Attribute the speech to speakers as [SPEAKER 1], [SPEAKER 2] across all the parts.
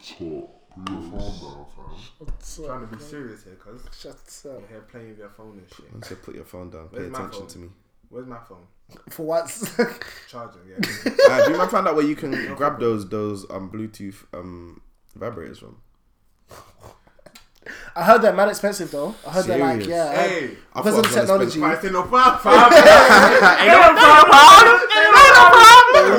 [SPEAKER 1] Scott, perform
[SPEAKER 2] What's
[SPEAKER 3] I'm trying to
[SPEAKER 2] up?
[SPEAKER 3] be serious here, cuz.
[SPEAKER 2] Shut up.
[SPEAKER 3] I'm here playing with your phone and shit.
[SPEAKER 4] I said, put your phone down. Pay
[SPEAKER 3] Where's my
[SPEAKER 4] attention
[SPEAKER 3] phone?
[SPEAKER 4] to me.
[SPEAKER 3] Where's my phone?
[SPEAKER 2] For what?
[SPEAKER 3] Charger, yeah.
[SPEAKER 4] Uh, do you mind find out where you can grab those those um Bluetooth um vibrators from?
[SPEAKER 2] I heard they're mad expensive though. I heard they're like,
[SPEAKER 4] Serious?
[SPEAKER 2] yeah. I heard-
[SPEAKER 3] hey!
[SPEAKER 4] I
[SPEAKER 2] Because
[SPEAKER 4] thought
[SPEAKER 2] of
[SPEAKER 4] I was gonna
[SPEAKER 2] technology.
[SPEAKER 3] Five, ten, no, five, five. Ain't no problem.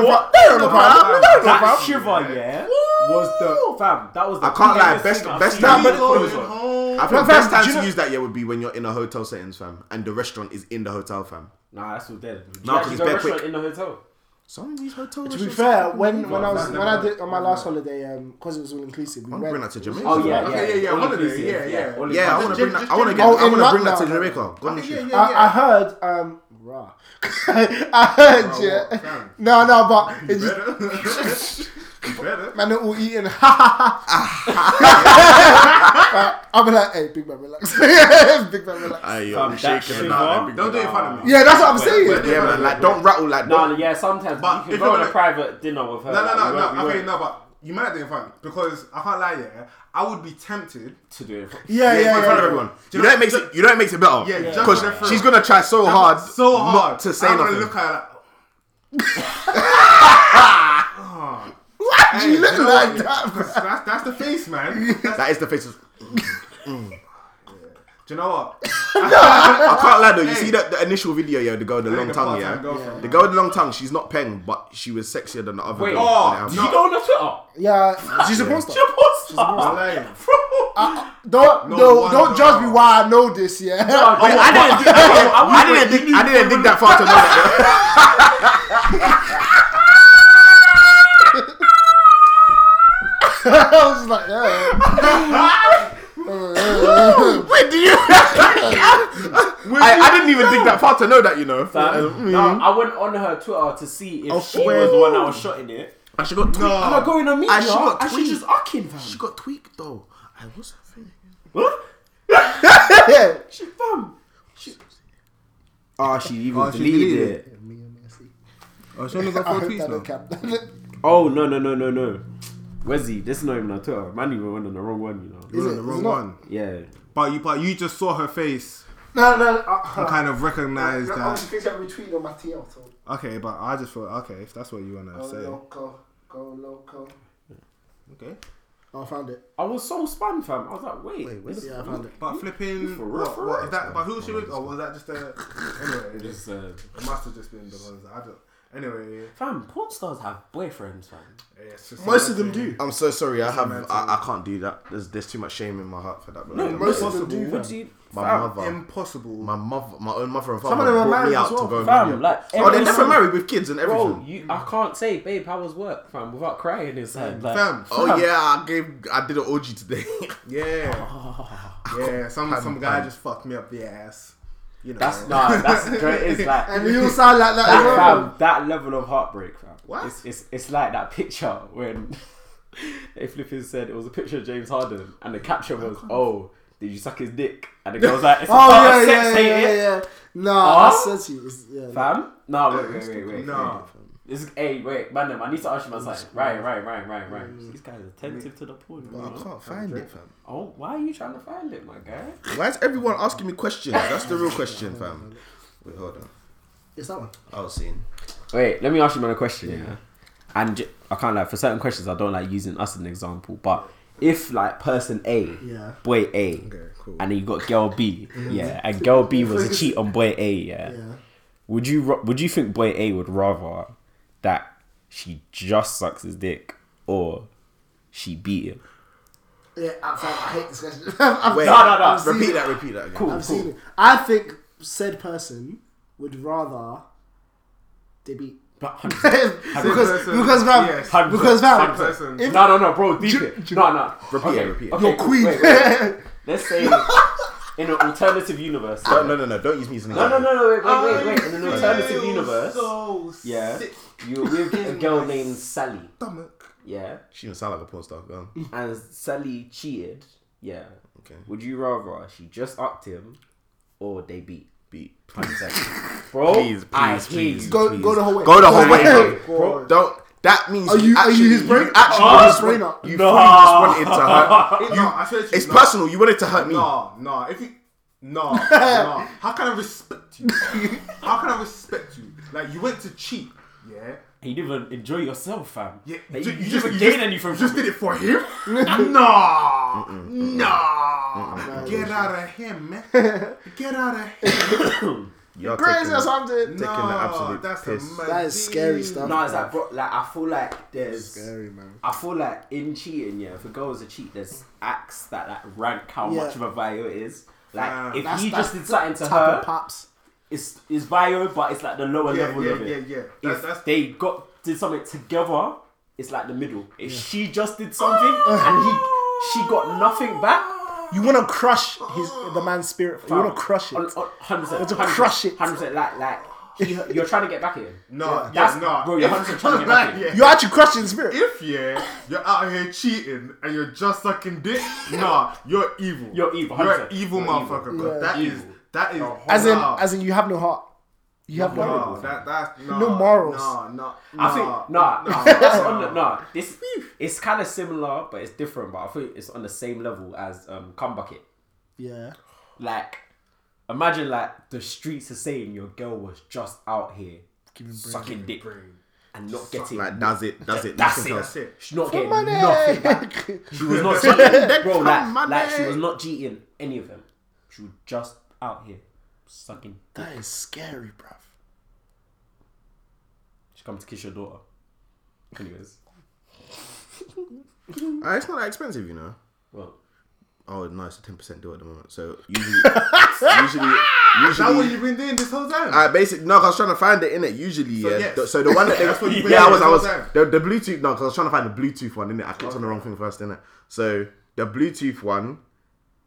[SPEAKER 5] What? That shiver, yeah, was the fam. That was. The
[SPEAKER 4] I can't lie,
[SPEAKER 5] cleanest
[SPEAKER 4] best-
[SPEAKER 5] thing I've
[SPEAKER 4] best
[SPEAKER 5] seen.
[SPEAKER 4] time- but-
[SPEAKER 3] home.
[SPEAKER 4] I think
[SPEAKER 2] fam,
[SPEAKER 4] best time
[SPEAKER 2] do you
[SPEAKER 4] to
[SPEAKER 2] know-
[SPEAKER 4] use that yeah would be when you're in a hotel settings, fam, and the restaurant is in the hotel, fam.
[SPEAKER 5] Nah, that's all dead.
[SPEAKER 4] No, 'cause
[SPEAKER 5] Actually,
[SPEAKER 4] it's
[SPEAKER 5] the
[SPEAKER 4] bare
[SPEAKER 5] restaurant
[SPEAKER 4] quick.
[SPEAKER 5] in the hotel.
[SPEAKER 4] Some of these hotel
[SPEAKER 2] To be
[SPEAKER 4] restaurants-
[SPEAKER 2] fair, when when I was
[SPEAKER 3] Nah,
[SPEAKER 2] when I
[SPEAKER 3] nah,
[SPEAKER 2] did on my
[SPEAKER 3] nah.
[SPEAKER 2] last holiday, um, because it was all inclusive, we
[SPEAKER 4] I'm
[SPEAKER 2] went.
[SPEAKER 4] bringing that to Jamaica.
[SPEAKER 5] Oh yeah,
[SPEAKER 3] Okay, yeah, yeah,
[SPEAKER 5] All
[SPEAKER 3] holiday,
[SPEAKER 5] inclusive,
[SPEAKER 3] yeah, yeah.
[SPEAKER 5] all
[SPEAKER 4] Yeah, I
[SPEAKER 5] inclusive.
[SPEAKER 4] want to
[SPEAKER 3] Just-
[SPEAKER 4] bring that.
[SPEAKER 3] just
[SPEAKER 4] I want to
[SPEAKER 3] drink-
[SPEAKER 4] get.
[SPEAKER 2] Oh,
[SPEAKER 4] I
[SPEAKER 2] in
[SPEAKER 4] want to bring that to
[SPEAKER 2] lockdown.
[SPEAKER 4] Jamaica. Go on,
[SPEAKER 3] Yeah,
[SPEAKER 4] shit.
[SPEAKER 3] yeah,
[SPEAKER 2] I, I
[SPEAKER 3] yeah.
[SPEAKER 2] heard, um, rah. I heard,
[SPEAKER 3] Rah
[SPEAKER 2] yeah.
[SPEAKER 3] Oh, what, fam?
[SPEAKER 2] No, no, but it's just,
[SPEAKER 3] Better. Better.
[SPEAKER 2] man, they're all eating. Ha ha ha. I'll be like, hey, big man, relax. big man, relax.
[SPEAKER 4] Aye, yo,
[SPEAKER 5] Fam,
[SPEAKER 4] I'm
[SPEAKER 5] that
[SPEAKER 4] shaking
[SPEAKER 5] shit,
[SPEAKER 4] it now.
[SPEAKER 5] bro.
[SPEAKER 4] big
[SPEAKER 3] Don't do
[SPEAKER 4] brother.
[SPEAKER 3] it in front of me.
[SPEAKER 2] Yeah, that's what I'm saying.
[SPEAKER 3] wait,
[SPEAKER 4] Yeah, man, like don't rattle, like
[SPEAKER 5] No,
[SPEAKER 4] don't.
[SPEAKER 5] no, yeah, sometimes
[SPEAKER 3] But
[SPEAKER 5] but you
[SPEAKER 3] if
[SPEAKER 5] can go
[SPEAKER 3] you're
[SPEAKER 5] on a
[SPEAKER 3] gonna-
[SPEAKER 5] private dinner with her.
[SPEAKER 3] No, no,
[SPEAKER 5] like, we
[SPEAKER 3] no,
[SPEAKER 5] won't-
[SPEAKER 3] no.
[SPEAKER 5] we
[SPEAKER 3] Okay,
[SPEAKER 5] won't
[SPEAKER 3] no, but you might have done fun because I can't lie, yeah. I would be tempted.
[SPEAKER 5] To do it.
[SPEAKER 2] Yeah, yeah,
[SPEAKER 4] Yeah,
[SPEAKER 2] yeah.
[SPEAKER 4] in front of
[SPEAKER 2] yeah.
[SPEAKER 4] everyone. You know it makes it. You know it makes it better.
[SPEAKER 3] Yeah, just
[SPEAKER 4] because
[SPEAKER 3] for the
[SPEAKER 4] she's
[SPEAKER 3] thrill.
[SPEAKER 4] gonna try so hard,
[SPEAKER 3] so hard
[SPEAKER 4] not to say
[SPEAKER 3] I'm
[SPEAKER 4] nothing.
[SPEAKER 3] Gonna look at her like,
[SPEAKER 2] Why do you
[SPEAKER 3] Hey,
[SPEAKER 2] look
[SPEAKER 3] know
[SPEAKER 2] like
[SPEAKER 3] what?
[SPEAKER 2] that? bro?
[SPEAKER 3] That's, that's the face, man. That's-
[SPEAKER 4] That is the face. Of,
[SPEAKER 3] do you know what?
[SPEAKER 4] I can't lie though. You
[SPEAKER 3] Hey.
[SPEAKER 4] see that the initial video, yeah, the girl, with the long
[SPEAKER 3] the
[SPEAKER 4] tongue,
[SPEAKER 3] part-time
[SPEAKER 4] yeah,
[SPEAKER 3] girlfriend,
[SPEAKER 4] the girl, with the long tongue. She's not peng, but she was sexier than the other.
[SPEAKER 5] Wait,
[SPEAKER 4] girl
[SPEAKER 3] oh,
[SPEAKER 4] on the album.
[SPEAKER 5] You go on the Twitter.
[SPEAKER 2] Yeah, she's a porn star.
[SPEAKER 5] She's a porn star.
[SPEAKER 3] I'm lying.
[SPEAKER 2] Don't,
[SPEAKER 3] No
[SPEAKER 2] don't,
[SPEAKER 3] one
[SPEAKER 2] don't judge me
[SPEAKER 3] knows.
[SPEAKER 2] why I know this, yeah.
[SPEAKER 5] Oh,
[SPEAKER 4] Wait, I didn't. Dig, I didn't dig. I didn't dig that far to know that. though.
[SPEAKER 2] I was just like, yeah.
[SPEAKER 4] Wait, do you? I, I didn't even think that far to know that, you know.
[SPEAKER 5] Fam, no, I went on her Twitter to see if she was the one that was shotting it.
[SPEAKER 4] And she got tweaked.
[SPEAKER 3] No.
[SPEAKER 5] I'm going to meet
[SPEAKER 4] And she
[SPEAKER 5] her,
[SPEAKER 4] got
[SPEAKER 5] and she's
[SPEAKER 4] tweaked.
[SPEAKER 5] just ucking, fam.
[SPEAKER 4] She got tweaked though. I was
[SPEAKER 5] Huh?
[SPEAKER 2] yeah.
[SPEAKER 5] She, fam. She,
[SPEAKER 4] Oh, she even
[SPEAKER 3] she deleted it.
[SPEAKER 5] oh, she only
[SPEAKER 2] I hope that don't cap.
[SPEAKER 5] Oh, no, no, no, no, no. Wezzy, this is not even on Twitter. Man even went on the wrong one, you know.
[SPEAKER 2] Is
[SPEAKER 3] You're
[SPEAKER 2] it-
[SPEAKER 3] on the
[SPEAKER 2] is
[SPEAKER 3] wrong
[SPEAKER 2] it not?
[SPEAKER 3] one.
[SPEAKER 5] Yeah.
[SPEAKER 3] But you, but you just saw her face
[SPEAKER 2] No, no, no.
[SPEAKER 3] and
[SPEAKER 2] Uh,
[SPEAKER 3] kind of recognized
[SPEAKER 2] no, I
[SPEAKER 3] that.
[SPEAKER 2] think I retweeted on my TL, so
[SPEAKER 3] Okay, but I just thought, okay, if that's what you wanna
[SPEAKER 2] go
[SPEAKER 3] say,
[SPEAKER 2] loco, go loco.
[SPEAKER 3] okay.
[SPEAKER 2] Oh, I found it.
[SPEAKER 5] I was so spun, fam. I was like, wait. this-
[SPEAKER 2] Yeah, I found it.
[SPEAKER 3] But flipping,
[SPEAKER 5] For real,
[SPEAKER 3] what,
[SPEAKER 5] for
[SPEAKER 3] what
[SPEAKER 5] real.
[SPEAKER 3] is that? But who was she with? Or was that just a? Anyway, it,
[SPEAKER 5] This, uh,
[SPEAKER 3] must have just been because I don't. Anyway,
[SPEAKER 5] fam, porn stars have boyfriends, fam.
[SPEAKER 3] yeah, it's just
[SPEAKER 2] Most of them do.
[SPEAKER 4] I'm so sorry. I have.
[SPEAKER 3] Romantic.
[SPEAKER 4] I, I can't do that. There's there's too much shame in my heart for that. Bro. I'm
[SPEAKER 2] most
[SPEAKER 4] sorry.
[SPEAKER 2] of them do.
[SPEAKER 5] Would
[SPEAKER 2] fam.
[SPEAKER 5] you,
[SPEAKER 4] my
[SPEAKER 5] fam,
[SPEAKER 4] mother,
[SPEAKER 3] impossible.
[SPEAKER 4] my mother, my own mother and father
[SPEAKER 2] Some of them are
[SPEAKER 4] brought me
[SPEAKER 2] married as
[SPEAKER 4] out to
[SPEAKER 2] well.
[SPEAKER 4] go and
[SPEAKER 5] Fam,
[SPEAKER 4] marry.
[SPEAKER 5] like,
[SPEAKER 4] Oh, they're
[SPEAKER 5] every
[SPEAKER 4] never
[SPEAKER 5] single-
[SPEAKER 4] married with kids and everything.
[SPEAKER 5] Bro, you, I can't say, babe, how was work, fam, without crying inside. Like,
[SPEAKER 3] Fam,
[SPEAKER 4] oh yeah, I gave. I did an OG today.
[SPEAKER 3] yeah, yeah. Some some guy just fucked me up the ass. You know,
[SPEAKER 5] that's nah, that's it's like
[SPEAKER 2] And you all sound like that.
[SPEAKER 5] that,
[SPEAKER 2] as well.
[SPEAKER 5] fam, that level of heartbreak, fam.
[SPEAKER 3] What?
[SPEAKER 5] It's, it's it's like that picture when they flipping said it was a picture of James Harden, and the caption was, "Oh, did you suck his dick?" And the girl's like, "It's
[SPEAKER 2] Oh yeah,
[SPEAKER 5] a
[SPEAKER 2] yeah,
[SPEAKER 5] sex,
[SPEAKER 2] yeah,
[SPEAKER 5] ain't
[SPEAKER 2] yeah,
[SPEAKER 5] it?"
[SPEAKER 2] yeah. No,
[SPEAKER 5] Huh?
[SPEAKER 2] I said Ah, you. It's, yeah.
[SPEAKER 5] Fam, no, wait, wait, wait, wait.
[SPEAKER 3] Nah.
[SPEAKER 5] wait. This is, hey, wait, man, them, I need to ask you my side. Right, right, right, right, right. These guys are
[SPEAKER 2] Mm.
[SPEAKER 5] attentive to the porn. you know?
[SPEAKER 4] can't find it, fam.
[SPEAKER 5] Oh, why are you trying to find it, my guy?
[SPEAKER 4] Why is everyone asking me questions? That's the real question, fam. Wait, hold on.
[SPEAKER 2] It's that one.
[SPEAKER 4] I was seeing.
[SPEAKER 5] Wait, let me ask you man a question. Yeah. And j- I can't like for certain questions I don't like using us as an example, but if like person A,
[SPEAKER 2] Yeah.
[SPEAKER 5] boy A,
[SPEAKER 3] Okay, cool.
[SPEAKER 5] and then you got girl B, yeah, and girl B was a cheat on boy A, yeah.
[SPEAKER 2] Yeah.
[SPEAKER 5] Would you ro- would you think boy A would rather that she just sucks his dick or she beat him?
[SPEAKER 2] Yeah, I'm sorry, I hate this question. I've,
[SPEAKER 4] Wait,
[SPEAKER 5] No, no, no,
[SPEAKER 2] seen
[SPEAKER 4] Repeat
[SPEAKER 2] it.
[SPEAKER 4] that. Repeat that again.
[SPEAKER 5] Cool,
[SPEAKER 2] I've seen
[SPEAKER 5] cool.
[SPEAKER 2] it. I think said person would rather they beat.
[SPEAKER 5] But-
[SPEAKER 2] because
[SPEAKER 3] person.
[SPEAKER 2] because fam,
[SPEAKER 3] Yes.
[SPEAKER 2] because
[SPEAKER 3] Said
[SPEAKER 2] fam,
[SPEAKER 3] person.
[SPEAKER 2] if
[SPEAKER 5] no, no, no, bro, deep it. No, no.
[SPEAKER 4] Repeat it, repeat it.
[SPEAKER 2] your
[SPEAKER 5] cool,
[SPEAKER 2] queen,
[SPEAKER 5] wait, wait. Let's say in an alternative universe. yeah.
[SPEAKER 4] No, no, no, no. Don't use me as an
[SPEAKER 5] No, no,
[SPEAKER 4] example.
[SPEAKER 5] no, no, wait, wait, wait, wait. In
[SPEAKER 3] I
[SPEAKER 5] an
[SPEAKER 3] feel
[SPEAKER 5] alternative universe,
[SPEAKER 3] So
[SPEAKER 5] yeah,
[SPEAKER 3] sick.
[SPEAKER 5] you with a
[SPEAKER 3] In
[SPEAKER 5] girl
[SPEAKER 3] my
[SPEAKER 5] named Sally,
[SPEAKER 3] Stomach.
[SPEAKER 5] yeah,
[SPEAKER 4] She doesn't sound like a porn star. Go on.
[SPEAKER 5] and Sally cheated, yeah.
[SPEAKER 4] Okay.
[SPEAKER 5] Would you rather she just upped him, or they beat?
[SPEAKER 4] Beat. Please,
[SPEAKER 5] Bro,
[SPEAKER 4] please,
[SPEAKER 5] I
[SPEAKER 4] please,
[SPEAKER 5] hear you.
[SPEAKER 2] go go the whole way.
[SPEAKER 4] Go the whole
[SPEAKER 5] way,
[SPEAKER 4] way,
[SPEAKER 2] bro.
[SPEAKER 4] bro. Don't. That means
[SPEAKER 2] Are you- are you
[SPEAKER 4] actually,
[SPEAKER 2] his brain-
[SPEAKER 4] actually
[SPEAKER 5] Ah,
[SPEAKER 2] are you
[SPEAKER 4] just
[SPEAKER 2] his brain
[SPEAKER 4] want-
[SPEAKER 2] up?
[SPEAKER 4] You
[SPEAKER 5] No.
[SPEAKER 4] fully just wanted to hurt.
[SPEAKER 3] It- no, I swear to you,
[SPEAKER 4] It's
[SPEAKER 3] no.
[SPEAKER 4] personal. You wanted to hurt me.
[SPEAKER 3] No, no. If you no, no. How can I respect you? How can I respect you? Like you went to cheat, yeah.
[SPEAKER 5] you didn't even enjoy yourself, fam.
[SPEAKER 3] Yeah,
[SPEAKER 5] Like,
[SPEAKER 3] ju-
[SPEAKER 5] you,
[SPEAKER 3] you
[SPEAKER 5] just,
[SPEAKER 3] just- you
[SPEAKER 5] gain
[SPEAKER 3] just-
[SPEAKER 5] anything
[SPEAKER 3] You
[SPEAKER 5] from
[SPEAKER 3] just did it for him? Nah, nah. Get out of here, man. Get out of here.
[SPEAKER 4] You're
[SPEAKER 2] Crazy
[SPEAKER 4] taking-
[SPEAKER 2] or something.
[SPEAKER 4] Taking the absolute piss.
[SPEAKER 3] mad
[SPEAKER 2] That is scary
[SPEAKER 3] thing.
[SPEAKER 2] stuff.
[SPEAKER 5] No, it's like, bro, like I feel like there's,
[SPEAKER 2] Scary man.
[SPEAKER 5] I feel like in cheating, yeah, if a girl is a cheat, there's acts that like rank how
[SPEAKER 2] Yeah.
[SPEAKER 5] much of a bio it is. Like
[SPEAKER 3] Fam.
[SPEAKER 5] if
[SPEAKER 2] That's-
[SPEAKER 5] you
[SPEAKER 2] that's
[SPEAKER 5] just did something to
[SPEAKER 2] Type of
[SPEAKER 5] her,
[SPEAKER 2] pops.
[SPEAKER 5] it's it's bio, but it's like the lower
[SPEAKER 3] Yeah,
[SPEAKER 5] level
[SPEAKER 3] yeah,
[SPEAKER 5] of it.
[SPEAKER 3] yeah, yeah. That's,
[SPEAKER 5] if
[SPEAKER 3] that's
[SPEAKER 5] they got did something together, it's like the middle. If she just did something and he she got nothing back,
[SPEAKER 2] You want to crush his the man's spirit. You want to crush it.
[SPEAKER 5] Hundred percent,
[SPEAKER 2] to crush it.
[SPEAKER 5] Hundred percent, like like he- you're trying to get back at him.
[SPEAKER 3] no, yeah,
[SPEAKER 5] That's-
[SPEAKER 3] no.
[SPEAKER 5] bro, you're
[SPEAKER 3] If-
[SPEAKER 5] 100% trying to get back in.
[SPEAKER 3] Yeah.
[SPEAKER 2] You're actually crushing his spirit.
[SPEAKER 3] if yeah, you're out here cheating and you're just sucking dick, nah, you're evil.
[SPEAKER 5] You're evil,
[SPEAKER 3] You're an
[SPEAKER 5] 100%.
[SPEAKER 3] evil
[SPEAKER 5] You're
[SPEAKER 3] motherfucker.
[SPEAKER 2] Yeah.
[SPEAKER 3] Cause that is
[SPEAKER 5] Evil.
[SPEAKER 3] that is
[SPEAKER 2] as in,
[SPEAKER 3] nah,
[SPEAKER 2] as in, you have no heart. You have no.
[SPEAKER 3] nah,
[SPEAKER 2] heart.
[SPEAKER 3] that that's nah,
[SPEAKER 2] No morals.
[SPEAKER 3] Nah, nah, nah,
[SPEAKER 5] I think nah,
[SPEAKER 3] nah,
[SPEAKER 5] that's
[SPEAKER 3] nah.
[SPEAKER 5] on the nah. This it's kind of similar, but it's different. But I think it's on the same level as um, cum bucket.
[SPEAKER 2] Yeah.
[SPEAKER 5] Like, imagine like the streets are saying your girl was just out here
[SPEAKER 2] Giving brain.
[SPEAKER 5] sucking dick
[SPEAKER 3] Brain.
[SPEAKER 5] and not getting
[SPEAKER 4] Like does it? Does it?
[SPEAKER 5] That's
[SPEAKER 4] nothing
[SPEAKER 5] it.
[SPEAKER 4] else.
[SPEAKER 3] That's it.
[SPEAKER 5] she's not getting
[SPEAKER 2] Money.
[SPEAKER 5] nothing back. She was not cheating, bro. Like,
[SPEAKER 4] money.
[SPEAKER 5] like she was not cheating any of them. She was just out here sucking.
[SPEAKER 2] that is scary, bruv.
[SPEAKER 5] She come to kiss your daughter. Anyways,
[SPEAKER 4] Uh, it's not that expensive, you know.
[SPEAKER 5] well,
[SPEAKER 4] Oh no, it's a ten percent deal at the moment. So usually, usually,
[SPEAKER 3] Is that what
[SPEAKER 4] usually.
[SPEAKER 3] you've been doing this whole time?
[SPEAKER 4] I basically no, 'cause I was trying to find it in it. Usually, yeah.
[SPEAKER 3] yes.
[SPEAKER 4] The- So the one that they,
[SPEAKER 3] That's what you
[SPEAKER 4] yeah, I
[SPEAKER 3] played
[SPEAKER 4] was, I
[SPEAKER 3] all
[SPEAKER 4] was
[SPEAKER 3] the time.
[SPEAKER 4] the, the Bluetooth. No, 'cause I was trying to find the Bluetooth one in it. I clicked on the wrong thing first in it. So the Bluetooth one,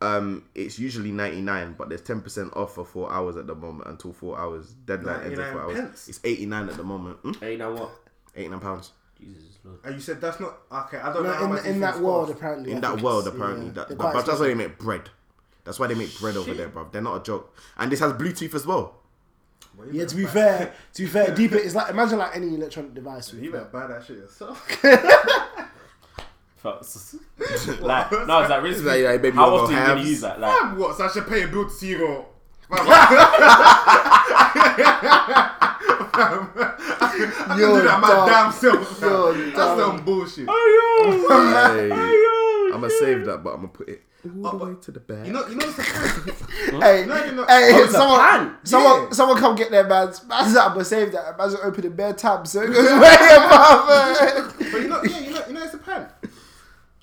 [SPEAKER 4] um, it's usually ninety nine, but there's ten percent off for four hours at the moment until four hours deadline ends at
[SPEAKER 3] 99
[SPEAKER 4] four hours.
[SPEAKER 3] pence.
[SPEAKER 4] It's eighty nine at the moment. Hmm?
[SPEAKER 5] hey, you know what?
[SPEAKER 4] Eighty nine pounds
[SPEAKER 5] Jesus Lord.
[SPEAKER 3] and you said that's not okay. I don't know.
[SPEAKER 2] No,
[SPEAKER 3] how much
[SPEAKER 2] in,
[SPEAKER 3] these
[SPEAKER 2] in that
[SPEAKER 3] things
[SPEAKER 2] world,
[SPEAKER 3] cost.
[SPEAKER 2] apparently.
[SPEAKER 4] in
[SPEAKER 2] I
[SPEAKER 4] that
[SPEAKER 2] think
[SPEAKER 4] world.
[SPEAKER 2] it's-
[SPEAKER 4] Apparently,
[SPEAKER 2] yeah,
[SPEAKER 4] that, that,
[SPEAKER 2] they're quite
[SPEAKER 4] but that's
[SPEAKER 2] expensive.
[SPEAKER 4] why they make bread. That's why they make bread over there, bruv. They're not a joke, and this has Bluetooth as well.
[SPEAKER 2] Yeah, to be fair, to be fair, deeper is like imagine like any electronic device.
[SPEAKER 3] You better buy that shit yourself.
[SPEAKER 5] Fuck. like, no, it's like really.
[SPEAKER 4] Like, like, baby,
[SPEAKER 5] how
[SPEAKER 4] you wanna
[SPEAKER 5] often
[SPEAKER 4] go
[SPEAKER 5] you gonna
[SPEAKER 4] halves?
[SPEAKER 5] use that? Like,
[SPEAKER 3] what? So I should pay a bill to see you go. I can
[SPEAKER 2] You're
[SPEAKER 3] do that my
[SPEAKER 2] dumb.
[SPEAKER 3] damn self.
[SPEAKER 2] You're
[SPEAKER 3] That's
[SPEAKER 2] dumb.
[SPEAKER 3] some bullshit.
[SPEAKER 4] I'm gonna save that, but I'm gonna put it all the way to the back.
[SPEAKER 3] You know, you know what's the
[SPEAKER 2] Hey,
[SPEAKER 3] No, you're not-
[SPEAKER 2] hey,
[SPEAKER 5] Oh, it's a
[SPEAKER 2] someone,
[SPEAKER 5] pan.
[SPEAKER 2] someone,
[SPEAKER 3] Yeah.
[SPEAKER 2] someone, come get their man's man's up but save that. Man's open the bare tab, so it goes way above.
[SPEAKER 3] But you know, yeah, you know, you know, it's a pen.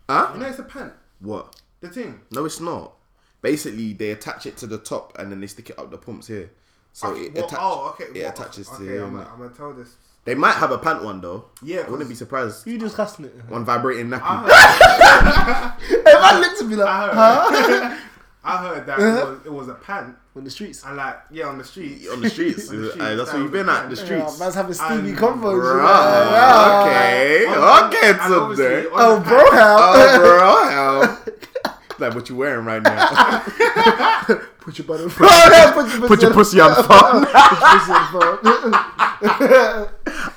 [SPEAKER 4] Huh?
[SPEAKER 3] You know, it's a pen.
[SPEAKER 4] What?
[SPEAKER 3] The thing.
[SPEAKER 4] No, it's not. Basically, they attach it to the top and then they stick it up the pumps here. So it,
[SPEAKER 3] Well,
[SPEAKER 4] atta-
[SPEAKER 3] oh, okay.
[SPEAKER 4] it
[SPEAKER 3] well,
[SPEAKER 4] attaches to um,
[SPEAKER 3] okay,
[SPEAKER 4] here.
[SPEAKER 3] I'm,
[SPEAKER 4] innit?
[SPEAKER 3] gonna- I'm gonna tell this.
[SPEAKER 4] They might have a pant one though.
[SPEAKER 3] Yeah,
[SPEAKER 4] I wouldn't be surprised.
[SPEAKER 2] You disgusting it.
[SPEAKER 4] One vibrating nappy.
[SPEAKER 2] If I looked at me like,
[SPEAKER 3] I heard.
[SPEAKER 2] huh?
[SPEAKER 3] I heard that it was, it was a pen,
[SPEAKER 2] On the streets.
[SPEAKER 3] and like, yeah, on the street.
[SPEAKER 4] Uh-huh. on the streets.
[SPEAKER 3] On the
[SPEAKER 4] Aye, that's
[SPEAKER 3] streets,
[SPEAKER 4] where you've been
[SPEAKER 3] that
[SPEAKER 4] at. The
[SPEAKER 3] was a
[SPEAKER 2] Yeah,
[SPEAKER 4] streets.
[SPEAKER 2] man's having Stevie
[SPEAKER 3] And-
[SPEAKER 2] convos. you
[SPEAKER 4] Bruh,
[SPEAKER 2] know? Yeah.
[SPEAKER 4] okay,
[SPEAKER 3] On-
[SPEAKER 4] okay,
[SPEAKER 3] and obviously
[SPEAKER 4] today.
[SPEAKER 3] on
[SPEAKER 2] Oh,
[SPEAKER 3] the
[SPEAKER 2] bro,
[SPEAKER 3] pen-
[SPEAKER 2] how?
[SPEAKER 4] Oh, bro, hell. like what you wearing right now?
[SPEAKER 2] Put your butt on Bro, yeah, put your
[SPEAKER 4] Put
[SPEAKER 2] pussy
[SPEAKER 4] your
[SPEAKER 2] on-
[SPEAKER 4] pussy on phone.
[SPEAKER 2] put your pussy on phone.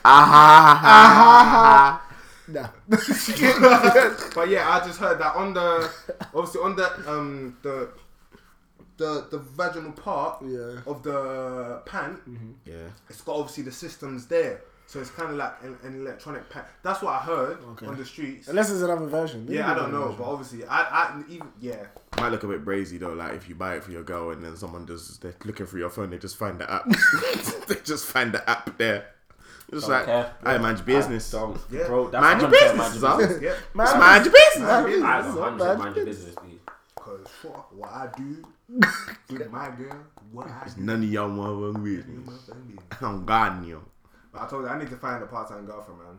[SPEAKER 4] Ah,
[SPEAKER 2] Nah.
[SPEAKER 3] but yeah, I just heard that on the obviously on the um the the the vaginal part
[SPEAKER 2] Yeah.
[SPEAKER 3] of the pant,
[SPEAKER 4] yeah.
[SPEAKER 3] it's got obviously the systems there, so it's kind of like an, an electronic pant. That's what I heard on the streets.
[SPEAKER 2] Unless there's another version.
[SPEAKER 3] yeah, I don't know, but obviously I I even yeah.
[SPEAKER 4] Might look a bit brazy though, like if you buy it for your girl and then someone does they're looking through your phone, they just find the app. they just find the app there. It's like,
[SPEAKER 5] care.
[SPEAKER 4] I mind your business.
[SPEAKER 5] don't,
[SPEAKER 3] Yeah.
[SPEAKER 5] bro. That's
[SPEAKER 4] Mind your
[SPEAKER 5] 100%
[SPEAKER 4] business,
[SPEAKER 5] Mind your
[SPEAKER 4] son.
[SPEAKER 5] business.
[SPEAKER 3] Yeah,
[SPEAKER 2] Man,
[SPEAKER 4] Just mind your business.
[SPEAKER 2] man,
[SPEAKER 5] I
[SPEAKER 2] man,
[SPEAKER 5] 100%
[SPEAKER 2] man,
[SPEAKER 5] mind your business, dude.
[SPEAKER 3] because fuck what I do with my girl, what I do.
[SPEAKER 4] None of y'all want one with me. I'm gone, yo.
[SPEAKER 3] But I told you I need to find a part-time girlfriend, man.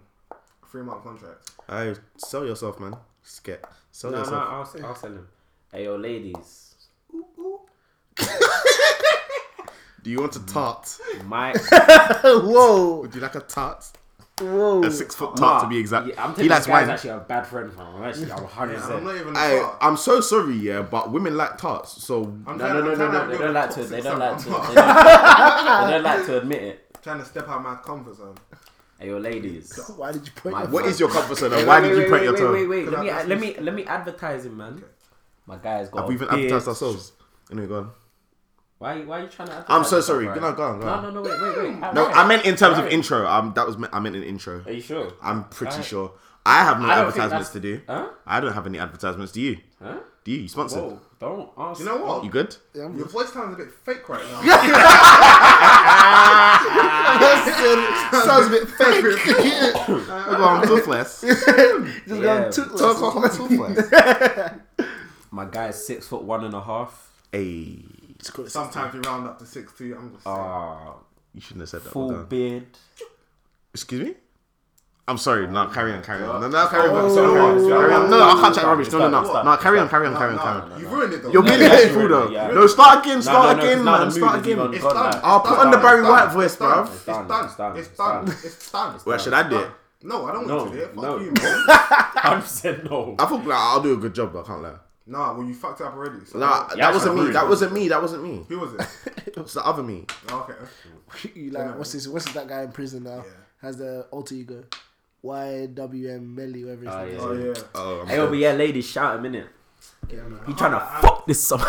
[SPEAKER 3] Three month contract.
[SPEAKER 4] I sell yourself, man. Skip. Sell
[SPEAKER 5] No, no,
[SPEAKER 4] yourself.
[SPEAKER 5] I'll, I'll send him. Hey, yo, ladies,
[SPEAKER 4] Do you want a tart?
[SPEAKER 5] my
[SPEAKER 2] Whoa,
[SPEAKER 4] Would you like a tart?
[SPEAKER 2] whoa.
[SPEAKER 4] A six foot tart to
[SPEAKER 5] Nah,
[SPEAKER 4] be exact.
[SPEAKER 5] Yeah, I'm
[SPEAKER 4] he
[SPEAKER 5] taking
[SPEAKER 4] likes
[SPEAKER 5] this guy's
[SPEAKER 4] wine.
[SPEAKER 5] actually a bad friend, fam. I'm actually, I'm 100.
[SPEAKER 3] And I'm
[SPEAKER 5] percent
[SPEAKER 3] not even. a
[SPEAKER 4] I,
[SPEAKER 3] part.
[SPEAKER 4] I'm so sorry, yeah, but women like tarts, so
[SPEAKER 3] I'm
[SPEAKER 5] No, no, no,
[SPEAKER 3] I'm
[SPEAKER 5] no,
[SPEAKER 3] to
[SPEAKER 5] no. They
[SPEAKER 3] have
[SPEAKER 5] don't
[SPEAKER 3] a
[SPEAKER 5] like to. They
[SPEAKER 3] toxic
[SPEAKER 5] don't like to.
[SPEAKER 3] someone.
[SPEAKER 5] They don't, they don't like to admit it.
[SPEAKER 3] trying to step out my comfort zone.
[SPEAKER 5] Hey, yo, ladies.
[SPEAKER 2] Why did you point?
[SPEAKER 5] My-
[SPEAKER 2] your
[SPEAKER 4] What
[SPEAKER 2] phone?
[SPEAKER 4] is your comfort zone?
[SPEAKER 5] Wait,
[SPEAKER 4] and Why
[SPEAKER 5] wait,
[SPEAKER 4] did you
[SPEAKER 5] wait,
[SPEAKER 4] point your
[SPEAKER 5] wait,
[SPEAKER 4] toe?
[SPEAKER 5] Wait, wait,
[SPEAKER 3] Can
[SPEAKER 5] Let
[SPEAKER 3] I
[SPEAKER 5] me
[SPEAKER 3] ask
[SPEAKER 5] let me let me advertise him, man. My guy's got.
[SPEAKER 4] Have we even
[SPEAKER 5] a beard.
[SPEAKER 4] advertised ourselves? Anyway, go on.
[SPEAKER 5] Why why are you trying to? Advertise
[SPEAKER 4] I'm so
[SPEAKER 5] yourself,
[SPEAKER 4] sorry.
[SPEAKER 5] right?
[SPEAKER 4] Go on, go on, go
[SPEAKER 5] No,
[SPEAKER 4] on.
[SPEAKER 5] no, no, wait, wait, wait.
[SPEAKER 4] No,
[SPEAKER 5] Alright.
[SPEAKER 4] I meant in terms of
[SPEAKER 5] Alright.
[SPEAKER 4] intro. Um, that was me- I meant an intro.
[SPEAKER 5] Are you sure?
[SPEAKER 4] I'm pretty
[SPEAKER 5] Alright.
[SPEAKER 4] sure. I have no
[SPEAKER 5] I don't think
[SPEAKER 4] advertisements
[SPEAKER 5] that's-
[SPEAKER 4] to do.
[SPEAKER 5] Huh?
[SPEAKER 4] I don't have any advertisements. Do you?
[SPEAKER 5] Huh?
[SPEAKER 4] Do you? You sponsored?
[SPEAKER 5] Whoa! Don't ask.
[SPEAKER 3] You know what?
[SPEAKER 4] You good?
[SPEAKER 3] Your voice sounds a bit fake right now.
[SPEAKER 2] Sounds a bit fake.
[SPEAKER 4] Go on, toothless.
[SPEAKER 2] Just
[SPEAKER 5] Yeah.
[SPEAKER 2] going toothless.
[SPEAKER 4] Talk on toothless.
[SPEAKER 5] My guy's six foot one and a half.
[SPEAKER 4] Hey,
[SPEAKER 2] It's called-
[SPEAKER 3] Sometimes you round up to 60. I'm just saying.
[SPEAKER 5] Ah,
[SPEAKER 4] you shouldn't have said that.
[SPEAKER 5] full
[SPEAKER 4] Well done.
[SPEAKER 5] beard.
[SPEAKER 4] Excuse me. I'm sorry. No, carry on, carry on. No, no, carry on.
[SPEAKER 3] Oh.
[SPEAKER 4] Sorry, carry on. Carry on. No, no, I can't chat rubbish. No, no,
[SPEAKER 5] It's
[SPEAKER 4] no.
[SPEAKER 5] done.
[SPEAKER 4] No, carry on, carry on,
[SPEAKER 3] No,
[SPEAKER 4] carry on,
[SPEAKER 3] no,
[SPEAKER 4] carry on.
[SPEAKER 3] You ruined it though.
[SPEAKER 4] You're being
[SPEAKER 5] Yeah, that's
[SPEAKER 4] hateful
[SPEAKER 5] rude,
[SPEAKER 4] though.
[SPEAKER 5] yeah.
[SPEAKER 4] No, start again, start
[SPEAKER 5] no, no,
[SPEAKER 4] again,
[SPEAKER 5] no,
[SPEAKER 4] man.
[SPEAKER 5] the
[SPEAKER 4] Start
[SPEAKER 5] mood is
[SPEAKER 4] again.
[SPEAKER 5] even
[SPEAKER 3] It's
[SPEAKER 5] gone,
[SPEAKER 3] done.
[SPEAKER 5] man.
[SPEAKER 4] I'll
[SPEAKER 3] It's
[SPEAKER 4] put
[SPEAKER 3] done.
[SPEAKER 4] on the Barry
[SPEAKER 3] It's
[SPEAKER 4] White
[SPEAKER 3] done.
[SPEAKER 4] voice,
[SPEAKER 3] It's done.
[SPEAKER 4] bruv.
[SPEAKER 3] It's
[SPEAKER 5] It's
[SPEAKER 3] done.
[SPEAKER 5] done.
[SPEAKER 3] It's
[SPEAKER 5] It's
[SPEAKER 3] done.
[SPEAKER 5] done.
[SPEAKER 3] It's done. It's
[SPEAKER 4] Well, should I do it?
[SPEAKER 3] done. No, I don't want
[SPEAKER 5] No,
[SPEAKER 3] you to do it. Fuck
[SPEAKER 5] no.
[SPEAKER 3] you, man.
[SPEAKER 5] Hundred percent no.
[SPEAKER 4] I think like, I'll do a good job, but I can't lie.
[SPEAKER 3] nah, well, you fucked up already. So
[SPEAKER 4] Nah,
[SPEAKER 5] Yeah,
[SPEAKER 4] that wasn't
[SPEAKER 5] that's
[SPEAKER 4] me.
[SPEAKER 5] rude.
[SPEAKER 4] That wasn't me. That wasn't me.
[SPEAKER 3] Who was it? Oh,
[SPEAKER 4] It was the other me.
[SPEAKER 3] Okay.
[SPEAKER 2] you like what's this? What's that guy in prison now?
[SPEAKER 3] Yeah.
[SPEAKER 2] Has the alter ego, YWM Melly, whatever his
[SPEAKER 5] Ah,
[SPEAKER 2] name
[SPEAKER 5] yeah.
[SPEAKER 2] is.
[SPEAKER 3] Oh, yeah.
[SPEAKER 4] Oh, I'm
[SPEAKER 5] Hey, yo, but
[SPEAKER 4] sorry.
[SPEAKER 5] yeah, ladies, shout him in it.
[SPEAKER 2] Yeah, man.
[SPEAKER 5] He trying to
[SPEAKER 4] Ah.
[SPEAKER 5] fuck this summer.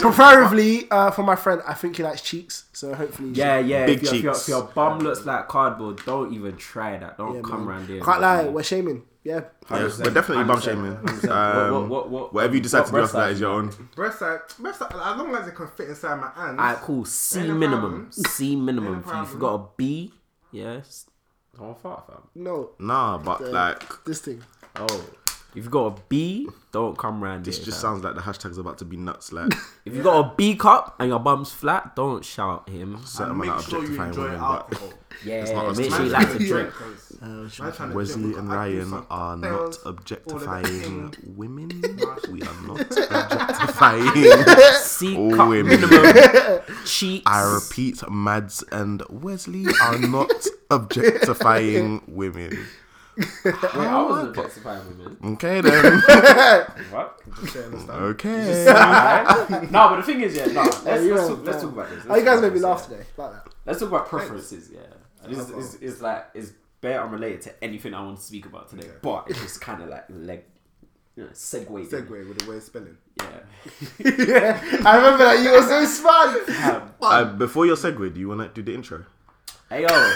[SPEAKER 2] Preferably uh, for my friend, I think he likes cheeks, so hopefully.
[SPEAKER 5] Yeah, yeah.
[SPEAKER 4] Big
[SPEAKER 5] if, your, if, your,
[SPEAKER 4] cheeks.
[SPEAKER 5] if your bum looks like cardboard, don't even try that. Don't
[SPEAKER 2] Yeah,
[SPEAKER 5] come
[SPEAKER 2] man.
[SPEAKER 5] round here.
[SPEAKER 2] Can't lie, we're shaming. Yeah.
[SPEAKER 4] Yeah,
[SPEAKER 5] 100%,
[SPEAKER 4] but definitely bum
[SPEAKER 5] 100%,
[SPEAKER 4] shaming.
[SPEAKER 5] 100%.
[SPEAKER 4] Um,
[SPEAKER 5] What- what- what-
[SPEAKER 4] whatever you decide
[SPEAKER 5] what
[SPEAKER 4] to do
[SPEAKER 5] breast
[SPEAKER 4] after that
[SPEAKER 5] size
[SPEAKER 4] is your own.
[SPEAKER 3] Breast size, breast size, as long as it can fit inside my hands.
[SPEAKER 5] Alright, cool. C
[SPEAKER 3] Ain't a
[SPEAKER 5] minimum.
[SPEAKER 3] problem.
[SPEAKER 5] C minimum. If
[SPEAKER 3] problem.
[SPEAKER 5] you've got a B, yes. Don't fart, fam.
[SPEAKER 2] No,
[SPEAKER 4] Nah, but
[SPEAKER 2] Uh,
[SPEAKER 4] like,
[SPEAKER 2] this thing.
[SPEAKER 5] Oh. If you've got a B, don't come round
[SPEAKER 4] this
[SPEAKER 5] here.
[SPEAKER 4] just
[SPEAKER 5] fam.
[SPEAKER 4] sounds like the hashtag's about to be nuts. Like,
[SPEAKER 5] If you've got a B cup and your bum's flat, don't shout him.
[SPEAKER 4] certain amount
[SPEAKER 3] Make
[SPEAKER 4] of
[SPEAKER 3] sure you
[SPEAKER 4] objectifying
[SPEAKER 3] enjoy
[SPEAKER 4] women, but
[SPEAKER 3] alcohol.
[SPEAKER 5] Yeah,
[SPEAKER 4] not us
[SPEAKER 5] make sure
[SPEAKER 4] trying
[SPEAKER 5] you
[SPEAKER 4] to
[SPEAKER 5] like
[SPEAKER 4] do
[SPEAKER 5] to drink.
[SPEAKER 4] Wesley and Ryan are not objectifying women. We are not objectifying.
[SPEAKER 5] C
[SPEAKER 4] All
[SPEAKER 5] cup
[SPEAKER 4] women.
[SPEAKER 5] minimum. Cheeks.
[SPEAKER 4] Oh, I repeat, Mads and Wesley are not objectifying women.
[SPEAKER 5] Wait, I was objectifying women.
[SPEAKER 4] Okay then.
[SPEAKER 5] What?
[SPEAKER 4] Okay. Uh,
[SPEAKER 5] Alright. no, but the thing is, yeah, no. Let's,
[SPEAKER 2] you
[SPEAKER 5] let's,
[SPEAKER 2] know,
[SPEAKER 5] talk, let's
[SPEAKER 2] man.
[SPEAKER 5] talk about this.
[SPEAKER 2] Oh,
[SPEAKER 5] Let's
[SPEAKER 2] you guys
[SPEAKER 5] talk about
[SPEAKER 2] made me
[SPEAKER 5] this,
[SPEAKER 2] laugh
[SPEAKER 5] yeah.
[SPEAKER 2] today. Like that.
[SPEAKER 5] Let's talk about preferences, yeah. And It's, it's, it's like it's bare unrelated to anything I want to speak about today, but it's just kind of like leg, you know, segue.
[SPEAKER 3] Segway with the way it's spelling.
[SPEAKER 5] Yeah.
[SPEAKER 2] I remember that you were so smart.
[SPEAKER 5] Um,
[SPEAKER 4] Uh, before your segue, do you want to do the intro?
[SPEAKER 5] hey yo,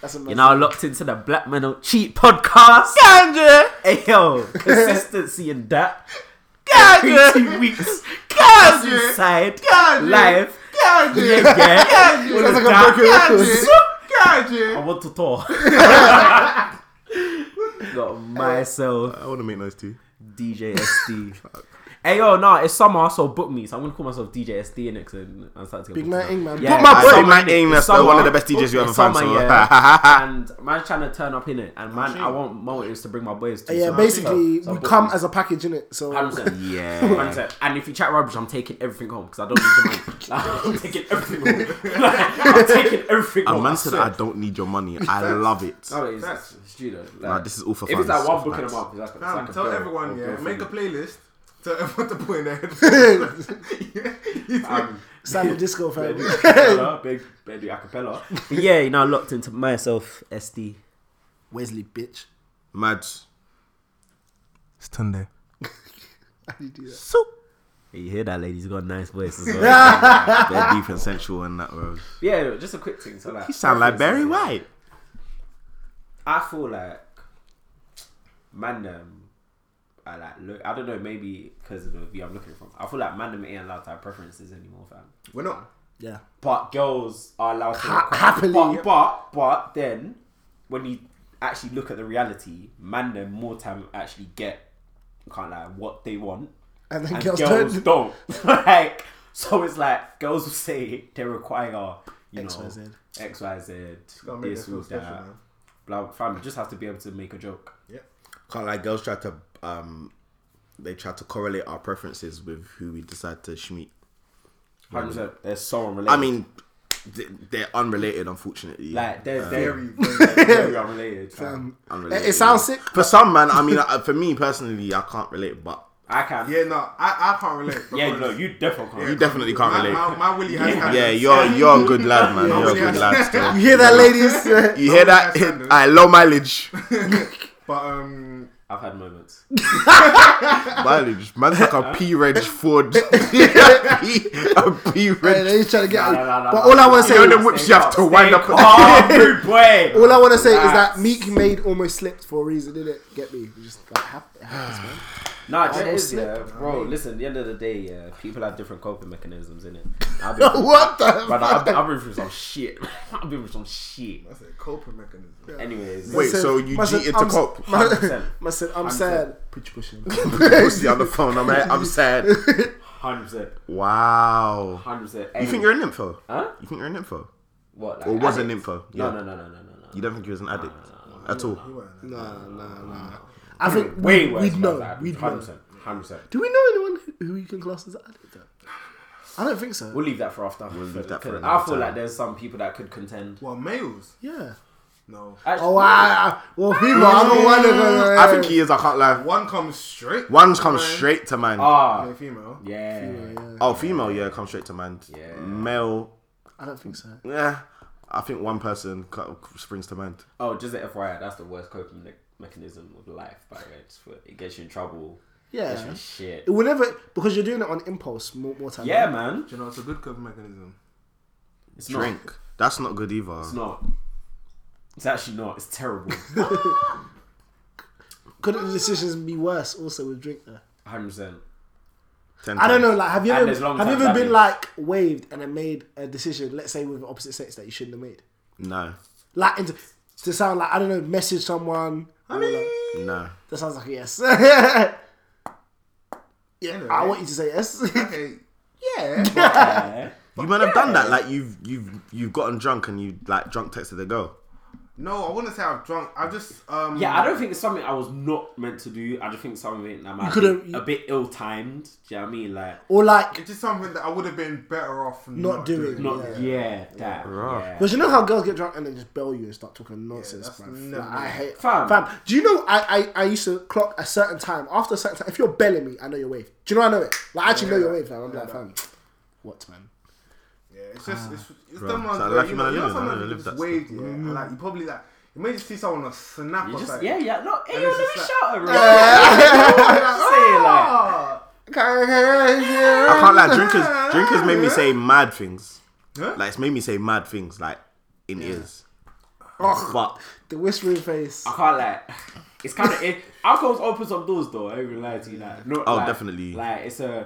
[SPEAKER 2] That's a
[SPEAKER 5] you're now locked into the Black Men Don't Cheat podcast.
[SPEAKER 4] Ganja!
[SPEAKER 5] Hey yo, consistency in that.
[SPEAKER 4] Ganja!
[SPEAKER 5] Every two weeks, guys inside, live. Yeah, yeah. All
[SPEAKER 2] That's
[SPEAKER 5] of
[SPEAKER 2] like a
[SPEAKER 5] that.
[SPEAKER 2] broken record.
[SPEAKER 5] I want to talk. Got myself.
[SPEAKER 4] I want to make noise too.
[SPEAKER 5] DJ SD. hey yo, no, it's summer, so book me. So I'm gonna call myself DJ SD next and I start to get
[SPEAKER 2] Big
[SPEAKER 5] booked
[SPEAKER 2] night
[SPEAKER 5] now.
[SPEAKER 2] in, man.
[SPEAKER 5] Yeah,
[SPEAKER 4] Put my
[SPEAKER 5] it's
[SPEAKER 4] boy-
[SPEAKER 5] summer,
[SPEAKER 4] Big night in,
[SPEAKER 5] innit?
[SPEAKER 4] that's
[SPEAKER 5] It's
[SPEAKER 4] the- one
[SPEAKER 5] summer.
[SPEAKER 4] of the best DJs you ever
[SPEAKER 5] It's
[SPEAKER 4] found,
[SPEAKER 5] summer,
[SPEAKER 4] so-
[SPEAKER 5] yeah. and man, trying to turn up in it, and man, I want motives to bring my boys to.
[SPEAKER 2] Oh, Yeah,
[SPEAKER 5] so-
[SPEAKER 2] basically,
[SPEAKER 5] so
[SPEAKER 2] we
[SPEAKER 5] book
[SPEAKER 2] come
[SPEAKER 5] me.
[SPEAKER 2] as a package in it. So
[SPEAKER 5] 100%.
[SPEAKER 4] Yeah.
[SPEAKER 5] 100%. And if you chat rubbish, I'm taking everything home because I don't need your money. Like, I'm taking everything home. Like, I'm taking everything
[SPEAKER 4] A
[SPEAKER 5] home. I
[SPEAKER 4] man said,
[SPEAKER 5] swear.
[SPEAKER 4] I don't need your money. I love it.
[SPEAKER 5] No, it's,
[SPEAKER 3] Facts.
[SPEAKER 5] it's stupid.
[SPEAKER 4] Nah, this is all for fun.
[SPEAKER 5] If it's like
[SPEAKER 4] It's
[SPEAKER 5] one
[SPEAKER 4] for
[SPEAKER 5] book in a
[SPEAKER 4] facts.
[SPEAKER 5] month, it's like, it's
[SPEAKER 3] Fam,
[SPEAKER 5] like a
[SPEAKER 3] tell
[SPEAKER 5] bill
[SPEAKER 3] everyone,
[SPEAKER 5] or
[SPEAKER 3] yeah,
[SPEAKER 5] bill
[SPEAKER 3] make a
[SPEAKER 5] thing.
[SPEAKER 3] playlist. Tell everyone to put in their headphones. yeah.
[SPEAKER 5] Um,
[SPEAKER 2] silent disco fam.
[SPEAKER 5] Baby acapella, big baby acapella. But yeah, you know, I'm locked into myself, SD.
[SPEAKER 2] Wesley, bitch.
[SPEAKER 4] Mads.
[SPEAKER 3] It's Tunde.
[SPEAKER 2] How do you do that?
[SPEAKER 5] You hear that, ladies? Got a nice voice as well.
[SPEAKER 4] They're deep and sensual and that, bro.
[SPEAKER 5] yeah, just a quick thing. So like,
[SPEAKER 4] You sound like Barry White.
[SPEAKER 5] I feel like man them are like look. I don't know. Maybe because of the view I'm looking from. I feel like man them ain't allowed to have preferences anymore, fam.
[SPEAKER 3] We're not.
[SPEAKER 2] Yeah.
[SPEAKER 5] But girls are allowed to
[SPEAKER 2] Ha-
[SPEAKER 5] request-
[SPEAKER 2] happily.
[SPEAKER 5] But, but but then when you actually look at the reality, man them more time actually get can't lie what they want.
[SPEAKER 2] And then
[SPEAKER 5] and
[SPEAKER 2] girls,
[SPEAKER 5] girls,
[SPEAKER 2] don't.
[SPEAKER 5] don't. like, so it's like girls will say they require you
[SPEAKER 2] X,
[SPEAKER 5] know
[SPEAKER 2] Y, Z.
[SPEAKER 5] X Y Z
[SPEAKER 3] Gotta make
[SPEAKER 5] this
[SPEAKER 3] them feel
[SPEAKER 5] or
[SPEAKER 3] special,
[SPEAKER 5] that.
[SPEAKER 3] man.
[SPEAKER 5] Blah, fam, you just have to be able to make a joke.
[SPEAKER 3] Yeah.
[SPEAKER 4] Can't like girls try to um, they try to correlate our preferences with who we decide to schmeet.
[SPEAKER 5] Hundred percent. They're so unrelated.
[SPEAKER 4] I mean, th- they're unrelated, unfortunately.
[SPEAKER 5] like they're very,
[SPEAKER 3] Very, very.
[SPEAKER 5] very unrelated. fam.
[SPEAKER 4] unrelated.
[SPEAKER 2] It- it sounds sick.
[SPEAKER 4] for some man. I mean, uh, for me personally, I can't relate, but
[SPEAKER 5] I can.
[SPEAKER 3] Yeah, no, I, I can't relate.
[SPEAKER 5] Yeah,
[SPEAKER 3] because
[SPEAKER 5] no, you definitely
[SPEAKER 4] You
[SPEAKER 5] can't.
[SPEAKER 4] definitely can't
[SPEAKER 3] my,
[SPEAKER 4] relate.
[SPEAKER 3] My, my Willie has
[SPEAKER 4] yeah,
[SPEAKER 5] Yeah.
[SPEAKER 4] you're you're a good lad, man.
[SPEAKER 3] Yeah.
[SPEAKER 4] You're a good lad. Still.
[SPEAKER 2] You hear that, ladies?
[SPEAKER 4] You hear that?
[SPEAKER 3] Standards.
[SPEAKER 4] I low mileage.
[SPEAKER 3] But um,
[SPEAKER 5] I've had moments.
[SPEAKER 4] mileage. Man's like a P Reg Ford. a P
[SPEAKER 2] Hey,
[SPEAKER 4] Reg.
[SPEAKER 2] they trying to get.
[SPEAKER 5] Nah, nah, nah,
[SPEAKER 2] but
[SPEAKER 5] nah,
[SPEAKER 2] all I
[SPEAKER 5] nah,
[SPEAKER 2] want
[SPEAKER 5] nah,
[SPEAKER 2] to say,
[SPEAKER 4] You know
[SPEAKER 5] nah,
[SPEAKER 4] them whips
[SPEAKER 5] stay
[SPEAKER 4] you have
[SPEAKER 5] calm,
[SPEAKER 4] to
[SPEAKER 5] stay
[SPEAKER 4] wind up
[SPEAKER 5] calm, Oh, rude boy.
[SPEAKER 2] all I want to say is
[SPEAKER 5] Relax.
[SPEAKER 2] that Meek made almost slipped for a reason, didn't it? Get me? It just like hap- it happens, man.
[SPEAKER 5] Nah,
[SPEAKER 2] I
[SPEAKER 5] that
[SPEAKER 2] don't
[SPEAKER 5] is
[SPEAKER 2] slip,
[SPEAKER 5] yeah,
[SPEAKER 2] you know what I
[SPEAKER 5] bro.
[SPEAKER 2] mean?
[SPEAKER 5] Listen, at the end of the day, yeah, people have different coping mechanisms in it.
[SPEAKER 2] What the
[SPEAKER 5] Brother, I've, I've been through some shit. I've been through some shit.
[SPEAKER 3] that's a coping mechanism.
[SPEAKER 5] Anyways,
[SPEAKER 4] Wait,
[SPEAKER 2] said-
[SPEAKER 4] so you
[SPEAKER 2] man said,
[SPEAKER 4] cheated to
[SPEAKER 2] I'm s-
[SPEAKER 4] cop?
[SPEAKER 2] man-
[SPEAKER 5] 100%.
[SPEAKER 2] man said, I'm
[SPEAKER 5] said-
[SPEAKER 2] sad. Put your question.
[SPEAKER 4] Pussy on the phone. I'm I'm sad.
[SPEAKER 5] hundred percent,
[SPEAKER 4] Wow.
[SPEAKER 5] hundred percent.
[SPEAKER 4] You think you're an nympho?
[SPEAKER 5] Huh?
[SPEAKER 4] You think you're an nympho?
[SPEAKER 5] What? Like,
[SPEAKER 4] Or was an
[SPEAKER 5] addict?
[SPEAKER 4] nympho?
[SPEAKER 5] No, no, no, no, no, no, no.
[SPEAKER 4] You don't think he was an addict at all?
[SPEAKER 2] Nah, nah, nah. I think
[SPEAKER 5] Way
[SPEAKER 2] we,
[SPEAKER 5] worse.
[SPEAKER 2] we'd
[SPEAKER 5] man's
[SPEAKER 2] know.
[SPEAKER 5] addict,
[SPEAKER 2] We'd know.
[SPEAKER 5] 100%, 100%.
[SPEAKER 2] Do we know anyone who- who you can class as an addict? Though? I don't think so.
[SPEAKER 5] We'll leave that for after. We'll
[SPEAKER 4] leave that for
[SPEAKER 5] I
[SPEAKER 4] another
[SPEAKER 5] feel
[SPEAKER 4] time.
[SPEAKER 5] like there's some people that could contend.
[SPEAKER 3] Well, males,
[SPEAKER 2] Yeah.
[SPEAKER 3] no.
[SPEAKER 5] Actually,
[SPEAKER 2] Oh, I, I, well, people, I'm the one that.
[SPEAKER 4] I think he is. I can't lie.
[SPEAKER 3] One comes straight.
[SPEAKER 4] One's come
[SPEAKER 3] Man.
[SPEAKER 4] straight to man.
[SPEAKER 5] Ah,
[SPEAKER 3] No female.
[SPEAKER 5] yeah.
[SPEAKER 4] oh, female, yeah, come straight to man.
[SPEAKER 5] Yeah.
[SPEAKER 4] Male,
[SPEAKER 2] I don't think so.
[SPEAKER 4] yeah. I think one person co- springs to mind.
[SPEAKER 5] Oh, just an FYI, that's the worst coping me- mechanism of life. By the way, It's for- it gets you in trouble. Gets you
[SPEAKER 2] Yeah.
[SPEAKER 5] in shit.
[SPEAKER 2] It will never because you're doing it on impulse more, more time.
[SPEAKER 5] Yeah, man.
[SPEAKER 3] Do you know it's a good coping mechanism?
[SPEAKER 5] It's
[SPEAKER 4] Drink.
[SPEAKER 5] Not,
[SPEAKER 4] That's not good either.
[SPEAKER 5] it's not. It's actually not. It's terrible.
[SPEAKER 2] Couldn't the decisions be worse also with drink though?
[SPEAKER 5] Hundred percent.
[SPEAKER 4] Ten
[SPEAKER 2] I don't know.
[SPEAKER 4] times.
[SPEAKER 2] Like, have you
[SPEAKER 5] And
[SPEAKER 2] ever
[SPEAKER 5] there's long
[SPEAKER 2] have you
[SPEAKER 5] term
[SPEAKER 2] ever been
[SPEAKER 5] damage.
[SPEAKER 2] like waved and then made a decision? Let's say with the opposite sex that you shouldn't have made.
[SPEAKER 4] No,
[SPEAKER 2] Like into, to sound like I don't know, message someone. I mean,
[SPEAKER 4] no.
[SPEAKER 2] that sounds like a yes. yeah,
[SPEAKER 3] Anyway.
[SPEAKER 2] I want you to say yes.
[SPEAKER 3] Okay. Yeah.
[SPEAKER 5] Yeah.
[SPEAKER 4] You might have done that. Like you've you've you've gotten drunk and you like drunk texted a girl.
[SPEAKER 3] no, I wouldn't say I've drunk. I just um.
[SPEAKER 5] yeah, I don't think it's something I was not meant to do. I just think something that might
[SPEAKER 2] could've-
[SPEAKER 5] be a bit ill timed. Do you know what I mean? Like,
[SPEAKER 2] or like,
[SPEAKER 3] It's just something that I would have been better off
[SPEAKER 2] Not doing.
[SPEAKER 5] not,
[SPEAKER 2] Yeah.
[SPEAKER 5] yeah, that.
[SPEAKER 4] Rough.
[SPEAKER 5] Yeah.
[SPEAKER 2] because you know how girls get drunk and they just bail you and start talking nonsense.
[SPEAKER 3] that's
[SPEAKER 2] bruv.
[SPEAKER 3] never
[SPEAKER 2] Like, I
[SPEAKER 3] me.
[SPEAKER 2] hate
[SPEAKER 5] Fam.
[SPEAKER 2] Fam, do you know I, I I used to clock a certain time after a certain time. If you're belling me, I know your wave. Do you know I know it? Like I actually know your wave, fam. I'm like, fam, what man?
[SPEAKER 3] Yeah, it's just it's, it's
[SPEAKER 4] Ah, Bruh.
[SPEAKER 3] them ones
[SPEAKER 4] So,
[SPEAKER 3] where,
[SPEAKER 4] lucky
[SPEAKER 3] you
[SPEAKER 4] man
[SPEAKER 3] know,
[SPEAKER 4] I
[SPEAKER 3] you know sometimes
[SPEAKER 4] live in, I don't
[SPEAKER 3] you
[SPEAKER 4] live
[SPEAKER 3] just
[SPEAKER 4] that
[SPEAKER 3] waved, yeah, and like you probably like you may just see someone on snap
[SPEAKER 5] You
[SPEAKER 3] or
[SPEAKER 5] just,
[SPEAKER 3] something.
[SPEAKER 5] yeah, yeah. No, hey, yo,
[SPEAKER 3] it's
[SPEAKER 5] let me
[SPEAKER 3] just
[SPEAKER 5] shout her. Right?
[SPEAKER 3] "Ah."
[SPEAKER 4] I can't like drinkers. Drinkers made me say mad things. Like it's made me say mad things. Like in ears. But
[SPEAKER 2] The whispering face.
[SPEAKER 5] I can't like. It's kind of it. Alcohol's open some doors though. I ain't gonna lie to you. Like, not,
[SPEAKER 4] Oh,
[SPEAKER 5] like-
[SPEAKER 4] definitely.
[SPEAKER 5] Like it's a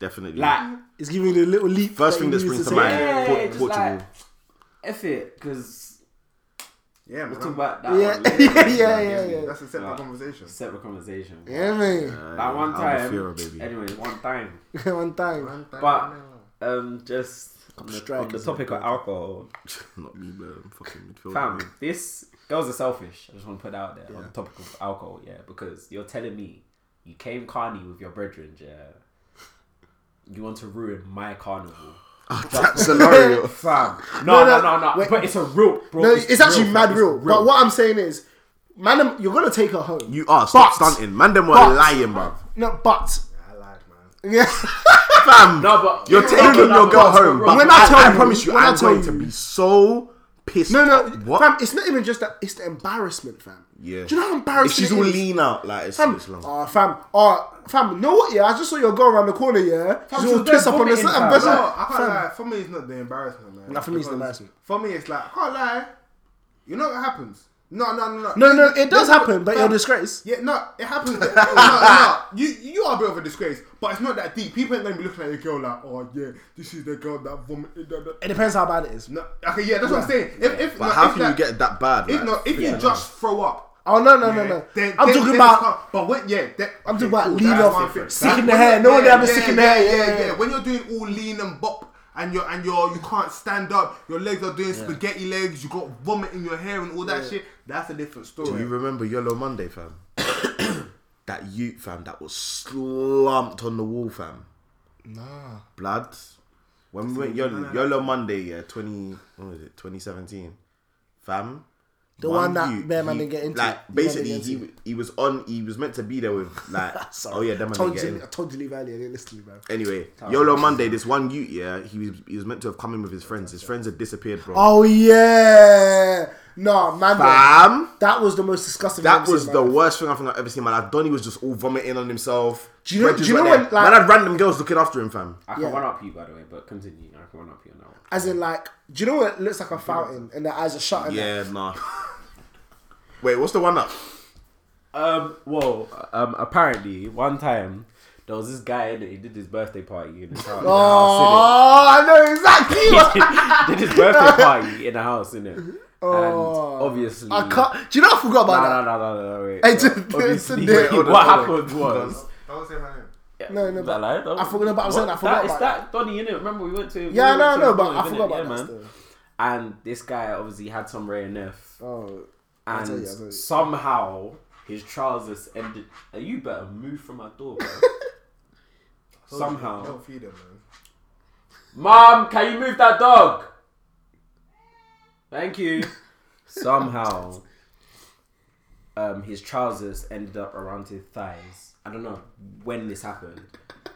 [SPEAKER 4] definitely.
[SPEAKER 5] like
[SPEAKER 2] It's giving you the little leap.
[SPEAKER 4] First
[SPEAKER 2] that
[SPEAKER 4] thing
[SPEAKER 2] you
[SPEAKER 4] that springs
[SPEAKER 2] used
[SPEAKER 4] to
[SPEAKER 2] say.
[SPEAKER 4] mind.
[SPEAKER 5] yeah,
[SPEAKER 4] Port-
[SPEAKER 5] just
[SPEAKER 4] Portugal.
[SPEAKER 5] like f it because
[SPEAKER 3] Yeah,
[SPEAKER 5] we'll talk
[SPEAKER 3] man.
[SPEAKER 5] about that.
[SPEAKER 2] Yeah,
[SPEAKER 5] one
[SPEAKER 2] yeah,
[SPEAKER 5] later.
[SPEAKER 2] yeah, yeah,
[SPEAKER 5] Like,
[SPEAKER 2] yeah.
[SPEAKER 5] yeah.
[SPEAKER 2] yeah.
[SPEAKER 3] That's a separate
[SPEAKER 5] Nah.
[SPEAKER 3] conversation.
[SPEAKER 5] Separate conversation.
[SPEAKER 2] Yeah, man.
[SPEAKER 4] uh,
[SPEAKER 5] Like one
[SPEAKER 4] Albufeira,
[SPEAKER 5] time.
[SPEAKER 4] baby.
[SPEAKER 5] Anyway, one time.
[SPEAKER 2] One time.
[SPEAKER 5] But um, just on the,
[SPEAKER 2] strike
[SPEAKER 5] on the
[SPEAKER 2] is
[SPEAKER 5] topic of alcohol,
[SPEAKER 4] Not me, bro. I'm fucking midfielder.
[SPEAKER 5] fam, this girls are selfish. I just want to put that out there on the topic of alcohol, yeah, because you're telling me you came carny with your brethren, yeah. You want to ruin my carnival,
[SPEAKER 4] That's scenario.
[SPEAKER 5] fam? No,
[SPEAKER 2] no,
[SPEAKER 5] no, no, no.
[SPEAKER 2] wait.
[SPEAKER 5] but it's a real, bro.
[SPEAKER 2] No, it's, actually
[SPEAKER 5] real,
[SPEAKER 2] mad
[SPEAKER 5] it's
[SPEAKER 2] real. But what I'm saying is, man, I'm- you're gonna take her home.
[SPEAKER 4] You are stop
[SPEAKER 2] But-
[SPEAKER 4] stunting. Man, them were
[SPEAKER 2] but-
[SPEAKER 4] lying, bro.
[SPEAKER 2] No, but
[SPEAKER 3] I lied, man.
[SPEAKER 2] yeah,
[SPEAKER 4] Fam,
[SPEAKER 5] No, but
[SPEAKER 4] you're
[SPEAKER 5] No,
[SPEAKER 4] taking
[SPEAKER 5] no, no,
[SPEAKER 4] your
[SPEAKER 5] no,
[SPEAKER 4] girl
[SPEAKER 5] no,
[SPEAKER 4] home.
[SPEAKER 5] no,
[SPEAKER 4] But
[SPEAKER 5] no,
[SPEAKER 4] when
[SPEAKER 5] no,
[SPEAKER 4] I,
[SPEAKER 5] no,
[SPEAKER 4] tell
[SPEAKER 2] no,
[SPEAKER 4] I
[SPEAKER 2] no,
[SPEAKER 4] promise you,
[SPEAKER 2] when I
[SPEAKER 4] I'm
[SPEAKER 2] tell
[SPEAKER 4] going to
[SPEAKER 2] you-
[SPEAKER 4] be so pissed.
[SPEAKER 2] no, no,
[SPEAKER 4] What?
[SPEAKER 2] fam. It's not even just that. It's the embarrassment, fam.
[SPEAKER 4] Yeah.
[SPEAKER 2] Do you know how
[SPEAKER 4] if
[SPEAKER 2] embarrassing
[SPEAKER 4] she's
[SPEAKER 2] it
[SPEAKER 4] all
[SPEAKER 2] is?
[SPEAKER 4] lean out, like it's,
[SPEAKER 2] Fam,
[SPEAKER 4] it's long.
[SPEAKER 2] oh, fam, oh, fam, know what? Yeah, I just saw your girl around the corner. Yeah, she's
[SPEAKER 5] she
[SPEAKER 2] all
[SPEAKER 5] was there
[SPEAKER 2] pissed up on the
[SPEAKER 5] vomiting,
[SPEAKER 2] set.
[SPEAKER 5] fam.
[SPEAKER 2] and bitch,
[SPEAKER 3] No,
[SPEAKER 5] Like,
[SPEAKER 3] I can't lie. For me, it's not the embarrassment, man.
[SPEAKER 2] Nah, for me, it's the
[SPEAKER 3] Because
[SPEAKER 2] embarrassment.
[SPEAKER 3] For me, it's like I can't lie. You know what happens? No, no, no, no.
[SPEAKER 2] No, no, it does
[SPEAKER 3] Yeah,
[SPEAKER 2] happen, but you're a disgrace.
[SPEAKER 3] Yeah, no, it happens. no, no, no. You, you are a bit of a disgrace, but it's not that deep. People ain't gonna be looking at your girl like, oh yeah, this is the girl that vomited. da, da."
[SPEAKER 2] It depends how bad it is.
[SPEAKER 3] No, okay, yeah, that's what I'm saying. If, if,
[SPEAKER 4] But
[SPEAKER 3] no,
[SPEAKER 4] how
[SPEAKER 3] if
[SPEAKER 4] can
[SPEAKER 3] that,
[SPEAKER 4] you get that bad?
[SPEAKER 3] If
[SPEAKER 4] like,
[SPEAKER 3] no, if you
[SPEAKER 4] yeah.
[SPEAKER 3] just throw up.
[SPEAKER 2] Oh no, no, no,
[SPEAKER 3] yeah,
[SPEAKER 2] no.
[SPEAKER 3] then-
[SPEAKER 2] I'm
[SPEAKER 3] then-
[SPEAKER 2] talking
[SPEAKER 3] then
[SPEAKER 2] about
[SPEAKER 3] it's hard. But when, yeah, that,
[SPEAKER 2] I'm talking about lean
[SPEAKER 3] that's
[SPEAKER 2] off,
[SPEAKER 3] one thing.
[SPEAKER 2] sick in
[SPEAKER 3] That-
[SPEAKER 2] the hair. No one
[SPEAKER 3] yeah,
[SPEAKER 2] ever sick in the hair. Yeah, yeah, yeah.
[SPEAKER 3] When you're doing all lean and bop, and you're and you're you can't stand up. Your legs are doing spaghetti legs. You got vomit in your hair and all that shit. That's a different
[SPEAKER 4] Do
[SPEAKER 3] story.
[SPEAKER 4] you remember Yellow Monday, fam? that youth fam that was slumped on the wall, fam. Nah. Blood. When we went Yolo, Yolo Monday, yeah, twenty. When was it? Twenty seventeen, fam.
[SPEAKER 2] The one that
[SPEAKER 4] view,
[SPEAKER 2] Bear Man
[SPEAKER 4] he-
[SPEAKER 2] didn't get into.
[SPEAKER 4] Like
[SPEAKER 2] Bear Man
[SPEAKER 4] basically,
[SPEAKER 2] didn't get
[SPEAKER 4] he he was on. He was meant to be there with like.
[SPEAKER 2] Sorry.
[SPEAKER 4] oh yeah, them man didn't
[SPEAKER 2] told
[SPEAKER 4] get
[SPEAKER 2] you,
[SPEAKER 4] in.
[SPEAKER 2] I told you leave early. I didn't listen to you, bro.
[SPEAKER 4] Anyway, YOLO Monday, this one Ute, yeah, he was he was meant to have come in with his friends. His friends had disappeared, bro.
[SPEAKER 2] Oh yeah, no man,
[SPEAKER 4] Fam,
[SPEAKER 2] that was the most disgusting. I've
[SPEAKER 4] that
[SPEAKER 2] ever
[SPEAKER 4] was
[SPEAKER 2] seen,
[SPEAKER 4] the
[SPEAKER 2] man.
[SPEAKER 4] worst thing I think I've ever seen. in My life. Donny was just all vomiting on himself.
[SPEAKER 2] Do you know-
[SPEAKER 4] Bridges
[SPEAKER 2] do you
[SPEAKER 4] were
[SPEAKER 2] know
[SPEAKER 4] there.
[SPEAKER 2] when, like-
[SPEAKER 4] man had random girls looking after him, fam?
[SPEAKER 5] I can
[SPEAKER 2] Yeah.
[SPEAKER 5] one up you by the way, but continue. I can one up you on that one.
[SPEAKER 2] As in, like, do you know what it looks like a fountain and the eyes are shut? and that?
[SPEAKER 4] Yeah, nah. Wait, what's the one up?
[SPEAKER 5] Um, well, um, apparently one time there was this guy and he did his birthday party in his house. Oh.
[SPEAKER 2] Oh, I know exactly. What,
[SPEAKER 5] did his birthday party in the house, innit?
[SPEAKER 2] Oh.
[SPEAKER 5] And obviously,
[SPEAKER 2] I can't. Do you know I forgot
[SPEAKER 5] No,
[SPEAKER 2] about
[SPEAKER 5] no,
[SPEAKER 2] that?
[SPEAKER 5] no, no, no, wait.
[SPEAKER 2] Hey,
[SPEAKER 5] So,
[SPEAKER 2] just-
[SPEAKER 5] obviously,
[SPEAKER 2] just-
[SPEAKER 5] what
[SPEAKER 4] hold on, hold on.
[SPEAKER 5] happened was.
[SPEAKER 3] Don't say my name.
[SPEAKER 2] No, no, but
[SPEAKER 5] Was that live? That
[SPEAKER 2] I
[SPEAKER 5] was-
[SPEAKER 2] forgot about- I'm
[SPEAKER 5] what?
[SPEAKER 2] saying I forgot
[SPEAKER 5] that, it's
[SPEAKER 2] about
[SPEAKER 5] that Donny, innit? Remember we went to we
[SPEAKER 2] Yeah,
[SPEAKER 5] went
[SPEAKER 2] no,
[SPEAKER 5] to
[SPEAKER 2] no,
[SPEAKER 5] a
[SPEAKER 2] but
[SPEAKER 5] college,
[SPEAKER 2] I forgot
[SPEAKER 5] innit?
[SPEAKER 2] about
[SPEAKER 5] Yeah,
[SPEAKER 2] that.
[SPEAKER 5] man.
[SPEAKER 2] Still.
[SPEAKER 5] And this guy obviously had some rare enough.
[SPEAKER 2] Oh,
[SPEAKER 5] and
[SPEAKER 2] tell you, I tell you.
[SPEAKER 5] somehow his trousers ended. Uh, You better move from my door, bro. somehow,
[SPEAKER 3] Don't feed him, man.
[SPEAKER 5] mom, can you move that dog? Thank you. somehow, um, his trousers ended up around his thighs. I don't know when this happened,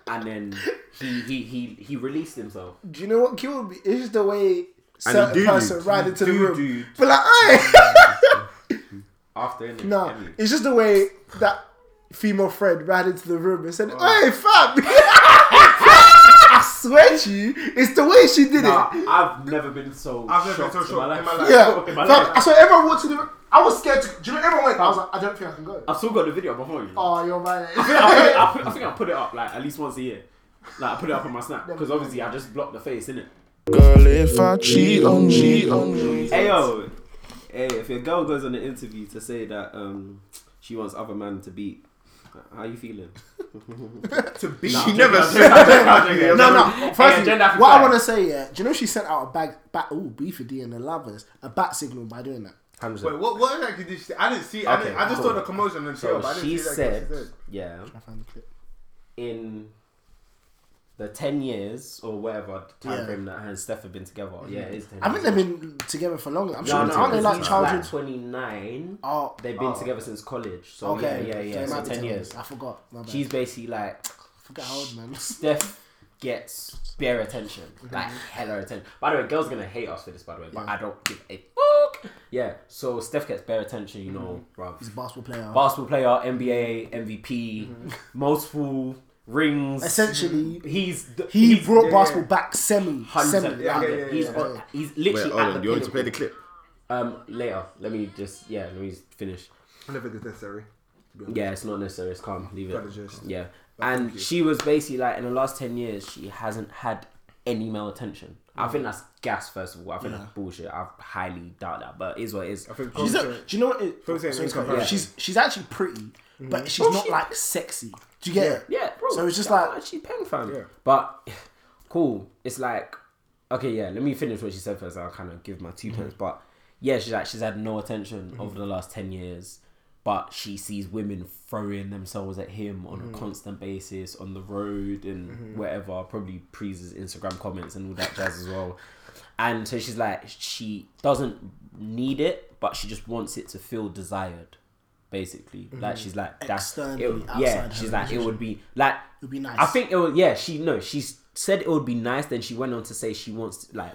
[SPEAKER 5] and then he he he, he released himself.
[SPEAKER 2] do you know what killed me? It's just the way certain
[SPEAKER 4] doo-doo.
[SPEAKER 2] person ran
[SPEAKER 5] He
[SPEAKER 2] into the room.
[SPEAKER 5] doo-dooed.
[SPEAKER 2] But like, aye.
[SPEAKER 5] After innit?
[SPEAKER 2] no,
[SPEAKER 5] Emmy.
[SPEAKER 2] it's just the way that female friend ran into the room and said,
[SPEAKER 4] Oh.
[SPEAKER 2] "Hey, fam." I swear to you, it's the way she did
[SPEAKER 5] Nah,
[SPEAKER 2] it.
[SPEAKER 5] I've never been so
[SPEAKER 3] I've never been
[SPEAKER 5] shocked
[SPEAKER 3] so
[SPEAKER 5] in my
[SPEAKER 3] shocked
[SPEAKER 5] life.
[SPEAKER 3] in my life.
[SPEAKER 2] Yeah,
[SPEAKER 5] In my
[SPEAKER 2] fam,
[SPEAKER 5] life.
[SPEAKER 2] I saw everyone walked to the room. I was scared. To, do you know everyone went? I was like, I don't think I can go.
[SPEAKER 5] I've still got the video before you.
[SPEAKER 2] Oh, you're right.
[SPEAKER 5] I, put it, I, put, I think I put it up like at least once a year. Like I put it up on my snap because obviously I just blocked the face, innit?
[SPEAKER 6] Girl, if I cheat on cheat on you.
[SPEAKER 5] Hey yo, hey, if your girl goes on an interview to say that um she wants other man to beat, how you feeling?
[SPEAKER 3] To beat
[SPEAKER 4] She never said
[SPEAKER 2] No, no. Firstly, what I want to
[SPEAKER 5] to
[SPEAKER 2] say, yeah, do you know she sent out a bag, bat, ooh, beefy D and the lovers, a bat signal by doing that.
[SPEAKER 3] Wait, what, what exactly did she say? I didn't see. I,
[SPEAKER 5] Okay,
[SPEAKER 3] didn't, I just
[SPEAKER 5] cool.
[SPEAKER 3] saw the commotion and chill,
[SPEAKER 5] So
[SPEAKER 3] but I didn't
[SPEAKER 5] she
[SPEAKER 3] see
[SPEAKER 5] said,
[SPEAKER 3] that she said.
[SPEAKER 5] yeah,
[SPEAKER 2] I found the clip.
[SPEAKER 5] in the ten years or whatever time
[SPEAKER 2] Yeah.
[SPEAKER 5] frame that her and Steph have been together. Yeah, it is ten.
[SPEAKER 2] I think
[SPEAKER 5] years.
[SPEAKER 2] they've been together for long. I'm
[SPEAKER 5] No,
[SPEAKER 2] sure.
[SPEAKER 5] no,
[SPEAKER 2] aren't they
[SPEAKER 5] because
[SPEAKER 2] like
[SPEAKER 5] he's
[SPEAKER 2] childhood?
[SPEAKER 5] Like Twenty nine.
[SPEAKER 2] oh,
[SPEAKER 5] They've been together since college. So
[SPEAKER 2] okay,
[SPEAKER 5] yeah, yeah,
[SPEAKER 2] So
[SPEAKER 5] yeah.
[SPEAKER 2] it
[SPEAKER 5] So
[SPEAKER 2] might be
[SPEAKER 5] ten years.
[SPEAKER 2] I forgot. My bad.
[SPEAKER 5] She's basically like
[SPEAKER 2] I forgot how old man.
[SPEAKER 5] Steph gets bare attention,
[SPEAKER 2] Mm-hmm.
[SPEAKER 5] like hella attention. By the way, girls are gonna hate us for this. By the way, but I don't give a fuck. Yeah. So Steph gets bare attention, you know,
[SPEAKER 2] Mm-hmm.
[SPEAKER 5] bruv.
[SPEAKER 2] He's Mm-hmm. a basketball player.
[SPEAKER 5] Basketball player, NBA, MVP, multiple rings.
[SPEAKER 2] Mm-hmm. Essentially,
[SPEAKER 5] he's the,
[SPEAKER 2] he
[SPEAKER 5] he's
[SPEAKER 2] brought
[SPEAKER 5] the
[SPEAKER 2] basketball back semi,
[SPEAKER 5] 100%.
[SPEAKER 2] semi.
[SPEAKER 3] Yeah,
[SPEAKER 2] like,
[SPEAKER 3] yeah, yeah,
[SPEAKER 5] he's
[SPEAKER 3] yeah.
[SPEAKER 5] on- he's
[SPEAKER 4] Wait,
[SPEAKER 5] literally
[SPEAKER 4] hold
[SPEAKER 5] at the
[SPEAKER 4] on. Do you want me to play the
[SPEAKER 5] pinnacle.
[SPEAKER 4] clip?
[SPEAKER 5] Um, later. Let me just yeah. Let me just finish.
[SPEAKER 3] I don't think it's necessary. to be honest.
[SPEAKER 5] Yeah, it's not necessary. It's calm. Leave
[SPEAKER 3] Gotta
[SPEAKER 5] it.
[SPEAKER 3] just-
[SPEAKER 5] Yeah. And she was basically like, in the last 10 years, she hasn't had any male attention. I
[SPEAKER 3] Mm.
[SPEAKER 5] think that's gas, first of all. I think that's bullshit. I highly doubt that, but it is what it is.
[SPEAKER 3] I think
[SPEAKER 2] She's
[SPEAKER 3] Conte-
[SPEAKER 2] not, do you know what? It,
[SPEAKER 3] Who's saying
[SPEAKER 2] so it's
[SPEAKER 3] in
[SPEAKER 2] quite- She's she's actually pretty, but she's
[SPEAKER 5] Oh,
[SPEAKER 2] not
[SPEAKER 5] she-
[SPEAKER 2] like sexy. Do you get it?
[SPEAKER 5] Yeah, bro.
[SPEAKER 2] So it's just
[SPEAKER 5] that's
[SPEAKER 2] like-
[SPEAKER 5] She peng fam. But, cool. It's like, okay, yeah, let me finish what she said first. I'll kind of give my two pence. But, yeah, she's like, she's had no attention over the last 10 years. But she sees women throwing themselves at him on a constant basis on the road and whatever. Probably praises Instagram comments and all that jazz as well. And so she's like, she doesn't need it, but she just wants it to feel desired, basically. Like she's like, that's
[SPEAKER 2] Externally,
[SPEAKER 5] it, yeah.
[SPEAKER 2] outside her
[SPEAKER 5] She's like, it would be like
[SPEAKER 2] It'd be nice.
[SPEAKER 5] I think it would. Yeah, she no. She s- said it would be nice. Then she went on to say she wants like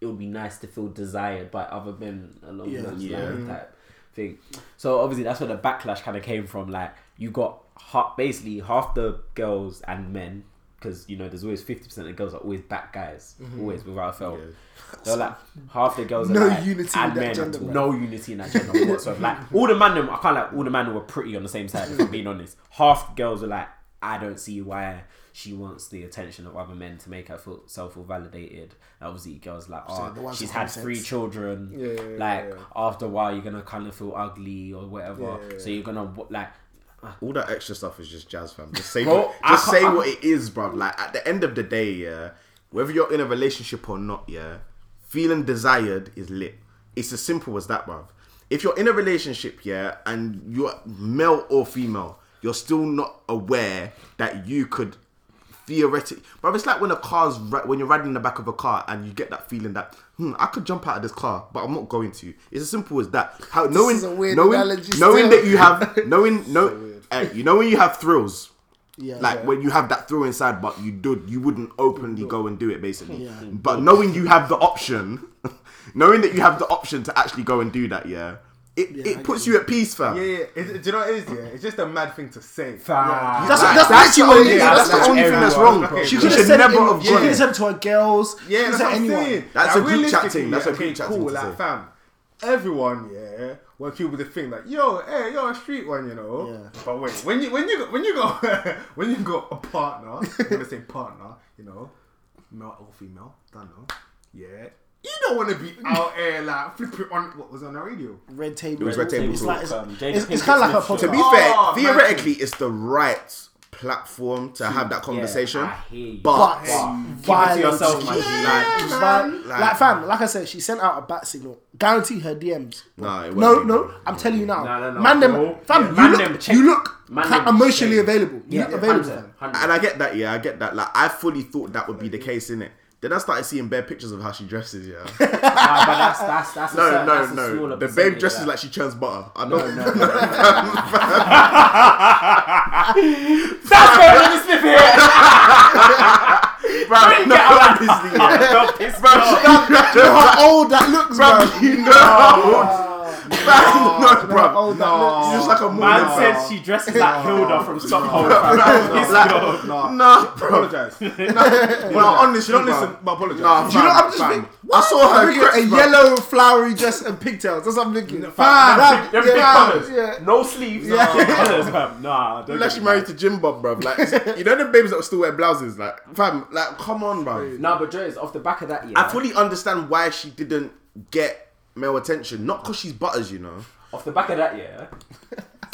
[SPEAKER 5] it would be nice to feel desired by other men along
[SPEAKER 2] Yeah.
[SPEAKER 5] those lines
[SPEAKER 4] Yeah.
[SPEAKER 5] type thing. So obviously that's where the backlash kind of came from. Like you got half, basically half the girls and men because you know there's always fifty percent of girls are always back guys, always without a fail. So like half the girls are
[SPEAKER 2] Mm-hmm. No
[SPEAKER 5] like,
[SPEAKER 2] unity
[SPEAKER 5] and
[SPEAKER 2] in that
[SPEAKER 5] men,
[SPEAKER 2] gender, man.
[SPEAKER 5] no unity in that gender whatsoever. like all the man them, I can't like all the man them were pretty on the same side. If I'm being honest, half the girls were like, I don't see why she wants the attention of other men to make her feel self feel validated. And obviously, girls like, oh,
[SPEAKER 2] the ones
[SPEAKER 5] she's
[SPEAKER 2] that
[SPEAKER 5] had
[SPEAKER 2] make sense.
[SPEAKER 5] three children.
[SPEAKER 3] Yeah, yeah, yeah,
[SPEAKER 5] like
[SPEAKER 3] yeah.
[SPEAKER 5] after a while, you're gonna kind of feel ugly or whatever.
[SPEAKER 3] yeah,
[SPEAKER 5] So you're gonna wa- like.
[SPEAKER 4] All that extra stuff is just jazz, fam. Just say,
[SPEAKER 5] Bro, I
[SPEAKER 4] just
[SPEAKER 5] can't-
[SPEAKER 4] say what it is, bruv. Like at the end of the day, yeah, whether you're in a relationship or not, yeah, feeling desired is lit. It's as simple as that, bruv. If you're in a relationship, yeah, and you're male or female, you're still not aware that you could theoretic, but it's like when a car's ri- when you're riding in the back of a car and you get that feeling that hmm, I could jump out of this car, but I'm not going to. It's as simple as that. How knowing
[SPEAKER 2] is a weird
[SPEAKER 4] knowing
[SPEAKER 2] analogy
[SPEAKER 4] knowing
[SPEAKER 2] still.
[SPEAKER 4] that you have knowing no, eh, you know when you have thrills.
[SPEAKER 2] Yeah.
[SPEAKER 4] like when you have that thrill inside, but you do you wouldn't openly go and do it basically. But knowing you have the option, knowing that you have the option to actually go and do that, yeah, it, it puts you at peace, fam.
[SPEAKER 3] Yeah, yeah. It's, do you know what it is? Yeah, it's just a mad thing to say.
[SPEAKER 5] Fam.
[SPEAKER 2] That's,
[SPEAKER 4] Like,
[SPEAKER 2] that's,
[SPEAKER 4] that's
[SPEAKER 2] actually
[SPEAKER 4] the
[SPEAKER 2] what
[SPEAKER 4] only-
[SPEAKER 2] it is.
[SPEAKER 4] yeah, that's
[SPEAKER 2] That's, the only thing
[SPEAKER 4] everyone.
[SPEAKER 2] that's wrong.
[SPEAKER 3] Okay,
[SPEAKER 2] she
[SPEAKER 3] but-
[SPEAKER 2] could
[SPEAKER 4] She
[SPEAKER 2] have
[SPEAKER 4] should
[SPEAKER 2] said
[SPEAKER 4] never
[SPEAKER 2] it.
[SPEAKER 4] have
[SPEAKER 2] in- She
[SPEAKER 4] gone.
[SPEAKER 2] could have said it to her girls.
[SPEAKER 3] Yeah, that's
[SPEAKER 2] she could have
[SPEAKER 3] what
[SPEAKER 2] said
[SPEAKER 3] I'm
[SPEAKER 2] anyone.
[SPEAKER 3] saying.
[SPEAKER 4] That's
[SPEAKER 3] Like,
[SPEAKER 4] a group chat
[SPEAKER 3] realistically,
[SPEAKER 4] thing, that's a group
[SPEAKER 3] okay,
[SPEAKER 4] chat
[SPEAKER 3] cool,
[SPEAKER 4] thing to
[SPEAKER 3] like,
[SPEAKER 4] say.
[SPEAKER 3] fam, everyone, yeah, when people the thing like, yo, hey, you're a street one, you know.
[SPEAKER 2] Yeah.
[SPEAKER 3] But wait, when you when you got- when you got when you got a partner, I'm gonna say partner, you know, male or female, don't know. Yeah. You don't want to be out here like flipping on what was on the radio.
[SPEAKER 2] Red table.
[SPEAKER 4] was Red Table
[SPEAKER 2] It's
[SPEAKER 4] Talk,
[SPEAKER 2] like it's,
[SPEAKER 5] um, Jada
[SPEAKER 2] it's, it's
[SPEAKER 5] Pinkett
[SPEAKER 2] kind of like a podcast.
[SPEAKER 5] Smith show.
[SPEAKER 4] To be
[SPEAKER 3] Oh, man.
[SPEAKER 4] fair, theoretically, it's the right platform to have that conversation.
[SPEAKER 5] I hear you.
[SPEAKER 4] But,
[SPEAKER 2] But
[SPEAKER 5] Keep it to
[SPEAKER 2] violence.
[SPEAKER 5] yourself, my G.
[SPEAKER 4] like,
[SPEAKER 2] It's
[SPEAKER 3] man.
[SPEAKER 2] like, like, fam, like I said, she sent out a bat signal. Guarantee her DMs.
[SPEAKER 4] No, it won't
[SPEAKER 2] no,
[SPEAKER 4] be,
[SPEAKER 2] no.
[SPEAKER 4] bro.
[SPEAKER 2] I'm telling you now.
[SPEAKER 5] No, no, no,
[SPEAKER 2] Man,
[SPEAKER 5] bro.
[SPEAKER 2] them, fam,
[SPEAKER 5] Yeah,
[SPEAKER 2] you,
[SPEAKER 5] man
[SPEAKER 2] look,
[SPEAKER 5] them check.
[SPEAKER 2] you look
[SPEAKER 5] Man
[SPEAKER 2] ca-
[SPEAKER 5] them
[SPEAKER 2] emotionally
[SPEAKER 5] check.
[SPEAKER 2] available. You
[SPEAKER 5] Yeah,
[SPEAKER 2] look available.
[SPEAKER 5] 100%,
[SPEAKER 2] fam.
[SPEAKER 5] 100%.
[SPEAKER 4] and I get that, yeah, I get that. Like, I fully thought that would be the case, innit? Then I started seeing bare pictures of how she dresses, yeah.
[SPEAKER 5] Nah, but that's that's that's a,
[SPEAKER 4] No,
[SPEAKER 5] certain- that's
[SPEAKER 4] no,
[SPEAKER 5] a smaller
[SPEAKER 4] no. The
[SPEAKER 5] percentage
[SPEAKER 4] babe
[SPEAKER 5] of
[SPEAKER 4] dresses
[SPEAKER 5] that.
[SPEAKER 4] like she churns butter. I know.
[SPEAKER 5] That's where Will Smith here.
[SPEAKER 4] Bruh, no, honestly, yeah.
[SPEAKER 5] Don't piss me off.
[SPEAKER 2] You know how old that looks, bro.
[SPEAKER 4] Bruh, you know how old- Bruh, no, bruh.
[SPEAKER 2] Old Oh, that looks.
[SPEAKER 4] It's just like a morning.
[SPEAKER 5] Man
[SPEAKER 4] bruh.
[SPEAKER 5] said she dresses like Hilda from Stockholm. fam. Piss me
[SPEAKER 4] Like,
[SPEAKER 5] off.
[SPEAKER 3] Nah,
[SPEAKER 4] Nah, bro.
[SPEAKER 3] apologize. nah,
[SPEAKER 4] Well, on this,
[SPEAKER 3] you don't
[SPEAKER 4] bruh.
[SPEAKER 3] listen, but apologize.
[SPEAKER 4] Nah,
[SPEAKER 3] Do you know
[SPEAKER 4] fam,
[SPEAKER 2] I'm just
[SPEAKER 4] fam.
[SPEAKER 2] thinking,
[SPEAKER 4] I saw her
[SPEAKER 2] I'm looking at
[SPEAKER 4] crepes,
[SPEAKER 2] a
[SPEAKER 4] bruh.
[SPEAKER 2] yellow flowery dress and pigtails. That's what I'm thinking. Fam,
[SPEAKER 5] Fam,
[SPEAKER 2] that-
[SPEAKER 5] them big
[SPEAKER 2] yeah,
[SPEAKER 5] colours.
[SPEAKER 2] yeah.
[SPEAKER 5] No sleeves.
[SPEAKER 2] Yeah.
[SPEAKER 5] No colours, fam. Nah, don't
[SPEAKER 4] Unless
[SPEAKER 5] get
[SPEAKER 4] she
[SPEAKER 5] me
[SPEAKER 4] married to Jim Bob, bruv. Like, you know the babes that still wear blouses, like, fam, like, come on, bruv.
[SPEAKER 5] Nah, but Joe is off the back of that. Yeah,
[SPEAKER 4] I fully understand why she didn't get male attention. Not because she's butters, you know.
[SPEAKER 5] off the back of that. Yeah.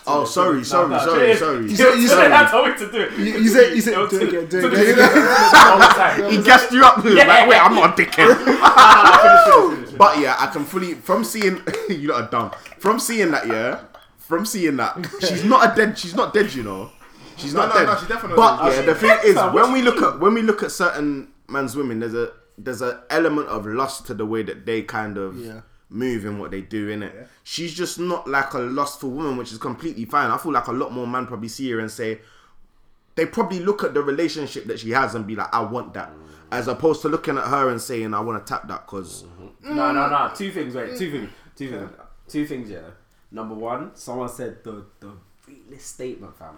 [SPEAKER 4] Oh, sorry, sorry,
[SPEAKER 5] no,
[SPEAKER 4] sorry,
[SPEAKER 5] Jay-
[SPEAKER 4] sorry.
[SPEAKER 2] You said, you
[SPEAKER 5] Sorry,
[SPEAKER 2] said,
[SPEAKER 5] I told me to do it.
[SPEAKER 2] you, you said, you said,
[SPEAKER 5] Don't
[SPEAKER 2] do it
[SPEAKER 5] do
[SPEAKER 2] again,
[SPEAKER 5] it.
[SPEAKER 2] do it
[SPEAKER 5] Do
[SPEAKER 2] again.
[SPEAKER 5] it All the time.
[SPEAKER 4] He gassed you up, dude.
[SPEAKER 5] Yeah.
[SPEAKER 4] Like, wait, I'm not a dickhead.
[SPEAKER 5] Ah, finish, finish, finish.
[SPEAKER 4] But yeah, I can fully from seeing you lot are dumb. From seeing that, yeah. From seeing that, she's not a dead. She's not dead. You know, she's
[SPEAKER 3] No,
[SPEAKER 4] not
[SPEAKER 3] no,
[SPEAKER 4] dead.
[SPEAKER 3] no, she's definitely
[SPEAKER 4] but
[SPEAKER 3] not
[SPEAKER 4] yeah,
[SPEAKER 3] dead.
[SPEAKER 4] the
[SPEAKER 5] She's
[SPEAKER 4] thing
[SPEAKER 5] dead,
[SPEAKER 4] is,
[SPEAKER 5] fam,
[SPEAKER 4] when
[SPEAKER 5] what
[SPEAKER 4] we
[SPEAKER 5] you
[SPEAKER 4] look at when we look at certain man's women, there's a there's an element of lust to the way that they kind of
[SPEAKER 2] Yeah.
[SPEAKER 4] move and what they do in it. She's just not like a lustful woman, which is completely fine. I feel like a lot more men probably see her and say, they probably look at the relationship that she has and be like, I want that.
[SPEAKER 5] Mm.
[SPEAKER 4] As opposed to looking at her and saying, I want to tap that because
[SPEAKER 5] No, no, no. Two things. Wait, two things. Two things. Two things. Yeah. Number one, someone said the the realest statement, fam.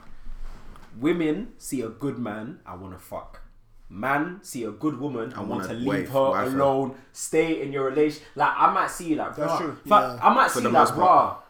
[SPEAKER 5] Women see a good man and want to fuck. Man see a good woman and want
[SPEAKER 4] wanna
[SPEAKER 5] to leave
[SPEAKER 4] wave,
[SPEAKER 5] her
[SPEAKER 4] wife her.
[SPEAKER 5] alone. Stay in your relation. Like I might see you like, bruh.
[SPEAKER 3] true,
[SPEAKER 5] fuck, I might see
[SPEAKER 4] the
[SPEAKER 5] you like,
[SPEAKER 4] most part.
[SPEAKER 5] bruh.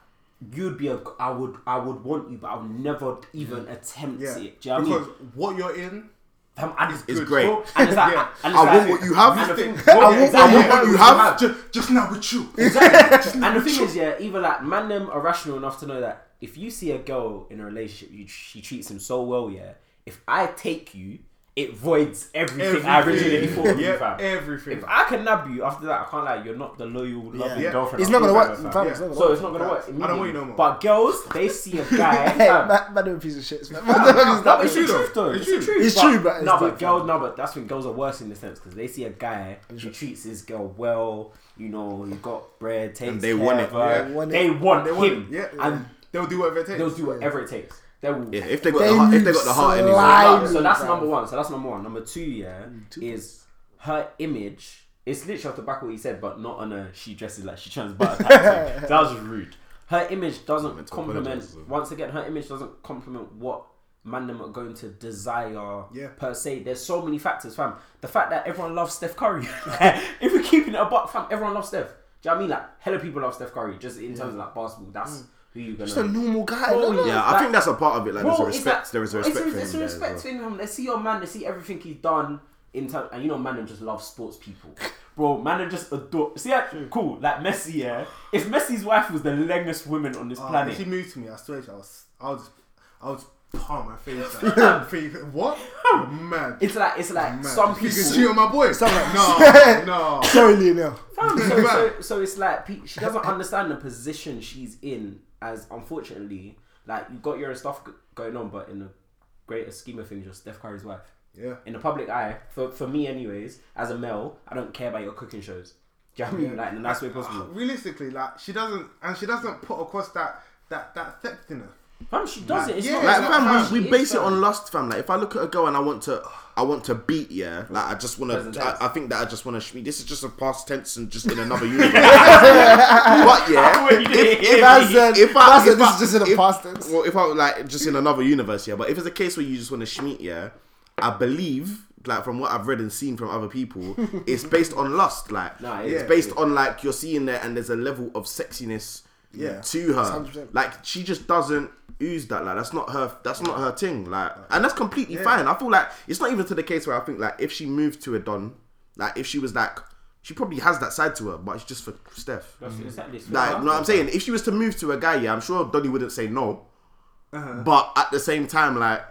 [SPEAKER 5] You'd be a. I would. I would want you, but I would never even attempt
[SPEAKER 3] Yeah.
[SPEAKER 5] it. Do you know what I
[SPEAKER 3] because
[SPEAKER 5] mean?
[SPEAKER 3] what you're in,
[SPEAKER 5] Fam, and it's,
[SPEAKER 4] It's
[SPEAKER 5] good.
[SPEAKER 4] great.
[SPEAKER 5] And it's like,
[SPEAKER 3] Yeah.
[SPEAKER 5] and it's
[SPEAKER 4] I
[SPEAKER 5] like,
[SPEAKER 4] want what you have.
[SPEAKER 5] and the thing-
[SPEAKER 4] I
[SPEAKER 5] Yeah,
[SPEAKER 4] want- I
[SPEAKER 5] exactly.
[SPEAKER 4] want what you have.
[SPEAKER 3] just, just now with you.
[SPEAKER 5] Exactly. and the thing is, yeah, even like man them are rational enough to know that if you see a girl in a relationship, you, she treats him so well, yeah. If I take you, it voids everything, I originally
[SPEAKER 3] Everything.
[SPEAKER 5] thought of
[SPEAKER 3] Yeah,
[SPEAKER 5] you, fam.
[SPEAKER 3] everything.
[SPEAKER 5] If I can nab you after that, I can't lie. You're not the loyal, loving
[SPEAKER 2] Yeah.
[SPEAKER 5] girlfriend.
[SPEAKER 2] It's
[SPEAKER 5] I
[SPEAKER 2] not gonna
[SPEAKER 5] thought
[SPEAKER 2] work,
[SPEAKER 5] you were,
[SPEAKER 2] fam, it's not gonna
[SPEAKER 5] so
[SPEAKER 2] work.
[SPEAKER 5] it's not gonna work.
[SPEAKER 3] I don't want you no more.
[SPEAKER 5] But girls, they see a guy.
[SPEAKER 2] Hey,
[SPEAKER 5] fam.
[SPEAKER 2] man, man, a piece of shit. man. Man,
[SPEAKER 5] No, but
[SPEAKER 2] them piece
[SPEAKER 5] it's the
[SPEAKER 2] of shit.
[SPEAKER 5] truth though. It's, the truth.
[SPEAKER 2] It's true, but it's
[SPEAKER 5] no, but
[SPEAKER 2] different.
[SPEAKER 5] girls, no, but that's when girls are worse in the sense because they see a guy who treats his girl well. You know, he got bread, takes
[SPEAKER 4] they
[SPEAKER 5] care
[SPEAKER 4] want
[SPEAKER 5] of
[SPEAKER 4] it.
[SPEAKER 5] her.
[SPEAKER 2] They want it.
[SPEAKER 5] They want
[SPEAKER 3] They want-
[SPEAKER 5] him,
[SPEAKER 3] yeah,
[SPEAKER 5] and
[SPEAKER 3] they'll do whatever it takes.
[SPEAKER 5] they'll do whatever it takes. They will.
[SPEAKER 4] Yeah, if they got
[SPEAKER 2] They
[SPEAKER 4] the heart, if they got the heart anyway.
[SPEAKER 2] slide.
[SPEAKER 5] No, so that's
[SPEAKER 2] Bruv.
[SPEAKER 5] number one. So that's number one. Number two, yeah, is her image. It's literally off the back of what he said, but not on a she dresses like she turns butter type thing. That was rude. Her image doesn't complement.
[SPEAKER 4] apologise,
[SPEAKER 5] Once again, her image doesn't complement what man them are going to desire
[SPEAKER 3] Yeah.
[SPEAKER 5] per se. There's so many factors, fam. The fact that everyone loves Steph Curry. if we're keeping it a buck, fam, everyone loves Steph. Do you know what I mean? Like, hella people love Steph Curry. Just in terms of like basketball, that's who you're gonna.
[SPEAKER 2] Just a normal guy.
[SPEAKER 5] Bro,
[SPEAKER 2] no, no.
[SPEAKER 4] Yeah, I
[SPEAKER 5] Like-
[SPEAKER 4] think that's a part of it. Like, there's a
[SPEAKER 5] it's
[SPEAKER 4] respect.
[SPEAKER 5] that-
[SPEAKER 4] there is a respect
[SPEAKER 5] It's a,
[SPEAKER 4] for
[SPEAKER 5] it's
[SPEAKER 4] him.
[SPEAKER 5] a
[SPEAKER 4] there as
[SPEAKER 5] respect
[SPEAKER 4] well.
[SPEAKER 5] for him. They see your man. They see everything he's done in terms, and you know, man, them just love sports people. Bro, man, them just adore. See, that cool. Like Messi, yeah. If Messi's wife was the longest woman on
[SPEAKER 4] Oh,
[SPEAKER 5] this
[SPEAKER 3] Uh,
[SPEAKER 5] planet,
[SPEAKER 3] If she moved to me, I swear to you, I was, I was, I was palm my face. Like, face what? You're mad.
[SPEAKER 5] it's like it's like
[SPEAKER 3] Mad.
[SPEAKER 5] some
[SPEAKER 3] You can
[SPEAKER 5] people.
[SPEAKER 3] see on my boy.
[SPEAKER 2] Something.
[SPEAKER 3] No, no.
[SPEAKER 2] Sorry, Lionel.
[SPEAKER 5] Fam, so, so, so it's like pe- she doesn't understand the position she's in. As unfortunately, like you got your own stuff g- going on, but in the greater scheme of things, you're Steph Curry's wife.
[SPEAKER 3] Yeah.
[SPEAKER 5] in the public eye, for, for me anyways, as a male, I don't care about your cooking shows. Do you know what I mean? Like in the nicest way possible.
[SPEAKER 3] Realistically, like she doesn't, and she doesn't put across that that that theft in her.
[SPEAKER 5] Fam, she does it. It's
[SPEAKER 3] yeah,
[SPEAKER 5] not
[SPEAKER 4] Like
[SPEAKER 3] Like,
[SPEAKER 4] fam,
[SPEAKER 3] fam,
[SPEAKER 4] we, we
[SPEAKER 5] she
[SPEAKER 4] base
[SPEAKER 5] is,
[SPEAKER 4] it on
[SPEAKER 5] fam.
[SPEAKER 4] lust, fam. Like if I look at a girl and I want to, I want to beat, yeah. Like I just want
[SPEAKER 5] Present
[SPEAKER 4] to.
[SPEAKER 5] tense.
[SPEAKER 4] I, I think that I just want to. Sh- this is just a past tense and just in another universe. but yeah, if, if,
[SPEAKER 2] That's
[SPEAKER 4] I,
[SPEAKER 2] it.
[SPEAKER 4] if I,
[SPEAKER 2] That's it.
[SPEAKER 4] if
[SPEAKER 2] This
[SPEAKER 4] I-
[SPEAKER 2] is just in the
[SPEAKER 4] if-
[SPEAKER 2] past tense.
[SPEAKER 4] Well, if I like just in another universe, yeah. But if it's a case where you just want to schmeet, yeah, I believe. Like from what I've read and seen from other people, it's based on lust. Like
[SPEAKER 5] Nah, it
[SPEAKER 4] it's
[SPEAKER 5] is.
[SPEAKER 4] based on like you're seeing there, and there's a level of sexiness
[SPEAKER 3] Yeah.
[SPEAKER 4] to her.
[SPEAKER 2] 100%.
[SPEAKER 4] Like she just doesn't ooze that. Like that's not her. That's not her thing. Like, and that's completely fine. I feel like it's not even to the case where I think like if she moved to a don, like if she was like she probably has that side to her, but it's just for Steph.
[SPEAKER 5] That's exactly it's
[SPEAKER 4] Like, you know what I'm saying? If she was to move to a guy, yeah, I'm sure Donny wouldn't say no. But at the same time, like,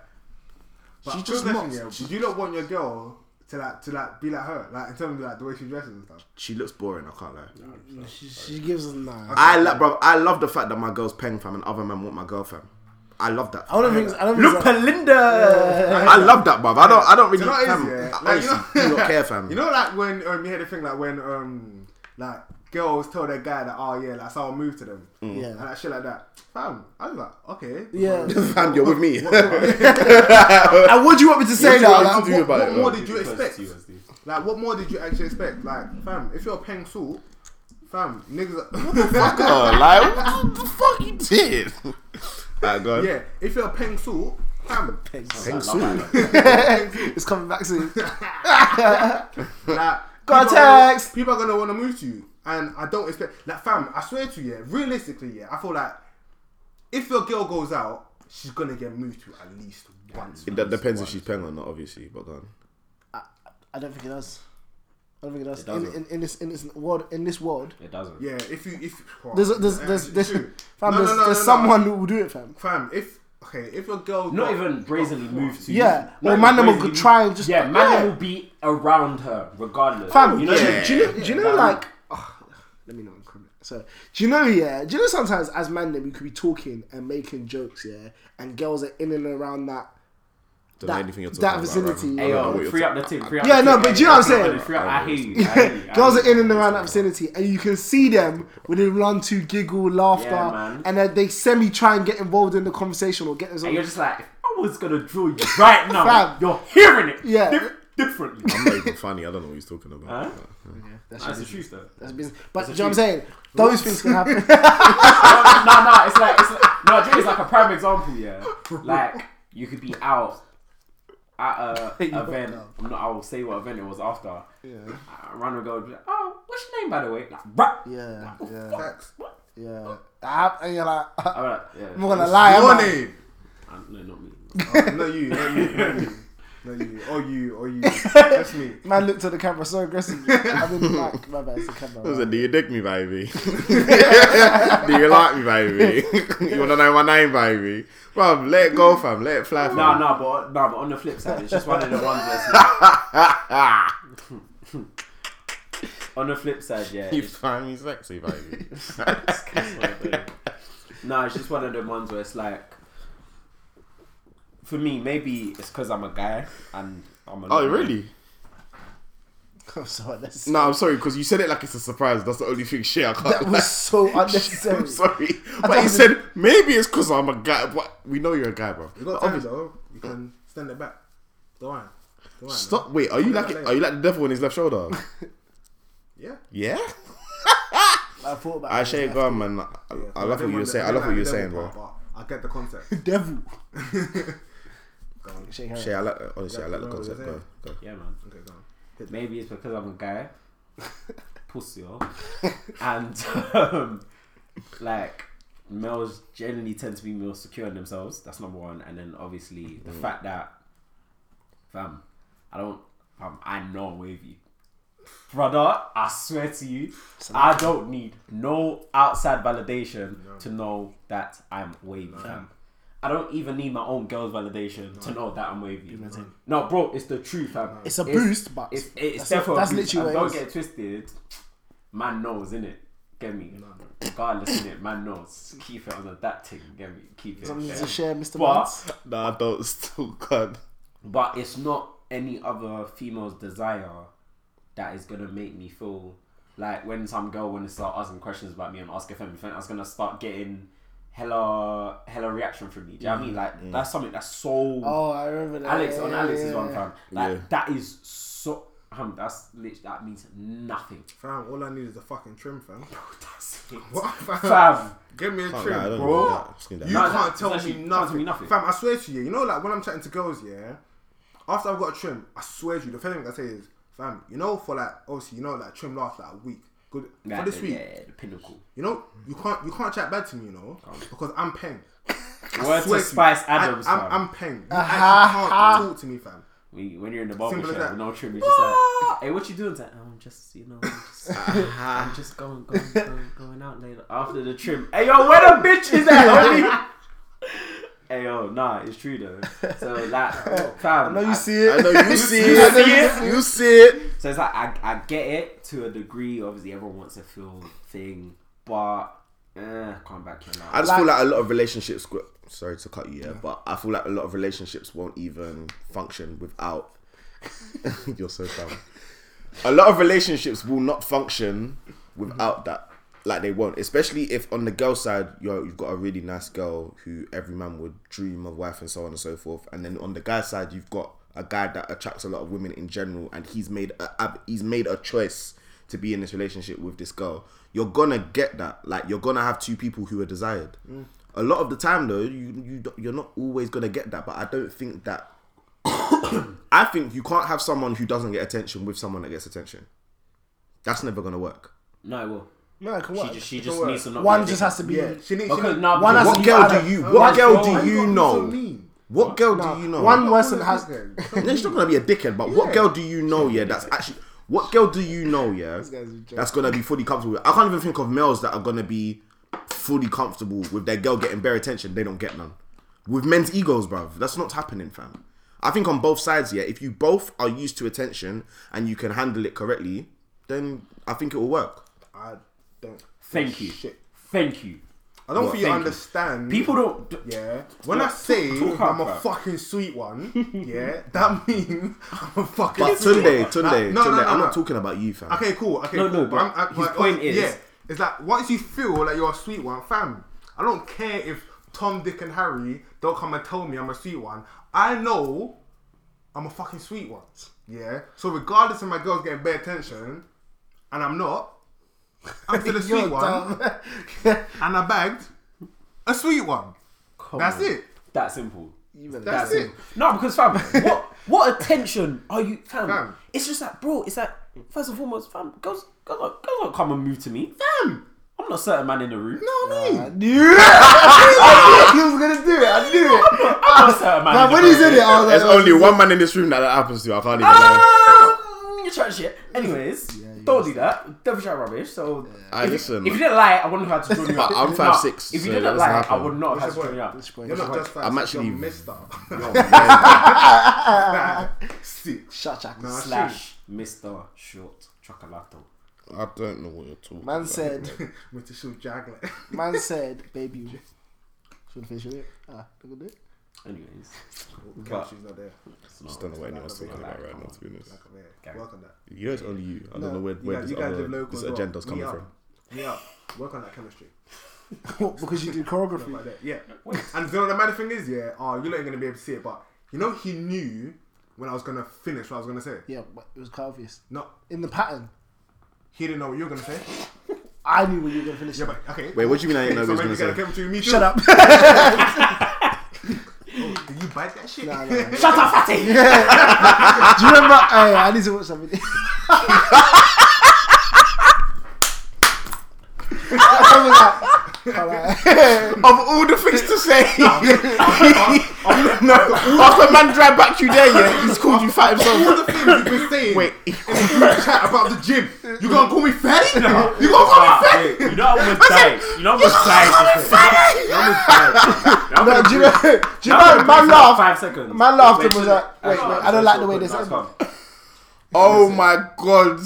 [SPEAKER 3] But
[SPEAKER 4] she
[SPEAKER 3] quick
[SPEAKER 4] just
[SPEAKER 3] question,
[SPEAKER 4] not.
[SPEAKER 3] yeah,
[SPEAKER 4] She,
[SPEAKER 3] Do you not want your girl to like to like be like her, like in terms of like the way she dresses and stuff?
[SPEAKER 4] she looks boring. I can't lie.
[SPEAKER 2] She, she gives us nah. I,
[SPEAKER 4] I love, bro. I love the fact that my girl's peng fam and other men want my girl fam. I love that.
[SPEAKER 2] don't think. I don't think.
[SPEAKER 5] Look
[SPEAKER 2] it's-
[SPEAKER 5] at Linda!
[SPEAKER 4] I love that, bruv. I don't. I don't
[SPEAKER 3] You
[SPEAKER 4] really.
[SPEAKER 3] know what it is,
[SPEAKER 4] fam,
[SPEAKER 3] yeah?
[SPEAKER 4] I
[SPEAKER 3] Like, you
[SPEAKER 4] honestly do
[SPEAKER 3] know-
[SPEAKER 4] not care, fam.
[SPEAKER 3] You know, like when um, you hear the thing, like when um, like girls tell their guy that, oh yeah, that's how I move to them,
[SPEAKER 4] Mm.
[SPEAKER 2] Yeah.
[SPEAKER 3] and like shit like that. Fam, I was like, okay,
[SPEAKER 2] Yeah.
[SPEAKER 4] fam, you're with me.
[SPEAKER 2] And what do you want me to
[SPEAKER 4] What
[SPEAKER 2] say
[SPEAKER 4] do you
[SPEAKER 2] now?
[SPEAKER 4] want me
[SPEAKER 2] Like,
[SPEAKER 4] to do about
[SPEAKER 3] what
[SPEAKER 4] it,
[SPEAKER 3] more
[SPEAKER 4] man?
[SPEAKER 3] did you expect? Like, what more did you actually expect? Like, fam, if you're a peng salt, fam, niggas. Are,
[SPEAKER 4] God, Oh, like, what the fuck you did? Alright, go on.
[SPEAKER 3] yeah, if you're a peng salt, fam,
[SPEAKER 4] Peng soon.
[SPEAKER 2] it's coming back soon.
[SPEAKER 3] like,
[SPEAKER 2] Got
[SPEAKER 3] people are gonna-
[SPEAKER 2] text.
[SPEAKER 3] People are gonna want to move to you, and I don't expect. Like, fam, I swear to you, yeah, realistically, yeah, I feel like if your girl goes out, she's gonna get moved to at least once.
[SPEAKER 4] It d- depends if she's peng or not, obviously. But go on.
[SPEAKER 2] I don't think it does. I don't think it does. in,
[SPEAKER 5] doesn't.
[SPEAKER 2] in, in this in this world in this world,
[SPEAKER 5] It doesn't.
[SPEAKER 3] Yeah, if you if oh,
[SPEAKER 2] there's there's
[SPEAKER 3] Yeah,
[SPEAKER 2] there's
[SPEAKER 3] it's
[SPEAKER 2] there's,
[SPEAKER 3] true.
[SPEAKER 2] fam,
[SPEAKER 3] No,
[SPEAKER 2] there's,
[SPEAKER 3] no, no,
[SPEAKER 2] there's
[SPEAKER 3] no, no.
[SPEAKER 2] someone who will do it, fam.
[SPEAKER 3] fam, if okay, if your girl
[SPEAKER 5] Not
[SPEAKER 3] got-
[SPEAKER 5] even brazenly moved to.
[SPEAKER 2] Yeah,
[SPEAKER 5] Not
[SPEAKER 2] or
[SPEAKER 5] even
[SPEAKER 2] man them will
[SPEAKER 5] brazenly-
[SPEAKER 2] try and just-
[SPEAKER 5] yeah, man
[SPEAKER 2] yeah.
[SPEAKER 5] them will be around her regardless.
[SPEAKER 2] Fam,
[SPEAKER 5] you know,
[SPEAKER 4] yeah.
[SPEAKER 2] do you know, do you know
[SPEAKER 5] Oh, Yeah.
[SPEAKER 2] like? oh, let me not comment. So, do you know? Yeah, do you know? Sometimes as man, then we could be talking and making jokes, yeah, and girls are in and around that.
[SPEAKER 4] Don't
[SPEAKER 2] That-
[SPEAKER 4] know anything you're
[SPEAKER 2] that
[SPEAKER 4] talking about, bruv.
[SPEAKER 2] vicinity.
[SPEAKER 4] I
[SPEAKER 5] Hey,
[SPEAKER 4] don't know
[SPEAKER 5] yo,
[SPEAKER 4] what you're
[SPEAKER 5] free
[SPEAKER 4] talking-
[SPEAKER 5] up the tip. Free up
[SPEAKER 2] Yeah,
[SPEAKER 5] the
[SPEAKER 2] no,
[SPEAKER 5] tip.
[SPEAKER 2] but
[SPEAKER 5] Hey,
[SPEAKER 2] you know what I'm
[SPEAKER 5] free up
[SPEAKER 2] saying?
[SPEAKER 5] the- Free up, I hear you. I hear you, I
[SPEAKER 2] Girls are
[SPEAKER 5] hear
[SPEAKER 2] in
[SPEAKER 5] you.
[SPEAKER 2] and around that vicinity, and you can see them within run to giggle, laughter,
[SPEAKER 5] Yeah, man.
[SPEAKER 2] and then they semi try and get involved in the conversation or get
[SPEAKER 5] And
[SPEAKER 2] themselves.
[SPEAKER 5] you're just like, if I was gonna draw you right now,
[SPEAKER 2] Fam.
[SPEAKER 5] you're hearing it.
[SPEAKER 2] Yeah.
[SPEAKER 5] dif- differently.
[SPEAKER 4] I'm not even funny. I don't know what he's talking about.
[SPEAKER 5] Huh?
[SPEAKER 2] That's just-
[SPEAKER 5] That's the truth, though.
[SPEAKER 2] that's business. But do you know what I'm saying? Those things can happen.
[SPEAKER 5] no, no, it's like, it's like no, Jay is like a prime example, yeah. Like you could be out at a event. I'm not, I will say what event it was after. Yeah. A random girl would be like, "Oh, what's your name, by the way?" Like, rap.
[SPEAKER 2] Yeah, yeah.
[SPEAKER 3] Facts.
[SPEAKER 5] What?
[SPEAKER 2] Yeah. Ah, And you're like,
[SPEAKER 5] I'm
[SPEAKER 2] I'm
[SPEAKER 5] like, yeah.
[SPEAKER 2] not gonna lie, am
[SPEAKER 3] Your
[SPEAKER 2] I?
[SPEAKER 3] name.
[SPEAKER 5] Uh, no, not me.
[SPEAKER 3] not you, not you, not you, not you, or you, or you. That's me.
[SPEAKER 2] Man looked at the camera so aggressively. I mean, like, my bad, it's the
[SPEAKER 4] I
[SPEAKER 2] camera.
[SPEAKER 4] said, do you dick me, baby? do you like me, baby? you wanna know my name, baby? Bruv, let it go, fam. Let it fly, fam.
[SPEAKER 5] No, no, but no, but on the flip side, it's just one of the ones where it's like, on the flip side, yeah.
[SPEAKER 4] You
[SPEAKER 5] it's-
[SPEAKER 4] find me sexy, baby.
[SPEAKER 5] no, it's just one of the ones where it's like, for me, maybe it's because I'm a guy and I'm a.
[SPEAKER 4] oh, really?
[SPEAKER 2] I'm so unnecessary.
[SPEAKER 4] No, I'm sorry, because you said it like it's a surprise. That's the only thing shit I can't.
[SPEAKER 2] That was so
[SPEAKER 4] I'm
[SPEAKER 2] unnecessary.
[SPEAKER 4] sorry.
[SPEAKER 2] don't
[SPEAKER 4] But you said, maybe it's because I'm a guy. But we know you're a guy, bro.
[SPEAKER 3] You got time though. You can stand it back. Don't worry. Don't worry.
[SPEAKER 4] Stop. Wait, are you
[SPEAKER 3] Come
[SPEAKER 4] like
[SPEAKER 3] on,
[SPEAKER 4] are you like the devil on his left shoulder?
[SPEAKER 3] Yeah.
[SPEAKER 4] yeah.
[SPEAKER 2] I thought about
[SPEAKER 4] I
[SPEAKER 2] it.
[SPEAKER 4] share go on, man. I, I love what you were saying. I love what you were saying, bro.
[SPEAKER 3] I get the concept.
[SPEAKER 2] Devil.
[SPEAKER 3] Go on.
[SPEAKER 2] Shake hands.
[SPEAKER 4] Shay, I like honestly, I like the
[SPEAKER 3] Yeah,
[SPEAKER 4] concept.
[SPEAKER 3] yeah.
[SPEAKER 4] Go, go.
[SPEAKER 5] Yeah, man.
[SPEAKER 3] Okay, go on.
[SPEAKER 5] Maybe it's because I'm a guy, pussy, oh. and um, like males generally tend to be more secure in themselves. That's number one, and then obviously
[SPEAKER 2] Mm.
[SPEAKER 5] the fact that, fam, I don't, fam, I know I'm wavy, brother. I swear to you, I don't need no outside validation to know that I'm wavy, fam. I don't even need my own girl's validation to know that I'm wavy. No, bro, it's the truth, fam.
[SPEAKER 2] It's a boost, but
[SPEAKER 5] It's,
[SPEAKER 2] that's,
[SPEAKER 5] it's definitely
[SPEAKER 2] that's
[SPEAKER 5] a boost.
[SPEAKER 2] literally
[SPEAKER 5] And
[SPEAKER 2] what it
[SPEAKER 5] Don't
[SPEAKER 2] is.
[SPEAKER 5] get twisted. Man knows, innit? Get me? Regardless, innit? Man knows. Keep it under that thing. Get me? Keep it.
[SPEAKER 2] Something
[SPEAKER 5] yeah.
[SPEAKER 2] to share, Mr.
[SPEAKER 5] But-
[SPEAKER 2] Mance.
[SPEAKER 4] Nah, don't. Still, God.
[SPEAKER 5] But it's not any other female's desire that is gonna make me feel like when some girl wanna start asking questions about me and ask if I'm I was gonna start getting hella hella reaction from me. Do you know what I mean? Like that's something that's so
[SPEAKER 2] Mm, Oh, I remember that.
[SPEAKER 5] Alex
[SPEAKER 2] Yeah,
[SPEAKER 5] on
[SPEAKER 2] yeah,
[SPEAKER 5] Alex is
[SPEAKER 2] yeah,
[SPEAKER 5] one
[SPEAKER 2] yeah.
[SPEAKER 5] fam. Like
[SPEAKER 4] Yeah.
[SPEAKER 5] that is so. Um, that's literally that means nothing.
[SPEAKER 3] Fam, all I need is a fucking trim, fam.
[SPEAKER 5] That's it.
[SPEAKER 3] What, fam?
[SPEAKER 5] Fam.
[SPEAKER 3] Give me a
[SPEAKER 4] Can't-
[SPEAKER 3] trim,
[SPEAKER 4] nah, I don't
[SPEAKER 3] bro.
[SPEAKER 4] know that. I've seen that.
[SPEAKER 3] You
[SPEAKER 5] No,
[SPEAKER 3] can't
[SPEAKER 5] that- it's
[SPEAKER 3] tell
[SPEAKER 5] actually-
[SPEAKER 3] me
[SPEAKER 5] can't
[SPEAKER 3] nothing.
[SPEAKER 5] tell me nothing.
[SPEAKER 3] Fam, I swear to you, you know, like when I'm chatting to girls, yeah, after I've got a trim, I swear to you, the first thing I say is, fam, you know, for like, obviously, you know, like trim lasts like a week. Good.
[SPEAKER 5] Like,
[SPEAKER 3] for this
[SPEAKER 5] the-
[SPEAKER 3] week,
[SPEAKER 5] yeah, the pinnacle.
[SPEAKER 3] you know, you can't you can't chat bad to me, you know, because I'm peng. I
[SPEAKER 5] Word
[SPEAKER 3] swear
[SPEAKER 5] to
[SPEAKER 3] you,
[SPEAKER 5] Spice
[SPEAKER 3] I-
[SPEAKER 5] Adams,
[SPEAKER 3] I'm,
[SPEAKER 5] fam.
[SPEAKER 3] I'm, peng. You actually can't talk to me, fam.
[SPEAKER 5] We, when you're in the barber
[SPEAKER 3] Simple as
[SPEAKER 5] shop,
[SPEAKER 3] that.
[SPEAKER 5] with no trim, you're just like, "Hey, what you doing?" It's like, "Oh, I'm just, you know, I'm just, I'm just going, going, going, going out later after the trim." Hey, yo, where the bitch is at? homie? hey, yo, nah, it's true though. So like, fam,
[SPEAKER 2] I know
[SPEAKER 5] I-
[SPEAKER 2] you see it.
[SPEAKER 4] I know you see it. You see it.
[SPEAKER 5] So it's like I, I get it to a degree. Obviously, everyone wants a feel thing, but eh, can't back you
[SPEAKER 4] I
[SPEAKER 5] now.
[SPEAKER 4] just feel like a lot of relationships. go- Sorry to cut you, yeah, but I feel like a lot of relationships won't even function without. You're so dumb. A lot of relationships will not function without that. Like they won't, especially if on the girl side, you're, you've got a really nice girl who every man would dream of wife and so on and so forth. And then on the guy side, you've got a guy that attracts a lot of women in general, and he's made a ab- he's made a choice to be in this relationship with this girl. You're gonna get that. Like you're gonna have two people who are desired. A lot of the time, though, you you don't- you're not always gonna get that. But I don't think that. I think you can't have someone who doesn't get attention with someone that gets attention. That's never gonna work.
[SPEAKER 5] No, it will.
[SPEAKER 2] No, it can
[SPEAKER 5] She
[SPEAKER 2] work.
[SPEAKER 5] just, she
[SPEAKER 2] It can
[SPEAKER 5] just
[SPEAKER 2] work.
[SPEAKER 5] needs to not.
[SPEAKER 2] One
[SPEAKER 5] be a
[SPEAKER 2] just
[SPEAKER 5] dick.
[SPEAKER 2] has to be.
[SPEAKER 3] Yeah, she needs.
[SPEAKER 5] Because
[SPEAKER 3] she
[SPEAKER 5] now,
[SPEAKER 2] One has
[SPEAKER 4] What
[SPEAKER 2] to
[SPEAKER 4] girl
[SPEAKER 2] be
[SPEAKER 4] do
[SPEAKER 2] either-
[SPEAKER 4] you? What girl
[SPEAKER 3] Why
[SPEAKER 4] do you
[SPEAKER 3] gotta be So
[SPEAKER 4] know?
[SPEAKER 3] mean?
[SPEAKER 4] What girl do you know?
[SPEAKER 2] One person has.
[SPEAKER 4] No, she's not gonna be a dickhead, but what
[SPEAKER 3] Yeah.
[SPEAKER 4] girl do you know? Yeah, that's actually what girl do you know? Yeah,
[SPEAKER 2] guy's a joke.
[SPEAKER 4] that's gonna be fully comfortable. with I can't even think of males that are gonna be fully comfortable with their girl getting bare attention. They don't get none with men's egos, bruv. That's not happening, fam. I think on both sides, yeah. If you both are used to attention and you can handle it correctly, then I think it will work.
[SPEAKER 3] I don't.
[SPEAKER 5] Thank you.
[SPEAKER 3] Shit.
[SPEAKER 5] Thank you.
[SPEAKER 3] I don't think you
[SPEAKER 5] Thank you.
[SPEAKER 3] understand.
[SPEAKER 5] People don't. d-
[SPEAKER 3] Yeah. When I
[SPEAKER 5] Talk-
[SPEAKER 3] say
[SPEAKER 5] talk
[SPEAKER 3] I'm
[SPEAKER 5] about
[SPEAKER 3] a
[SPEAKER 5] that.
[SPEAKER 3] fucking sweet one, yeah, that means I'm a fucking.
[SPEAKER 4] But
[SPEAKER 3] sweet
[SPEAKER 4] Tunde,
[SPEAKER 3] one. Like,
[SPEAKER 4] Tunde,
[SPEAKER 3] no,
[SPEAKER 4] Tunde,
[SPEAKER 3] no, no,
[SPEAKER 4] I'm
[SPEAKER 3] no.
[SPEAKER 4] not talking about you, fam.
[SPEAKER 3] Okay, cool. Okay,
[SPEAKER 5] No,
[SPEAKER 3] cool.
[SPEAKER 5] no, but
[SPEAKER 3] I'm- I-
[SPEAKER 5] his point is-
[SPEAKER 3] yeah, it's like once you feel like you're a sweet one, fam. I don't care if Tom, Dick, and Harry don't come and tell me I'm a sweet one. I know I'm a fucking sweet one. Yeah. So regardless of my girls getting bad attention, and I'm not, I'm still a sweet one, and I bagged a sweet one.
[SPEAKER 5] come
[SPEAKER 3] That's
[SPEAKER 5] on.
[SPEAKER 3] it.
[SPEAKER 5] That simple.
[SPEAKER 3] That's it.
[SPEAKER 5] No, because fam, what what attention are you, fam?
[SPEAKER 3] Fam.
[SPEAKER 5] It's just like, bro. It's like first and foremost, fam. Girls, girls, don't- girls don't come and move to me.
[SPEAKER 3] Fam.
[SPEAKER 5] I'm not a certain man in the room.
[SPEAKER 3] You know what I
[SPEAKER 2] Uh,
[SPEAKER 3] mean?
[SPEAKER 2] He was gonna do it. I knew it.
[SPEAKER 5] I'm not a certain man. in
[SPEAKER 2] But
[SPEAKER 5] the
[SPEAKER 2] when
[SPEAKER 5] room.
[SPEAKER 2] he said it, I was like,
[SPEAKER 4] There's only one man in this room that that happens to. I can't even. lie.
[SPEAKER 5] Um, you're trying shit. Anyways, don't do that. Don't chat rubbish. So
[SPEAKER 4] I listen.
[SPEAKER 5] if you didn't lie, I wouldn't have had to join you up.
[SPEAKER 4] But I'm
[SPEAKER 5] No,
[SPEAKER 4] 5'6",
[SPEAKER 5] If
[SPEAKER 4] so
[SPEAKER 5] you
[SPEAKER 4] it
[SPEAKER 5] didn't
[SPEAKER 4] doesn't
[SPEAKER 5] lie, I
[SPEAKER 4] happen.
[SPEAKER 5] would not have had to
[SPEAKER 3] your
[SPEAKER 5] join you up.
[SPEAKER 3] You're not just like
[SPEAKER 4] I'm actually-
[SPEAKER 3] you're Mister. Sit.
[SPEAKER 2] Shut up.
[SPEAKER 3] Nah,
[SPEAKER 5] Slash Mr. Short Chocolato.
[SPEAKER 4] I don't know what you're talking.
[SPEAKER 2] Man
[SPEAKER 4] about.
[SPEAKER 2] said.
[SPEAKER 3] Mr. Shoe Jagler.
[SPEAKER 2] Man said, "Baby, you should finish with it." Ah, look at it.
[SPEAKER 5] Anyways,
[SPEAKER 3] Couch is not there.
[SPEAKER 5] it's not-
[SPEAKER 4] I don't know what anyone's
[SPEAKER 5] Like,
[SPEAKER 4] talking about
[SPEAKER 5] like,
[SPEAKER 4] right now. To be honest,
[SPEAKER 3] Come here. Work on that.
[SPEAKER 4] you it's only you. I
[SPEAKER 3] No,
[SPEAKER 4] don't know where,
[SPEAKER 3] you
[SPEAKER 4] where
[SPEAKER 3] guys-
[SPEAKER 4] this,
[SPEAKER 3] you guys
[SPEAKER 4] other-
[SPEAKER 3] live local
[SPEAKER 4] this
[SPEAKER 3] as well.
[SPEAKER 4] agenda's
[SPEAKER 3] Me
[SPEAKER 4] coming
[SPEAKER 3] up.
[SPEAKER 4] from.
[SPEAKER 3] Yeah. Work on that chemistry.
[SPEAKER 2] What? Because you did choreography.
[SPEAKER 3] Like that. Yeah. And you know what the mad thing is, yeah, oh, you're not gonna be able to see it, but you know he knew when I was gonna finish what I was gonna say.
[SPEAKER 2] Yeah, but it was quite obvious.
[SPEAKER 3] No,
[SPEAKER 2] In the pattern,
[SPEAKER 3] he didn't know what you were gonna say.
[SPEAKER 2] I knew when you were gonna finish.
[SPEAKER 3] Yeah,
[SPEAKER 2] it.
[SPEAKER 3] but okay.
[SPEAKER 4] Wait, what do you mean I
[SPEAKER 3] Okay,
[SPEAKER 4] didn't know
[SPEAKER 3] so
[SPEAKER 4] he was
[SPEAKER 3] maybe
[SPEAKER 4] gonna
[SPEAKER 3] you gotta
[SPEAKER 4] say?
[SPEAKER 3] come to me.
[SPEAKER 2] Shut up.
[SPEAKER 3] Oh, Did you bite that shit?
[SPEAKER 2] Nah, nah, nah.
[SPEAKER 5] Shut up, Fatty!
[SPEAKER 2] Do you remember? Hey, I need to watch something. I remember that. Alright.
[SPEAKER 4] Of all the things to say, no. After man drive back you there, yeah, he's called you fat
[SPEAKER 3] All
[SPEAKER 4] himself.
[SPEAKER 3] the things you've been saying
[SPEAKER 4] Wait,
[SPEAKER 3] in the group chat about the gym. You gonna call me fatty? You gonna call me fatty?
[SPEAKER 5] You know I almost died. You know I almost died. You almost died. Now I'm
[SPEAKER 2] No,
[SPEAKER 5] gonna
[SPEAKER 2] do you
[SPEAKER 5] breathe-
[SPEAKER 2] know? Do you
[SPEAKER 5] now I'm
[SPEAKER 2] know?
[SPEAKER 5] gonna
[SPEAKER 2] My
[SPEAKER 5] breathe for
[SPEAKER 2] laugh.
[SPEAKER 5] Five seconds.
[SPEAKER 2] my laugh was
[SPEAKER 5] should
[SPEAKER 2] like,
[SPEAKER 5] I-
[SPEAKER 2] wait,
[SPEAKER 5] no,
[SPEAKER 2] wait, I
[SPEAKER 5] I'm
[SPEAKER 2] don't like
[SPEAKER 5] so
[SPEAKER 2] the way
[SPEAKER 5] good.
[SPEAKER 2] this
[SPEAKER 5] No, it's
[SPEAKER 2] ended.
[SPEAKER 5] fine.
[SPEAKER 4] oh my Oh god.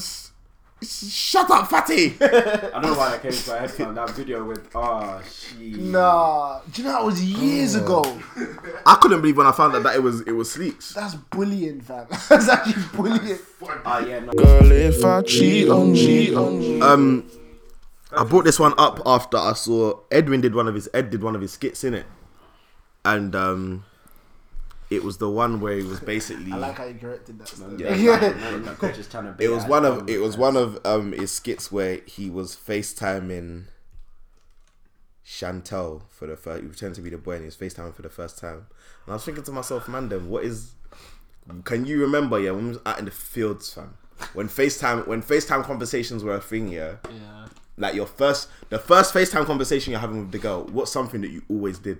[SPEAKER 4] Shut up, Fatty.
[SPEAKER 5] I don't know why that came to my head from that video with ah she.
[SPEAKER 2] Nah, do you know that was years ago?
[SPEAKER 5] Oh.
[SPEAKER 4] I couldn't believe when I found out that it was it was Sleeks.
[SPEAKER 2] That's bullying, fam. That's actually bullying.
[SPEAKER 5] Ah yeah no.
[SPEAKER 6] Girl, if I cheat on you, on you.
[SPEAKER 4] Um, I brought this one up after I saw Edwin did one of his Ed did one of his skits in it, and um, it was the one where he was basically.
[SPEAKER 2] I like how you corrected that. stuff.
[SPEAKER 5] Yeah, yeah. Like, like, just trying to
[SPEAKER 4] it was one of it was one of um his skits where he was FaceTiming Chantel for the first. He pretended to be the boy and he was FaceTiming for the first time. And I was thinking to myself, man, then what is? Can you remember? Yeah, when we was out in the fields, fam. When FaceTime when FaceTime conversations were a thing, yeah.
[SPEAKER 5] Yeah.
[SPEAKER 4] Like your first, the first FaceTime conversation you're having with the girl. What's something that you always did,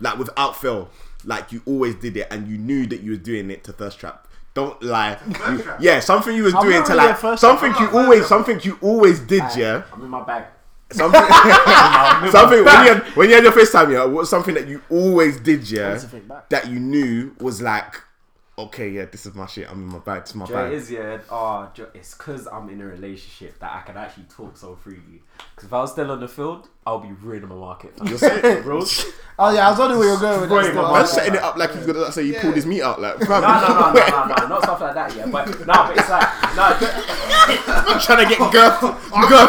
[SPEAKER 4] like without fail, like you always did it, and you knew that you were doing it to thirst trap. Don't lie. You-
[SPEAKER 3] trap?
[SPEAKER 4] yeah, something you was
[SPEAKER 2] I'm
[SPEAKER 4] doing
[SPEAKER 2] not
[SPEAKER 4] to
[SPEAKER 2] really a
[SPEAKER 4] like
[SPEAKER 2] thirst
[SPEAKER 4] something
[SPEAKER 3] trap.
[SPEAKER 4] you
[SPEAKER 3] I'm not a
[SPEAKER 4] always
[SPEAKER 3] thirst trap.
[SPEAKER 4] something you always did. Yeah,
[SPEAKER 5] I'm in my bag.
[SPEAKER 4] something. something when you had when you had your FaceTime, yeah, what's something that you always did. Yeah,
[SPEAKER 2] That's a thing back.
[SPEAKER 4] that you knew was like, okay, yeah, this is my shit. I'm in my bag. This is my
[SPEAKER 5] Do you know what
[SPEAKER 4] bag.
[SPEAKER 5] it is yeah. Oh, do you- it's because I'm in a relationship that I can actually talk so freely. Because if I was still on the field, I'll be ruining my market.
[SPEAKER 4] You're saying-
[SPEAKER 5] Bros.
[SPEAKER 2] Oh yeah, I was wondering where you were going with that.
[SPEAKER 3] Destroying
[SPEAKER 2] still.
[SPEAKER 3] my
[SPEAKER 4] Man,
[SPEAKER 3] mind.
[SPEAKER 4] setting it up like he's gonna say he pulled his meat out, like fam.
[SPEAKER 5] No, no, no, no, no, no, not stuff like that. Yeah, but no, but it's like no,
[SPEAKER 4] I'm trying to get girl. girl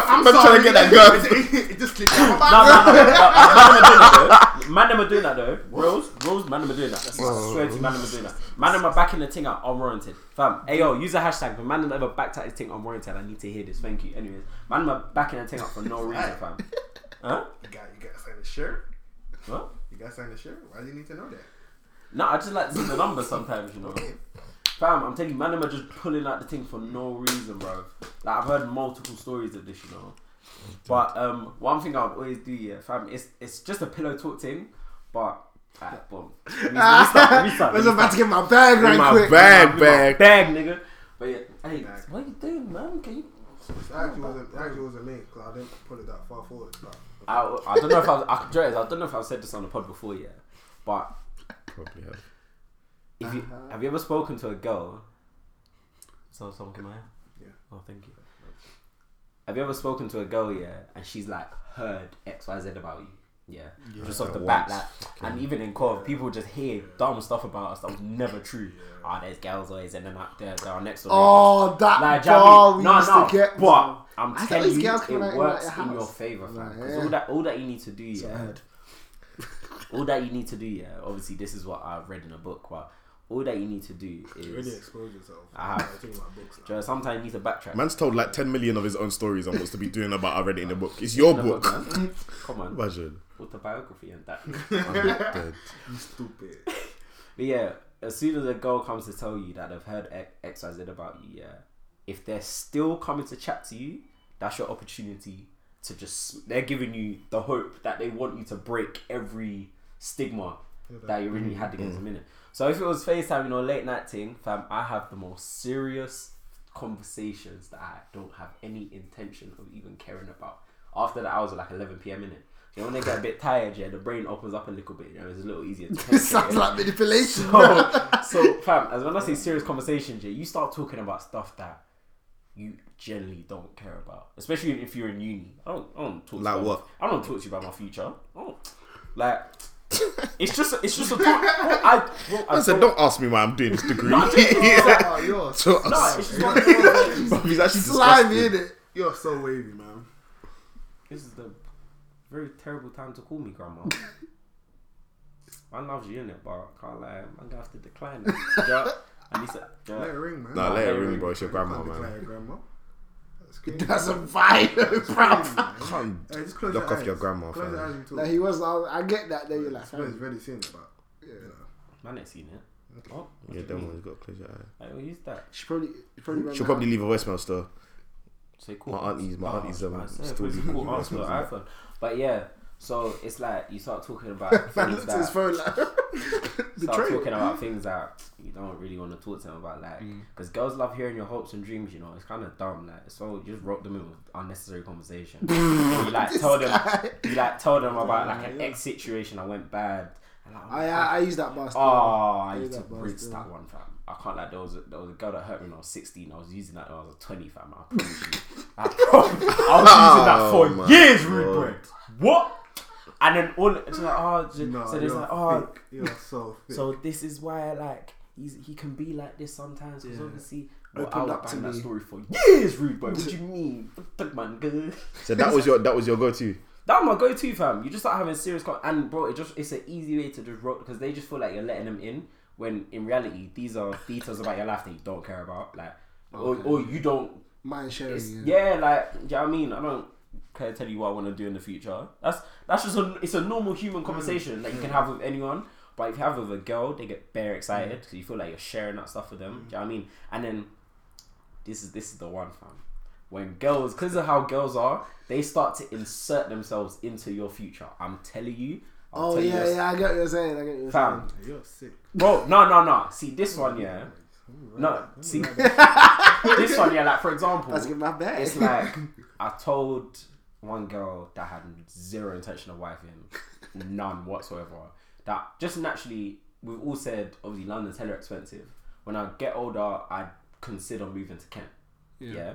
[SPEAKER 4] I'm, trying to get that girl.
[SPEAKER 3] girl. it just slipped out.
[SPEAKER 5] No, no, no, no, no. Man, them are doing that though. Man, them are doing that though. Rules, rules. Man, them are doing that. I swear to you, man, them are doing that. Man, them are backing the thing out unwarranted. Fam, hey yo, use a hashtag. But man, them ever backed out his thing unwarranted. I need to hear this. Thank you. Anyways, man, them are backing the thing up for no reason, fam. Huh?
[SPEAKER 3] You got, you got to sign the shirt.
[SPEAKER 5] What?
[SPEAKER 3] You got to sign the shirt. Why do you need to know that?
[SPEAKER 5] No, I just like to see the numbers sometimes, you know. Fam, I'm telling you, man, them are just pulling out the thing for no reason, bro. Like I've heard multiple stories of this, you know. But um, one thing I would always do, yeah, fam, it's it's just a pillow talk thing, but. Alright, boom. Restart, restart,
[SPEAKER 2] I
[SPEAKER 5] restart,
[SPEAKER 2] was about to get my bag
[SPEAKER 4] In
[SPEAKER 2] right
[SPEAKER 4] my
[SPEAKER 2] quick.
[SPEAKER 4] bag,
[SPEAKER 5] Bang,
[SPEAKER 4] bag.
[SPEAKER 5] nigga. But yeah, hey,
[SPEAKER 3] Bag.
[SPEAKER 5] what you doing, man? Can you?
[SPEAKER 3] That actually wasn't, that actually wasn't linked 'cause I didn't pull it that far forward. But
[SPEAKER 5] I, I don't know if I've, I, Dre, I don't know if I've said this on the pod before, yeah. But
[SPEAKER 4] Probably have.
[SPEAKER 5] If you have you ever spoken to a girl? So someone can I?
[SPEAKER 3] Yeah.
[SPEAKER 5] Oh, thank you. Have you ever spoken to a girl, yeah, and she's like heard X Y Z about you, yeah, just off the bat, like, and even in Cov, people just hear dumb stuff about us that was never true. Ah, there's girls always ending up there, they're our next door.
[SPEAKER 2] Oh, that
[SPEAKER 5] Like, do you know what I
[SPEAKER 2] bar
[SPEAKER 5] mean?
[SPEAKER 2] we
[SPEAKER 5] no,
[SPEAKER 2] used
[SPEAKER 5] no,
[SPEAKER 2] to get.
[SPEAKER 5] but I'm
[SPEAKER 2] I thought
[SPEAKER 5] telling
[SPEAKER 2] these
[SPEAKER 5] you,
[SPEAKER 2] girls coming out
[SPEAKER 5] it
[SPEAKER 2] in
[SPEAKER 5] works
[SPEAKER 2] like a
[SPEAKER 5] in your
[SPEAKER 2] house.
[SPEAKER 5] favor, fam. Because
[SPEAKER 2] yeah.
[SPEAKER 5] all that, all that you need to do, yeah,
[SPEAKER 2] heard.
[SPEAKER 5] all that you need to do, yeah. Obviously, this is what I've read in a book, but all that you need to do
[SPEAKER 3] you really
[SPEAKER 5] is,
[SPEAKER 3] exposed yourself.
[SPEAKER 5] I have.
[SPEAKER 3] I'm talking about books now.
[SPEAKER 5] Joe, sometimes you need to backtrack.
[SPEAKER 4] Man's told like 10 million of his own stories on what's to be doing about I read it in the book. It's your book.
[SPEAKER 5] man. Come on,
[SPEAKER 4] Imagine.
[SPEAKER 5] autobiography and that.
[SPEAKER 4] Dead.
[SPEAKER 3] Stupid.
[SPEAKER 5] But yeah, as soon as a girl comes to tell you that they've heard X- X, Y, Z about you, yeah, if they're still coming to chat to you, that's your opportunity to just. They're giving you the hope that they want you to break every stigma that you really had against them in it. So if it was FaceTime, you know, late night thing, fam, I have the most serious conversations that I don't have any intention of even caring about. After the hours of like 11 p.m. in it. You know, when they get a bit tired, yeah, the brain opens up a little bit. You know, it's a little easier. To
[SPEAKER 2] Sounds like manipulation.
[SPEAKER 5] so, so fam, as when I say serious conversations, yeah, you start talking about stuff that you generally don't care about, especially if you're in uni. I don't, I don't talk to
[SPEAKER 4] Like
[SPEAKER 5] you about-
[SPEAKER 4] what?
[SPEAKER 5] I don't talk to you about my future. I don't- Like, it's just, it's just a talk. I, well, I
[SPEAKER 4] I said, don't ask me why I'm doing this degree.
[SPEAKER 5] No, just-
[SPEAKER 4] Yeah.
[SPEAKER 3] Oh, you're, so-
[SPEAKER 4] So-
[SPEAKER 5] No, it's just one.
[SPEAKER 4] Bruv, he's actually
[SPEAKER 2] Slime,
[SPEAKER 4] disgusted.
[SPEAKER 2] innit?
[SPEAKER 3] you're so wavy, man.
[SPEAKER 5] This is the very terrible time to call me grandma. I love you in it, but I can't lie. I'm gonna have to decline it. Yeah, I need to. yeah.
[SPEAKER 3] Let it ring, man.
[SPEAKER 4] Nah, let it ring, bro. It's your grandma,
[SPEAKER 3] Don't declare
[SPEAKER 4] man.
[SPEAKER 3] your grandma. That's crazy.
[SPEAKER 2] That's a vibe,
[SPEAKER 3] Crazy,
[SPEAKER 2] bro.
[SPEAKER 3] man.
[SPEAKER 4] Can't
[SPEAKER 3] Hey, just close
[SPEAKER 4] knock off
[SPEAKER 3] eyes.
[SPEAKER 4] your grandma,
[SPEAKER 3] Close your eyes
[SPEAKER 4] fam.
[SPEAKER 3] and talk.
[SPEAKER 2] Like he was, I, I get that. Then you're like,
[SPEAKER 3] It's very- it's
[SPEAKER 2] fam,
[SPEAKER 3] very thin, but you know.
[SPEAKER 5] Man, ain't seen it. Oh, what
[SPEAKER 4] Yeah,
[SPEAKER 5] do you
[SPEAKER 4] don't
[SPEAKER 5] mean?
[SPEAKER 4] worry. you got to close your eye.
[SPEAKER 5] Like, who's that?
[SPEAKER 2] she probably, she probably ran
[SPEAKER 4] She'll
[SPEAKER 2] out.
[SPEAKER 4] probably leave a voicemail still.
[SPEAKER 5] Say cool.
[SPEAKER 4] My auntie's- my auntie's, um,
[SPEAKER 5] I said,
[SPEAKER 4] still
[SPEAKER 5] it's
[SPEAKER 4] using
[SPEAKER 5] cool
[SPEAKER 4] the
[SPEAKER 5] answer,
[SPEAKER 4] iPhone.
[SPEAKER 5] iPhone. But yeah, so it's like you start talking about
[SPEAKER 2] Man
[SPEAKER 5] things
[SPEAKER 2] looked at his
[SPEAKER 5] that
[SPEAKER 2] phone like,
[SPEAKER 5] start
[SPEAKER 2] betrayal.
[SPEAKER 5] talking about things that you don't really want to talk to them about, like because girls love hearing your hopes and dreams. You know, it's kind of dumb. Like so, you just rope them in with unnecessary conversation. you like oh, tell them, you like tell them about like an ex situation that went bad. And I'm
[SPEAKER 2] I, I, I use that bastard.
[SPEAKER 5] Oh, I
[SPEAKER 2] Play
[SPEAKER 5] used to
[SPEAKER 2] that
[SPEAKER 5] rinse
[SPEAKER 2] bastard.
[SPEAKER 5] that one, fam. I can't like there was a, there was a girl that hurt me when I was sixteen. I was using that when I was twenty, fam. I promise you. I promise. I
[SPEAKER 4] Oh
[SPEAKER 5] was using that
[SPEAKER 4] my
[SPEAKER 5] for years, rude
[SPEAKER 4] God.
[SPEAKER 5] boy. What? And then all it's like oh, j-
[SPEAKER 3] No,
[SPEAKER 5] so there's
[SPEAKER 3] you're
[SPEAKER 5] like oh,
[SPEAKER 3] thick. You're so thick.
[SPEAKER 5] so this is why like he's he can be like this sometimes because
[SPEAKER 3] Yeah.
[SPEAKER 5] obviously. Well,
[SPEAKER 2] Opened
[SPEAKER 5] I was
[SPEAKER 2] up to
[SPEAKER 5] banging that
[SPEAKER 2] me.
[SPEAKER 5] story for years, rude boy. What do you mean, Fuck, man? Good.
[SPEAKER 4] So that was your that was your go to.
[SPEAKER 5] That's my go-to, fam. You just start having serious con- and bro, it just it's an easy way to just rock because they just feel like you're letting them in when in reality these are details about your life that you don't care about, like or, or you don't.
[SPEAKER 2] Mind
[SPEAKER 5] It's,
[SPEAKER 2] sharing. Yeah.
[SPEAKER 5] yeah. like do you know what I mean? I don't care to tell you what I want to do in the future. That's that's just a it's a normal
[SPEAKER 2] Mm.
[SPEAKER 5] human conversation that you can have with anyone. But if you have with a girl, they get bare excited
[SPEAKER 2] Mm.
[SPEAKER 5] because you feel like you're sharing that stuff with them. Do you know what I mean? And then this is this is the one, fam. When girls, because of how girls are, they start to insert themselves into your future. I'm telling you. I'm
[SPEAKER 2] Oh
[SPEAKER 5] telling you,
[SPEAKER 2] yeah,
[SPEAKER 5] it's-
[SPEAKER 2] yeah. I get what you're saying. I get what you're
[SPEAKER 5] Fam,
[SPEAKER 2] saying.
[SPEAKER 3] you're sick.
[SPEAKER 5] bro, no, no, no. See this one, yeah. No, see this one, yeah. Like for example,
[SPEAKER 2] That's in my bag.
[SPEAKER 5] it's like I told one girl that had zero intention of wifing, none whatsoever. That just naturally, we've all said obviously London's hella expensive. When I get older, I consider moving to Kent. Yeah.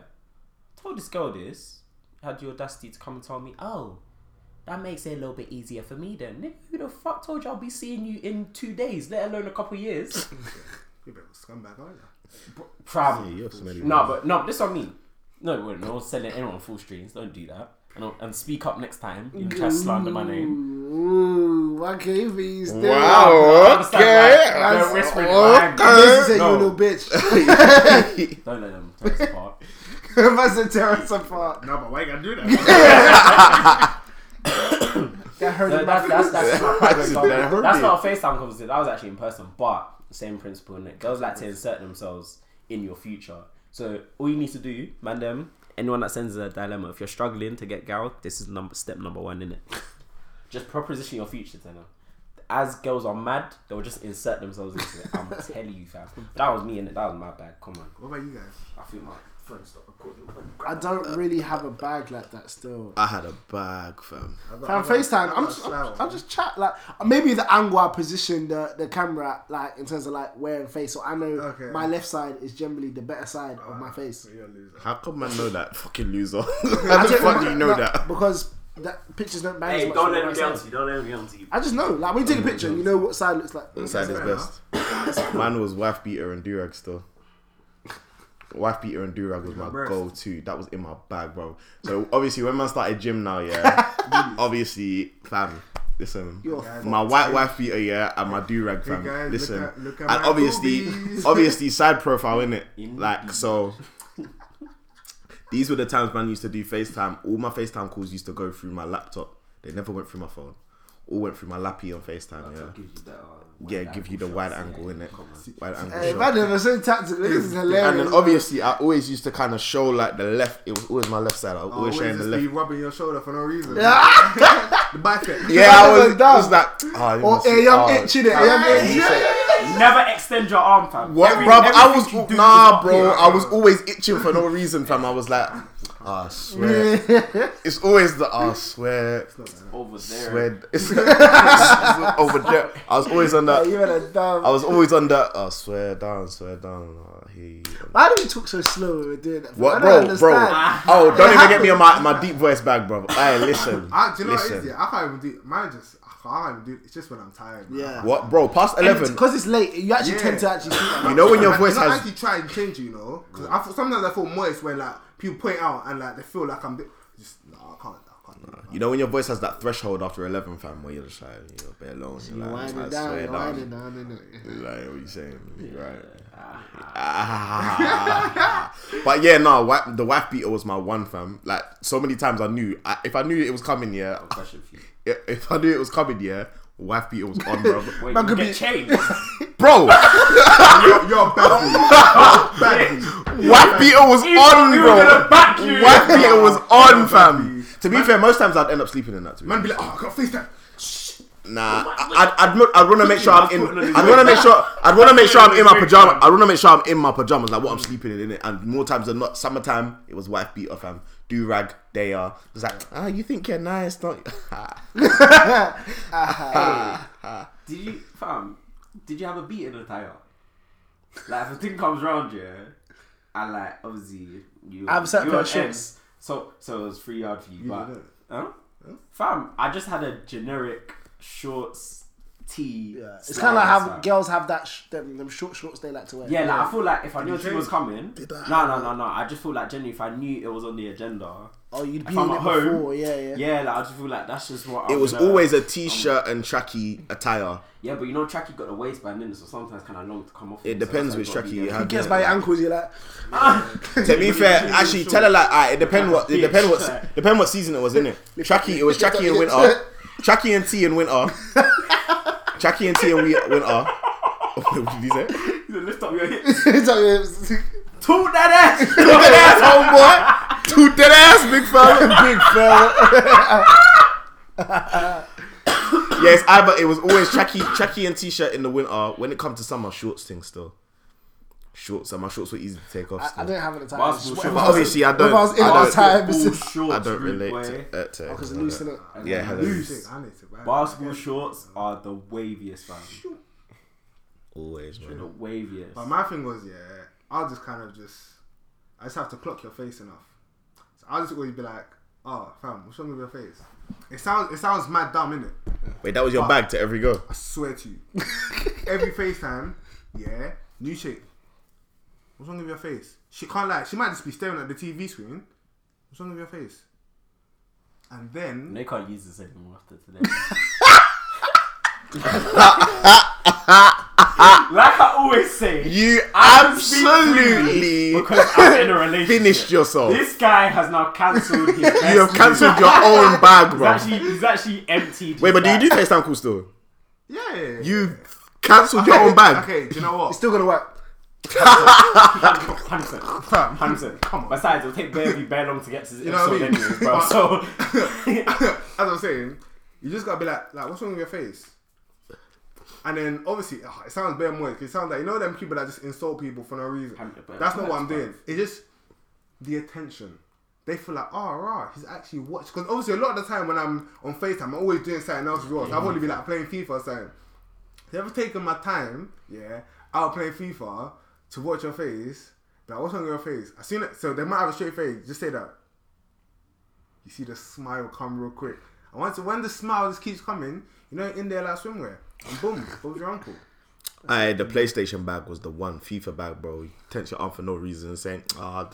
[SPEAKER 5] Told this girl this, had the audacity to come and tell me, oh, that makes it a little bit easier for me then. Nigga, who the fuck told you I'll be seeing you in two days, let alone a couple years?
[SPEAKER 3] You better scumbag, aren't you?
[SPEAKER 5] Travel.
[SPEAKER 4] You're smelly.
[SPEAKER 5] No, but no, this is what I mean. No, we're not selling anyone full streams. Don't do that. And, I'll- and speak up next time. You try
[SPEAKER 3] Mm.
[SPEAKER 5] to slander my name.
[SPEAKER 2] Ooh, what gave these? Oh,
[SPEAKER 5] I
[SPEAKER 4] Wow.
[SPEAKER 5] understand,
[SPEAKER 4] Okay.
[SPEAKER 5] like, Don't whisper it behind me.
[SPEAKER 2] This is a
[SPEAKER 5] No.
[SPEAKER 2] you little bitch.
[SPEAKER 5] Don't let them tear us apart.
[SPEAKER 2] That's a tear us apart.
[SPEAKER 3] No, but why you gotta do that?
[SPEAKER 2] That hurt
[SPEAKER 5] No,
[SPEAKER 2] my
[SPEAKER 5] that's that's that's not a private
[SPEAKER 4] That
[SPEAKER 5] conversation.
[SPEAKER 4] hurt
[SPEAKER 5] That's
[SPEAKER 4] me.
[SPEAKER 5] not a FaceTime conversation. That was actually in person, but same principle. Innit? Girls like to insert themselves in your future. So all you need to do, man, them anyone that sends a dilemma, if you're struggling to get gal, this is number step number one in it. Just proposition your future to them. As girls are mad, they'll just insert themselves into it. I'm telling you, fam. That was me, and that was my bag. Come on,
[SPEAKER 3] what about you guys?
[SPEAKER 5] I feel my friend stopped recording.
[SPEAKER 2] I don't really have a bag like that still.
[SPEAKER 4] I had a bag, fam.
[SPEAKER 2] Fam, FaceTime. I'm just, I'm, I'm just chat like maybe the angle I position the, the camera at, like in terms of like wearing face. So I know
[SPEAKER 3] Okay.
[SPEAKER 2] my left side is generally the better side of my face.
[SPEAKER 3] You're a loser.
[SPEAKER 4] How come I know that? Fucking loser. How the fuck do you know
[SPEAKER 2] No,
[SPEAKER 4] that?
[SPEAKER 2] because that pictures don't bang. as
[SPEAKER 5] Hey,
[SPEAKER 2] much
[SPEAKER 5] don't
[SPEAKER 2] with
[SPEAKER 5] let
[SPEAKER 2] my
[SPEAKER 5] him
[SPEAKER 2] side.
[SPEAKER 5] get onto you. Don't let him get onto you.
[SPEAKER 2] I just know. Like when you take a picture, you know what side looks like.
[SPEAKER 4] Side is best. Mine was wife beater and durag still. Wife beater and durag was my
[SPEAKER 3] breast.
[SPEAKER 4] go to. That was in my bag, bro. So obviously when man started gym now, yeah. obviously, fam, listen.
[SPEAKER 3] Guys,
[SPEAKER 4] my white wife beater, yeah, and my durag fam.
[SPEAKER 3] guys, look
[SPEAKER 4] listen.
[SPEAKER 3] at- look at
[SPEAKER 4] and
[SPEAKER 3] my
[SPEAKER 4] obviously
[SPEAKER 3] boobies.
[SPEAKER 4] obviously side profile, innit? Like so these were the times man used to do FaceTime. All my FaceTime calls used to go through my laptop. They never went through my phone. All went through my lappy on FaceTime, yeah.
[SPEAKER 5] Gives you that, uh,
[SPEAKER 4] Yeah,
[SPEAKER 5] wide
[SPEAKER 4] give you the
[SPEAKER 5] angle
[SPEAKER 4] wide
[SPEAKER 5] shots,
[SPEAKER 4] angle
[SPEAKER 5] yeah.
[SPEAKER 4] in it. Wide angle
[SPEAKER 2] Hey,
[SPEAKER 4] shot.
[SPEAKER 2] man, they're so tactical. This is
[SPEAKER 4] And
[SPEAKER 2] hilarious.
[SPEAKER 4] then obviously, I always used to kind of show like the left. It was always my left side. I was
[SPEAKER 5] Oh,
[SPEAKER 3] Always
[SPEAKER 4] always showing the
[SPEAKER 3] just be
[SPEAKER 4] left.
[SPEAKER 3] rubbing your shoulder for no reason.
[SPEAKER 2] Ah!
[SPEAKER 3] The bicep.
[SPEAKER 4] Yeah, I was,
[SPEAKER 2] Down.
[SPEAKER 4] I was like, oh, you
[SPEAKER 2] Or
[SPEAKER 4] must
[SPEAKER 2] a
[SPEAKER 4] see-
[SPEAKER 2] young
[SPEAKER 4] oh,
[SPEAKER 2] itch in it. A young itch.
[SPEAKER 5] Never extend your arm, fam.
[SPEAKER 4] What,
[SPEAKER 5] Every-
[SPEAKER 4] bro? I
[SPEAKER 5] everything
[SPEAKER 4] was
[SPEAKER 5] you do is
[SPEAKER 4] nah,
[SPEAKER 5] up
[SPEAKER 4] bro.
[SPEAKER 5] here.
[SPEAKER 4] I was always itching for no reason, fam. I was like, ah, I swear, it's always the ah, I swear,
[SPEAKER 5] over there.
[SPEAKER 4] swear. It's, over there. I was always on that.
[SPEAKER 2] You had a dumb.
[SPEAKER 4] I was always on that. I swear down, swear down. I hear you.
[SPEAKER 2] Why do we talk so slow when we're doing that? I
[SPEAKER 4] What,
[SPEAKER 2] don't
[SPEAKER 4] bro, bro?
[SPEAKER 2] understand.
[SPEAKER 4] Oh, don't even get me on my, my deep voice bag, bro. Hey, listen,
[SPEAKER 3] I, do you know what it is?
[SPEAKER 4] listen.
[SPEAKER 3] Yeah, I can't even do. Mine just. I can't even do. It's just when I'm tired. Man.
[SPEAKER 2] Yeah.
[SPEAKER 4] What, bro? Past eleven.
[SPEAKER 2] Because it's late, you actually
[SPEAKER 3] Yeah.
[SPEAKER 2] tend to actually see that.
[SPEAKER 4] You know when your
[SPEAKER 3] I-
[SPEAKER 4] voice
[SPEAKER 3] you know, I
[SPEAKER 4] has.
[SPEAKER 3] actually try and change, you know, because I feel- sometimes I feel moist when like people point out and like they feel like I'm just no, I can't, I can't. do that.
[SPEAKER 4] You know when your voice has that threshold after eleven, fam, where you're just like you're a bit alone. You're
[SPEAKER 2] You
[SPEAKER 4] like,
[SPEAKER 2] wind
[SPEAKER 4] I
[SPEAKER 2] it down,
[SPEAKER 4] swear
[SPEAKER 2] you wind it
[SPEAKER 4] down.
[SPEAKER 2] down, innit?
[SPEAKER 4] Like what you saying, You're right? Ah. but yeah, no, wi- the wife beater was my one, fam. Like so many times, I knew I, if I knew it was coming, yeah.
[SPEAKER 5] Question for you.
[SPEAKER 4] I- If I knew it was coming, yeah. Wife beater was on, bro.
[SPEAKER 5] Wait,
[SPEAKER 2] Man
[SPEAKER 5] you
[SPEAKER 2] could
[SPEAKER 5] get
[SPEAKER 2] be-
[SPEAKER 5] changed.
[SPEAKER 4] bro,
[SPEAKER 3] You're, you're a bad boy. Bad boy.
[SPEAKER 4] wife beater was on,
[SPEAKER 5] we were
[SPEAKER 4] bro.
[SPEAKER 5] gonna back you.
[SPEAKER 4] Wife beater was on, fam. To be fair, most times I'd end up sleeping in that. To be
[SPEAKER 3] Man, be
[SPEAKER 4] honest.
[SPEAKER 3] like, oh, I got FaceTime.
[SPEAKER 4] Nah, I- I'd, I'd, mo- I'd want to make sure I'm in.
[SPEAKER 5] Putting on his
[SPEAKER 4] I'd want to make sure. I'd want to make sure I'm in my
[SPEAKER 5] Putting on his
[SPEAKER 4] pajama. I want to make sure I'm in my pajamas, like what I'm sleeping in, innit? And more times than not, summertime it was wife beater, fam. Do rag, they are. It's like, ah, you think you're nice, don't? you?
[SPEAKER 5] Did you, fam? Did you have a beat in the tire? Like, if a thing comes round you, and like obviously you,
[SPEAKER 2] I have a certain
[SPEAKER 5] you
[SPEAKER 2] pair
[SPEAKER 5] on
[SPEAKER 2] of shorts.
[SPEAKER 5] ends, so so it was free yard for you, but
[SPEAKER 3] did it.
[SPEAKER 5] huh? fam, I just had a generic shorts tee.
[SPEAKER 2] Yeah, it's
[SPEAKER 5] slide
[SPEAKER 2] kind of like how
[SPEAKER 5] outside.
[SPEAKER 2] girls have that sh- them, them short shorts they like to wear.
[SPEAKER 5] Yeah, like, I feel like if I knew a team was
[SPEAKER 3] change?
[SPEAKER 5] coming, no, no, no, no. I just feel like generally, if I knew it was on the agenda,
[SPEAKER 2] oh, you'd be
[SPEAKER 5] if I'm
[SPEAKER 2] in it
[SPEAKER 5] at home,
[SPEAKER 2] before. Yeah, yeah.
[SPEAKER 5] yeah, like I just feel like that's just what
[SPEAKER 4] It
[SPEAKER 5] I'm
[SPEAKER 4] was
[SPEAKER 5] gonna-
[SPEAKER 4] always a t-shirt and tracky attire.
[SPEAKER 5] yeah, but you know, tracky got the waistband in, it, so sometimes kind of long to come off.
[SPEAKER 4] It depends which tracky you have.
[SPEAKER 2] He gets
[SPEAKER 4] innit?
[SPEAKER 2] by your ankles. You're like,
[SPEAKER 4] to be fair, actually, tell her like, alright, it depend what it
[SPEAKER 5] Bitch.
[SPEAKER 4] depend what depend what season it was in it. Tracky, it was Tracky in winter, Tracky and tea in winter, Tracky and tea in we- winter. what did he say?
[SPEAKER 5] You lift up your hips,
[SPEAKER 2] It's like-
[SPEAKER 5] toot that ass.
[SPEAKER 4] Dead ass, homeboy. Two dead ass, big fella.
[SPEAKER 2] big fella.
[SPEAKER 4] Yes, I. But it was always Tracky, Tracky and t-shirt in the winter. When it comes to summer, shorts thing still. Shorts and my shorts were easy to take off.
[SPEAKER 2] I, I
[SPEAKER 4] Still.
[SPEAKER 2] didn't have it at the time.
[SPEAKER 5] Basketball
[SPEAKER 2] It's just
[SPEAKER 5] shorts.
[SPEAKER 2] whatever
[SPEAKER 4] But obviously, I don't.
[SPEAKER 2] Whether I was in
[SPEAKER 4] I
[SPEAKER 2] or
[SPEAKER 4] don't,
[SPEAKER 2] outside. time,
[SPEAKER 5] Football
[SPEAKER 2] it's-
[SPEAKER 5] shorts,
[SPEAKER 4] I don't
[SPEAKER 5] rude
[SPEAKER 4] relate
[SPEAKER 5] boy.
[SPEAKER 4] to, uh, to
[SPEAKER 2] because
[SPEAKER 4] anything
[SPEAKER 2] loose
[SPEAKER 4] like
[SPEAKER 2] in
[SPEAKER 4] that.
[SPEAKER 2] it.
[SPEAKER 4] Yeah, hello.
[SPEAKER 3] Loose.
[SPEAKER 5] Basketball shorts are the waviest, fam.
[SPEAKER 4] Always, man.
[SPEAKER 5] The waviest.
[SPEAKER 3] But my thing was, yeah, I'll just kind of just, I just have to clock your face enough. So I'll just always be like, oh, fam, what's wrong with your face? It sounds, it sounds mad dumb, innit?
[SPEAKER 4] Wait, that was your bag to every girl.
[SPEAKER 3] I swear to you. Every FaceTime, yeah, new shape. What's wrong with your face? She can't lie. She might just be staring at the TV screen. What's wrong with your face? And then,
[SPEAKER 5] They can't use this anymore after today. like I always say,
[SPEAKER 4] You
[SPEAKER 5] I can speak freely
[SPEAKER 4] absolutely
[SPEAKER 5] because I'm in a relationship.
[SPEAKER 4] finished yourself.
[SPEAKER 5] This guy has now cancelled his. best
[SPEAKER 4] You have
[SPEAKER 5] move.
[SPEAKER 4] cancelled your own bag,
[SPEAKER 5] He's
[SPEAKER 4] bro.
[SPEAKER 5] actually, he's actually emptied.
[SPEAKER 4] Wait, but do you do FaceTime calls still?
[SPEAKER 3] yeah,
[SPEAKER 4] You cancelled your own bag.
[SPEAKER 3] Okay, do you know what?
[SPEAKER 2] It's still gonna work.
[SPEAKER 5] Hansen? Hansen, come on. Besides, it'll take barely very long to get to this
[SPEAKER 3] You know
[SPEAKER 5] episode,
[SPEAKER 3] what I mean?
[SPEAKER 5] anyways, bro. So,
[SPEAKER 3] as I'm saying, you just gotta be like, like, what's wrong with your face? And then obviously, ugh, it sounds bare moist. 'cause It sounds like you know them people that just insult people for no reason.
[SPEAKER 5] Hundred percent.
[SPEAKER 3] That's not what I'm
[SPEAKER 5] That's
[SPEAKER 3] doing. It's just the attention. They feel like, oh, rah, he's actually watched. Because obviously, a lot of the time when I'm on Facetime, I'm always doing something else as well. So I've only been like playing FIFA or something. They ever taken my time, yeah, out playing FIFA to watch your face. Like, what's wrong with your face? I seen it. So they might have a straight face. Just say that. You see the smile come real quick. And once when the smile just keeps coming, you know, in there like swimwear. And boom, what was your uncle?
[SPEAKER 4] I the PlayStation bag was the one FIFA bag, bro. You tense your arm for no reason, saying, "Ah,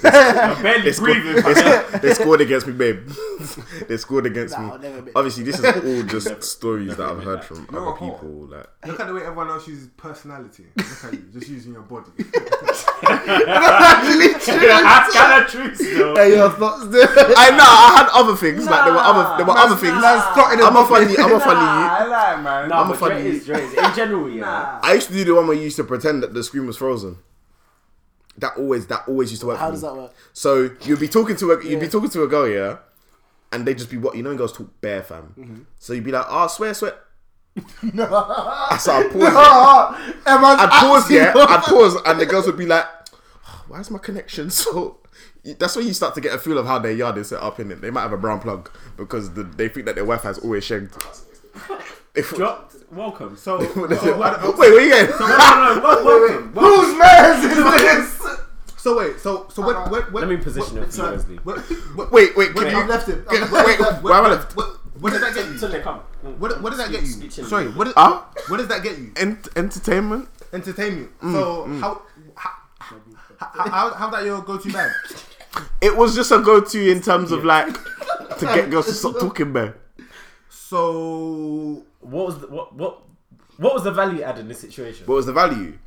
[SPEAKER 5] I'm barely
[SPEAKER 4] they scored,
[SPEAKER 5] breathing.
[SPEAKER 4] they, scored- they scored against me, babe. they scored against
[SPEAKER 2] Nah, I'll
[SPEAKER 4] me."
[SPEAKER 2] never admit-
[SPEAKER 4] Obviously, this is all just stories that I've heard from
[SPEAKER 3] You're
[SPEAKER 4] other
[SPEAKER 3] a whore.
[SPEAKER 4] people. Like,
[SPEAKER 3] Look at the way everyone else uses personality. Look at you, just using your body.
[SPEAKER 5] That's kind of true, still.
[SPEAKER 2] Hey, your thoughts there.
[SPEAKER 4] I know I had other things, like there were other there were other things. I'm a funny, I'm a funny.
[SPEAKER 3] I lie, man.
[SPEAKER 5] Nah,
[SPEAKER 4] I'm
[SPEAKER 5] but
[SPEAKER 4] funny.
[SPEAKER 5] Dre is, Dre is. In general, yeah.
[SPEAKER 4] I used to do the one where you used to pretend that the screen was frozen. That always that always used to work.
[SPEAKER 2] How
[SPEAKER 4] for
[SPEAKER 2] does
[SPEAKER 4] me.
[SPEAKER 2] that work?
[SPEAKER 4] So you'd be talking to a you'd be
[SPEAKER 2] Yeah.
[SPEAKER 4] talking to a girl, yeah, and they would just be what you know when girls talk bare fam.
[SPEAKER 2] Mm-hmm.
[SPEAKER 4] So you'd be like, oh, swear, swear. no. So I pause. it. I'd pause, yeah. I'd pause, and the girls would be like, "Oh, why is my connection so? That's when you start to get a feel of how their yard is set up in it. They might have a brown plug because the, they think that their Wi-Fi is always shagged. They thought-
[SPEAKER 5] Yo, welcome. So,
[SPEAKER 4] Wait, where you going?
[SPEAKER 5] no, no, wel- welcome. welcome.
[SPEAKER 2] Whose man is this?
[SPEAKER 3] So wait, so so what? what, what
[SPEAKER 5] Let me position it for you, Wesley.
[SPEAKER 3] What, what,
[SPEAKER 4] Wait, wait, can
[SPEAKER 3] what,
[SPEAKER 4] you?
[SPEAKER 3] I've left him.
[SPEAKER 4] Wait,
[SPEAKER 3] I've-
[SPEAKER 4] wait,
[SPEAKER 3] what-
[SPEAKER 4] why am I left?
[SPEAKER 3] What, what did that get you?
[SPEAKER 5] Till they come. Mm.
[SPEAKER 3] What, what does that get you?
[SPEAKER 5] Speak to me.
[SPEAKER 3] Sorry, what, did-
[SPEAKER 4] Huh?
[SPEAKER 3] what does that get you?
[SPEAKER 4] Ent- entertainment?
[SPEAKER 3] Entertainment.
[SPEAKER 5] Mm,
[SPEAKER 3] So how, how, how, how, how that your go-to bag?
[SPEAKER 4] It was just a go-to in terms of like to get girls to stop talking, man.
[SPEAKER 3] So
[SPEAKER 5] What was the, what what what was the value add in this situation?
[SPEAKER 4] What was the value?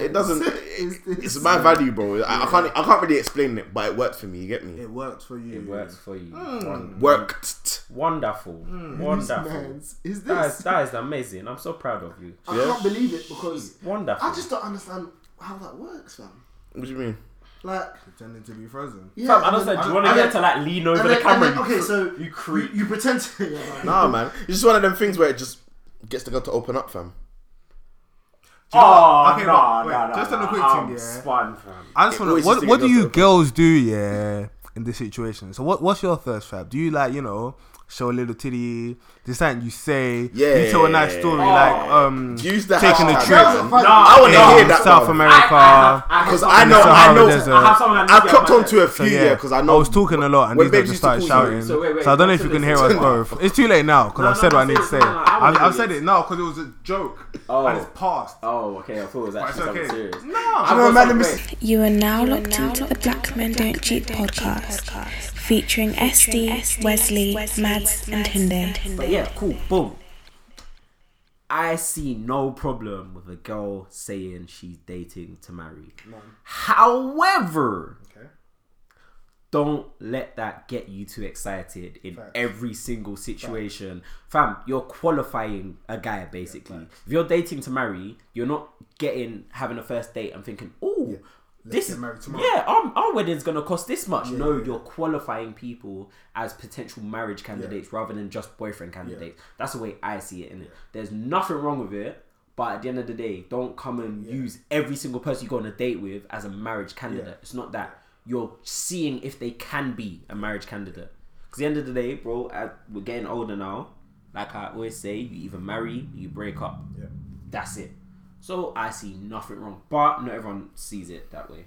[SPEAKER 4] It doesn't. It, it's my value, bro. I, I can't. I can't really explain it, but it worked for me. You get me?
[SPEAKER 3] it worked for you.
[SPEAKER 5] It works for you. Won-
[SPEAKER 4] worked.
[SPEAKER 5] Wonderful, wonderful.
[SPEAKER 2] Is
[SPEAKER 5] That is,
[SPEAKER 2] this?
[SPEAKER 5] that is amazing. I'm so proud of you.
[SPEAKER 2] I can't believe it because
[SPEAKER 5] Wonderful.
[SPEAKER 2] I just don't understand how that works, man.
[SPEAKER 4] What do you mean?
[SPEAKER 2] Like,
[SPEAKER 3] Pretending to be frozen.
[SPEAKER 2] yeah,
[SPEAKER 5] Fam, I
[SPEAKER 2] and
[SPEAKER 5] don't
[SPEAKER 2] then-
[SPEAKER 5] know. Do you want to
[SPEAKER 2] and
[SPEAKER 5] get to
[SPEAKER 2] then-
[SPEAKER 5] like lean over
[SPEAKER 2] and
[SPEAKER 5] the
[SPEAKER 2] then-
[SPEAKER 5] camera?
[SPEAKER 2] and then- Okay, so
[SPEAKER 5] you creep.
[SPEAKER 2] You pretend to. Yeah, man.
[SPEAKER 4] Nah, man. It's just one of them things where it just gets the girl to open up, fam.
[SPEAKER 3] Okay,
[SPEAKER 5] Oh, Ah, nah,
[SPEAKER 3] wait,
[SPEAKER 5] nah,
[SPEAKER 3] wait,
[SPEAKER 5] nah,
[SPEAKER 3] just on
[SPEAKER 5] nah,
[SPEAKER 3] a quick
[SPEAKER 5] I'm
[SPEAKER 3] thing, yeah.
[SPEAKER 5] Spun, fam.
[SPEAKER 3] I just
[SPEAKER 4] It
[SPEAKER 3] want
[SPEAKER 4] always
[SPEAKER 3] to.
[SPEAKER 4] used
[SPEAKER 3] What,
[SPEAKER 4] to
[SPEAKER 3] what
[SPEAKER 4] get
[SPEAKER 3] do
[SPEAKER 4] girls
[SPEAKER 3] you
[SPEAKER 4] to-
[SPEAKER 3] girls do, yeah, in this situation? So, what, what's your thirst trap? Do you like, you know, show a little titty. This ain't you say.
[SPEAKER 4] Yeah.
[SPEAKER 3] You tell a nice story like um
[SPEAKER 4] Use the
[SPEAKER 3] taking a
[SPEAKER 4] hashtag,
[SPEAKER 3] trip.
[SPEAKER 4] man.
[SPEAKER 3] No,
[SPEAKER 4] I want to
[SPEAKER 3] um,
[SPEAKER 4] hear that
[SPEAKER 3] South
[SPEAKER 4] one.
[SPEAKER 3] America.
[SPEAKER 4] because I know,
[SPEAKER 3] Sahara
[SPEAKER 4] I know,
[SPEAKER 3] Desert.
[SPEAKER 4] I
[SPEAKER 3] I
[SPEAKER 5] have someone that needs
[SPEAKER 4] have
[SPEAKER 5] to
[SPEAKER 4] clocked
[SPEAKER 5] get
[SPEAKER 4] onto a few,
[SPEAKER 3] So,
[SPEAKER 4] yeah, because I know.
[SPEAKER 3] I was talking a lot and
[SPEAKER 4] When
[SPEAKER 3] these guys
[SPEAKER 4] babes
[SPEAKER 3] just
[SPEAKER 4] used to
[SPEAKER 3] started
[SPEAKER 4] call you.
[SPEAKER 3] shouting.
[SPEAKER 5] So
[SPEAKER 3] So,
[SPEAKER 5] wait, wait,
[SPEAKER 3] I don't know if
[SPEAKER 5] so
[SPEAKER 3] you can
[SPEAKER 5] they-
[SPEAKER 3] hear
[SPEAKER 5] so
[SPEAKER 3] us
[SPEAKER 5] wait.
[SPEAKER 3] both. It's too late now because
[SPEAKER 5] No,
[SPEAKER 3] I've said
[SPEAKER 5] no,
[SPEAKER 3] what I need to
[SPEAKER 5] say it,
[SPEAKER 3] say.
[SPEAKER 5] no, no, I wanna
[SPEAKER 3] I've,
[SPEAKER 5] hear
[SPEAKER 3] I've said
[SPEAKER 5] this.
[SPEAKER 3] it now because it was a joke
[SPEAKER 5] Oh.
[SPEAKER 3] and it's past.
[SPEAKER 5] Oh, okay. I thought it was
[SPEAKER 3] But it's
[SPEAKER 5] actually something
[SPEAKER 3] okay.
[SPEAKER 5] serious.
[SPEAKER 3] No,
[SPEAKER 5] I've got
[SPEAKER 2] man,
[SPEAKER 5] something
[SPEAKER 2] let me
[SPEAKER 5] great.
[SPEAKER 7] You are now locked into the Black Men Don't Cheat podcast, featuring SD, Wesley, Mads, and Hinde.
[SPEAKER 5] But yeah, cool. Boom. I see no problem with a girl saying she's dating to marry. However, don't let that get you too excited in every single situation. Fam, you're qualifying a guy basically. If you're dating to marry, you're not getting having a first date and thinking, oh, this
[SPEAKER 3] get
[SPEAKER 5] is
[SPEAKER 3] married tomorrow."
[SPEAKER 5] yeah, our, our wedding's gonna cost this much. no, you're qualifying people as potential marriage candidates rather than just boyfriend candidates. That's the way I see it. And there's nothing wrong with it. But at the end of the day, don't come and use every single person you go on a date with as a marriage candidate. It's not that you're seeing if they can be a marriage candidate. Because the end of the day, bro, uh we're getting older now. Like I always say, you either marry, you break up. That's it. So I see nothing wrong, but not everyone sees it that way.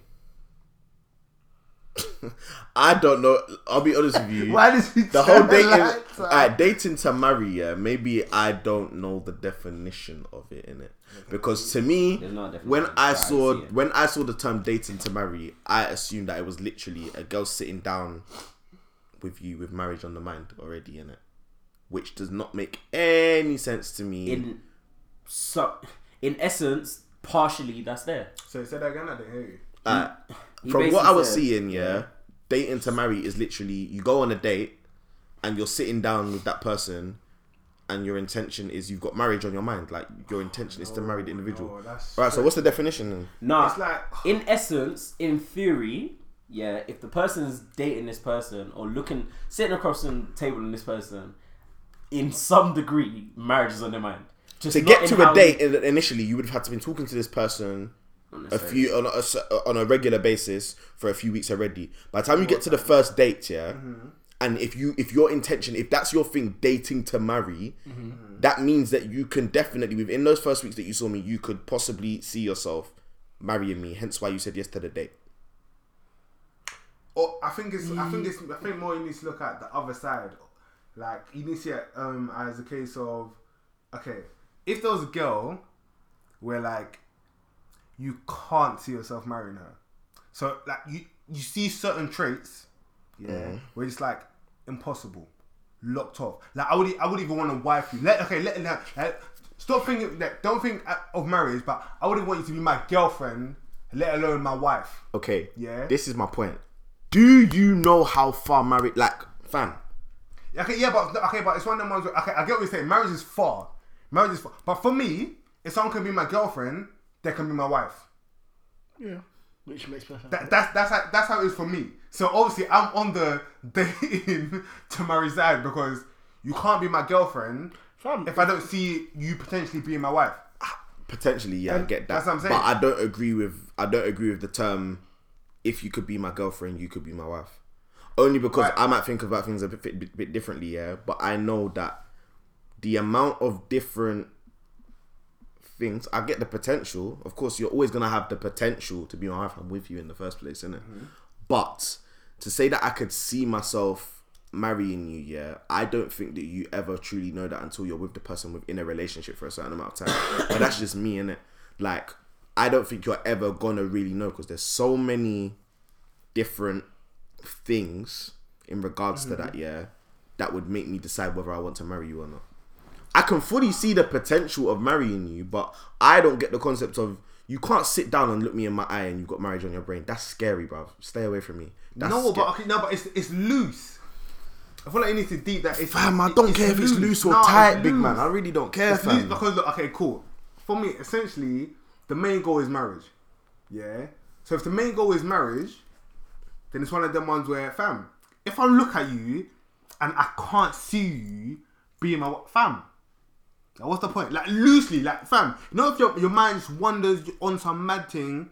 [SPEAKER 4] I don't know. I'll be honest with you.
[SPEAKER 3] Why did you
[SPEAKER 4] the whole
[SPEAKER 3] turn the
[SPEAKER 4] dating, uh,
[SPEAKER 3] lights out?
[SPEAKER 4] alright, dating to marry? Yeah, maybe I don't know the definition of it in it because to me,
[SPEAKER 5] not a definition,
[SPEAKER 4] when I
[SPEAKER 5] but I
[SPEAKER 4] saw
[SPEAKER 5] see it.
[SPEAKER 4] when I saw the term dating to marry, I assumed that it was literally a girl sitting down with you with marriage on the mind already in it, which does not make any sense to me.
[SPEAKER 5] In so, in essence, partially that's there.
[SPEAKER 3] So you said that again, I didn't hear you.
[SPEAKER 4] Like,
[SPEAKER 5] He
[SPEAKER 4] from what I
[SPEAKER 5] basically
[SPEAKER 4] was
[SPEAKER 5] said-
[SPEAKER 4] seeing, yeah, dating to marry is literally you go on a date and you're sitting down with that person, and your intention is you've got marriage on your mind. Like your intention is to marry
[SPEAKER 5] Oh,
[SPEAKER 4] the individual.
[SPEAKER 3] no, that's
[SPEAKER 4] All right. So what's the definition? Then?
[SPEAKER 5] Nah,
[SPEAKER 3] It's like-
[SPEAKER 5] in essence, in theory, yeah, if the person's dating this person or looking sitting across the table in this person, in some degree, marriage is on their mind. Just
[SPEAKER 4] To
[SPEAKER 5] not
[SPEAKER 4] get
[SPEAKER 5] in
[SPEAKER 4] to
[SPEAKER 5] how
[SPEAKER 4] a date in- initially, you would have had to been talking to this person. A few on a, s- on a regular basis for a few weeks already. By the time you get to the first date, yeah, and if you if your intention if that's your thing, dating to marry, that means that you can definitely within those first weeks that you saw me, you could possibly see yourself marrying me. Hence why you said yes to the date.
[SPEAKER 3] Or I think it's I think it's I think more you need to look at the other side. Like you need to see it um as a case of okay, if there was a girl where like you can't see yourself marrying her. So like you you see certain traits, yeah, where it's like impossible, locked off. Like I would e, I would even want to wife you. Let okay let, let, let- stop thinking. Like, don't think uh, of marriage, but I wouldn't want you to be my girlfriend, let alone my wife.
[SPEAKER 4] Okay.
[SPEAKER 3] Yeah.
[SPEAKER 4] This is my point. Do you know how far married like fam?
[SPEAKER 3] Okay, yeah, but okay, but it's one of them ones. Where, okay, I get what you're saying. Marriage is far. Marriage is far. But for me, if someone can be my girlfriend, they can be my wife.
[SPEAKER 2] Yeah, which makes perfect.
[SPEAKER 3] That, that's that's how, that's how it is for me. So obviously, I'm on the dating to marry side because you can't be my girlfriend
[SPEAKER 2] Fam.
[SPEAKER 3] if I don't see you potentially being my wife.
[SPEAKER 4] Potentially, yeah, I get that.
[SPEAKER 3] that's what I'm saying.
[SPEAKER 4] But I don't agree with I don't agree with the term if you could be my girlfriend, you could be my wife. Only because I might think about things a bit, bit, bit differently, yeah. But I know that the amount of different things, I get the potential. Of course, you're always gonna have the potential to be my wife. I'm with you in the first place, innit? But to say that I could see myself marrying you, yeah, I don't think that you ever truly know that until you're with the person within a relationship for a certain amount of time. but that's just me, innit? Like, I don't think you're ever gonna really know because there's so many different things in regards to
[SPEAKER 3] Mm-hmm.
[SPEAKER 4] that, yeah, that would make me decide whether I want to marry you or not. I can fully see the potential of marrying you, but I don't get the concept of you can't sit down and look me in my eye and you've got marriage on your brain. That's scary, bruv. Stay away from me. That's
[SPEAKER 3] no,
[SPEAKER 4] sca-
[SPEAKER 3] but okay, no, but it's it's loose. I feel like you need to deep that. It's,
[SPEAKER 4] fam, I
[SPEAKER 3] it-
[SPEAKER 4] don't care if it's loose or
[SPEAKER 3] No, it's
[SPEAKER 4] tight, big man.
[SPEAKER 3] loose.
[SPEAKER 4] I really don't care,
[SPEAKER 3] It's loose
[SPEAKER 4] fam.
[SPEAKER 3] because look, okay, cool. For me, essentially, the main goal is marriage. Yeah. So if the main goal is marriage, then it's one of them ones where, fam, if I look at you and I can't see you being my wa- fam, like, what's the point? Like loosely, like fam, you know, if your your mind just wanders on some mad thing,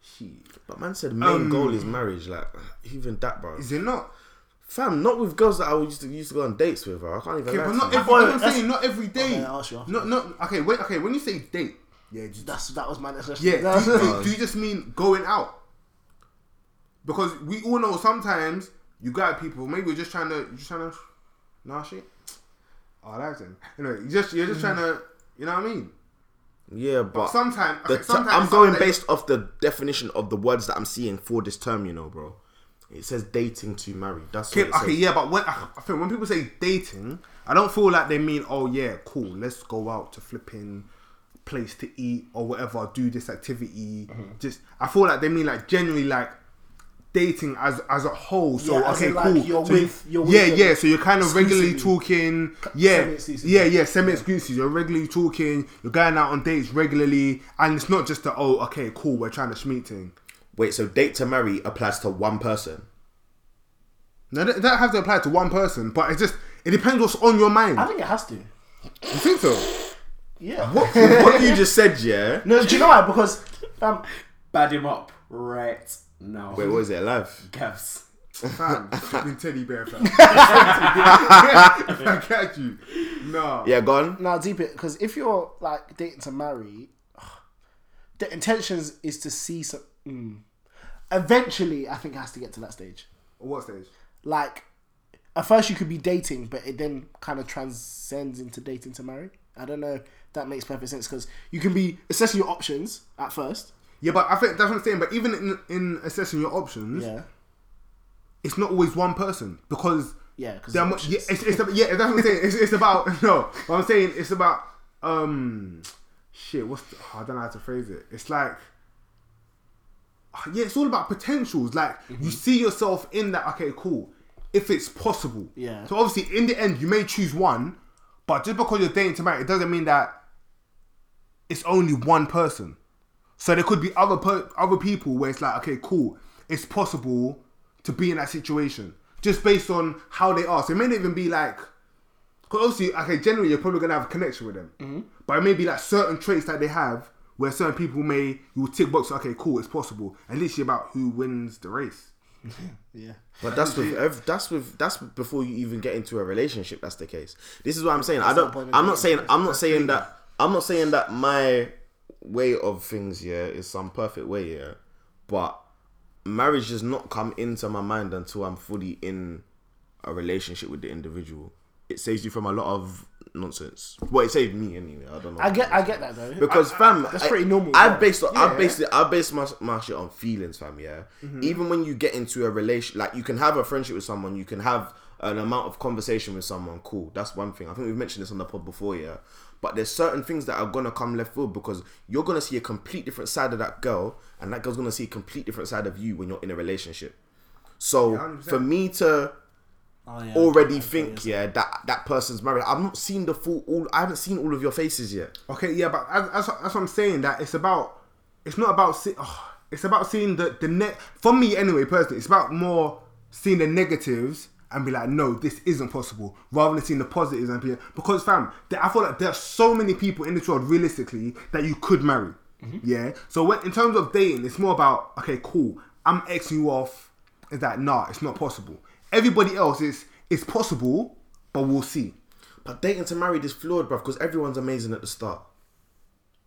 [SPEAKER 3] shit,
[SPEAKER 4] But man said main goal is marriage. Like even that, bro.
[SPEAKER 3] is Um, it not?
[SPEAKER 4] Fam, not with girls that I used to used to go on dates with. Bro. I can't even.
[SPEAKER 3] Okay,
[SPEAKER 4] lie
[SPEAKER 3] but
[SPEAKER 4] to
[SPEAKER 3] not
[SPEAKER 4] you.
[SPEAKER 3] every, what I'm
[SPEAKER 2] that's-
[SPEAKER 3] saying not every day.
[SPEAKER 2] Okay, I'll ask you after.
[SPEAKER 3] no, no. Okay, wait. Okay, when you say date, yeah, do-
[SPEAKER 2] That's that was my next question.
[SPEAKER 3] yeah.
[SPEAKER 2] That's-
[SPEAKER 3] do, do- do you just mean going out? Because we all know sometimes you got people. Maybe you're just trying to, you're just trying to, nah shit. Oh, that's it. Anyway, you just you're just trying to, you know what I mean?
[SPEAKER 4] Yeah, but
[SPEAKER 3] sometime-
[SPEAKER 4] the
[SPEAKER 3] okay,
[SPEAKER 4] t-
[SPEAKER 3] sometimes
[SPEAKER 4] I'm going
[SPEAKER 3] somebody-
[SPEAKER 4] based off the definition of the words that I'm seeing for this term. You know, bro. It says dating to marry. That's
[SPEAKER 3] Okay,
[SPEAKER 4] what it
[SPEAKER 3] okay,
[SPEAKER 4] says.
[SPEAKER 3] yeah, but when I think when people say dating, I don't feel like they mean, oh yeah, cool, let's go out to flipping place to eat or whatever, do this activity.
[SPEAKER 2] Mm-hmm.
[SPEAKER 3] Just I feel like they mean like generally like dating as as a whole. So
[SPEAKER 2] Yeah, as
[SPEAKER 3] okay,
[SPEAKER 2] in, like,
[SPEAKER 3] cool.
[SPEAKER 2] you're
[SPEAKER 3] so you-
[SPEAKER 2] with- you're with
[SPEAKER 3] yeah,
[SPEAKER 2] them
[SPEAKER 3] yeah. So you're kind of regularly talking. Yeah,
[SPEAKER 2] semi-exclusively.
[SPEAKER 3] yeah, yeah. Semi exclusive. You're regularly talking. You're going out on dates regularly, and it's not just the oh, okay, cool, we're trying to schmeet thing.
[SPEAKER 4] Wait, so date to marry applies to one person.
[SPEAKER 3] No, that, that has to apply to one person, but it's just it depends what's on your mind.
[SPEAKER 2] I think it has to.
[SPEAKER 3] You think so?
[SPEAKER 2] Yeah.
[SPEAKER 4] what you just said, yeah.
[SPEAKER 2] No, do you know why? Because um,
[SPEAKER 5] Bad him up right now.
[SPEAKER 4] Wait, what is it? Alive.
[SPEAKER 5] Gavs.
[SPEAKER 3] Fam, flipping teddy bear, fam. if I catch you, no.
[SPEAKER 4] Yeah, gone.
[SPEAKER 2] now deep it because if you're like dating to marry, the intentions is to see some. Mm, eventually, I think it has to get to that stage.
[SPEAKER 3] What stage?
[SPEAKER 2] Like, at first you could be dating, but it then kind of transcends into dating to marry. I don't know. if That makes perfect sense because you can be assessing your options at first.
[SPEAKER 3] Yeah, but I think that's what I'm saying. But even in, in assessing your options,
[SPEAKER 2] Yeah.
[SPEAKER 3] it's not always one person because
[SPEAKER 2] Yeah, 'cause
[SPEAKER 3] there are
[SPEAKER 2] of
[SPEAKER 3] mu- yeah,
[SPEAKER 2] options.
[SPEAKER 3] it's, it's, ab- yeah, that's what I'm saying. It's, it's about no. What I'm saying it's about um shit. What's the, oh, I don't know how to phrase it. It's like yeah, it's all about potentials. Like you see yourself in that. Okay, cool. If it's possible,
[SPEAKER 2] Yeah.
[SPEAKER 3] So obviously, in the end, you may choose one, but just because you're dating to marry, it doesn't mean that it's only one person. So there could be other per- other people where it's like, okay, cool, it's possible to be in that situation just based on how they are. So it may not even be like, because obviously, okay, generally you're probably gonna have a connection with them, but it may be like certain traits that they have where certain people may you will tick box. Okay, cool, it's possible, and literally about who wins the race.
[SPEAKER 2] Yeah.
[SPEAKER 4] But that's with ev- that's with that's before you even get into a relationship. That's the case. This is what I'm saying. I don't.
[SPEAKER 2] point of
[SPEAKER 4] I'm not saying. I'm not saying that. I'm not saying that my way of things yeah is some perfect way yeah, but marriage does not come into my mind until I'm fully in a relationship with the individual. It saves you from a lot of nonsense. Well, it saved me anyway. I don't know.
[SPEAKER 2] I get, I get that though.
[SPEAKER 4] Because fam,
[SPEAKER 2] that's
[SPEAKER 4] I-
[SPEAKER 2] pretty normal,
[SPEAKER 4] I
[SPEAKER 2] yeah. Mm-hmm.
[SPEAKER 4] based on, I based it, I based my, my shit on feelings, fam. Yeah. Even when you get into a relation, like you can have a friendship with someone, you can have an amount of conversation with someone. Cool, that's one thing. I think we've mentioned this on the pod before, yeah. But there's certain things that are gonna come left field because you're gonna see a complete different side of that girl, and that girl's gonna see a complete different side of you when you're in a relationship. So for me to already think, yeah, that that person's married, I've not seen the full all. I haven't seen all of your faces yet.
[SPEAKER 3] Okay, yeah, but as, as, that's what I'm saying. That it's about, it's not about, see, oh, it's about seeing the the net. For me, anyway, personally, it's about more seeing the negatives and be like, no, this isn't possible, rather than seeing the positives and be because, fam, there, I feel like there are so many people in this world, realistically, that you could marry. Yeah. So when, in terms of dating, it's more about okay, cool, I'm xing you off. Is that nah? It's not possible. Everybody else is it's possible, but we'll see.
[SPEAKER 4] But dating to married is flawed, bruv, because everyone's amazing at the start.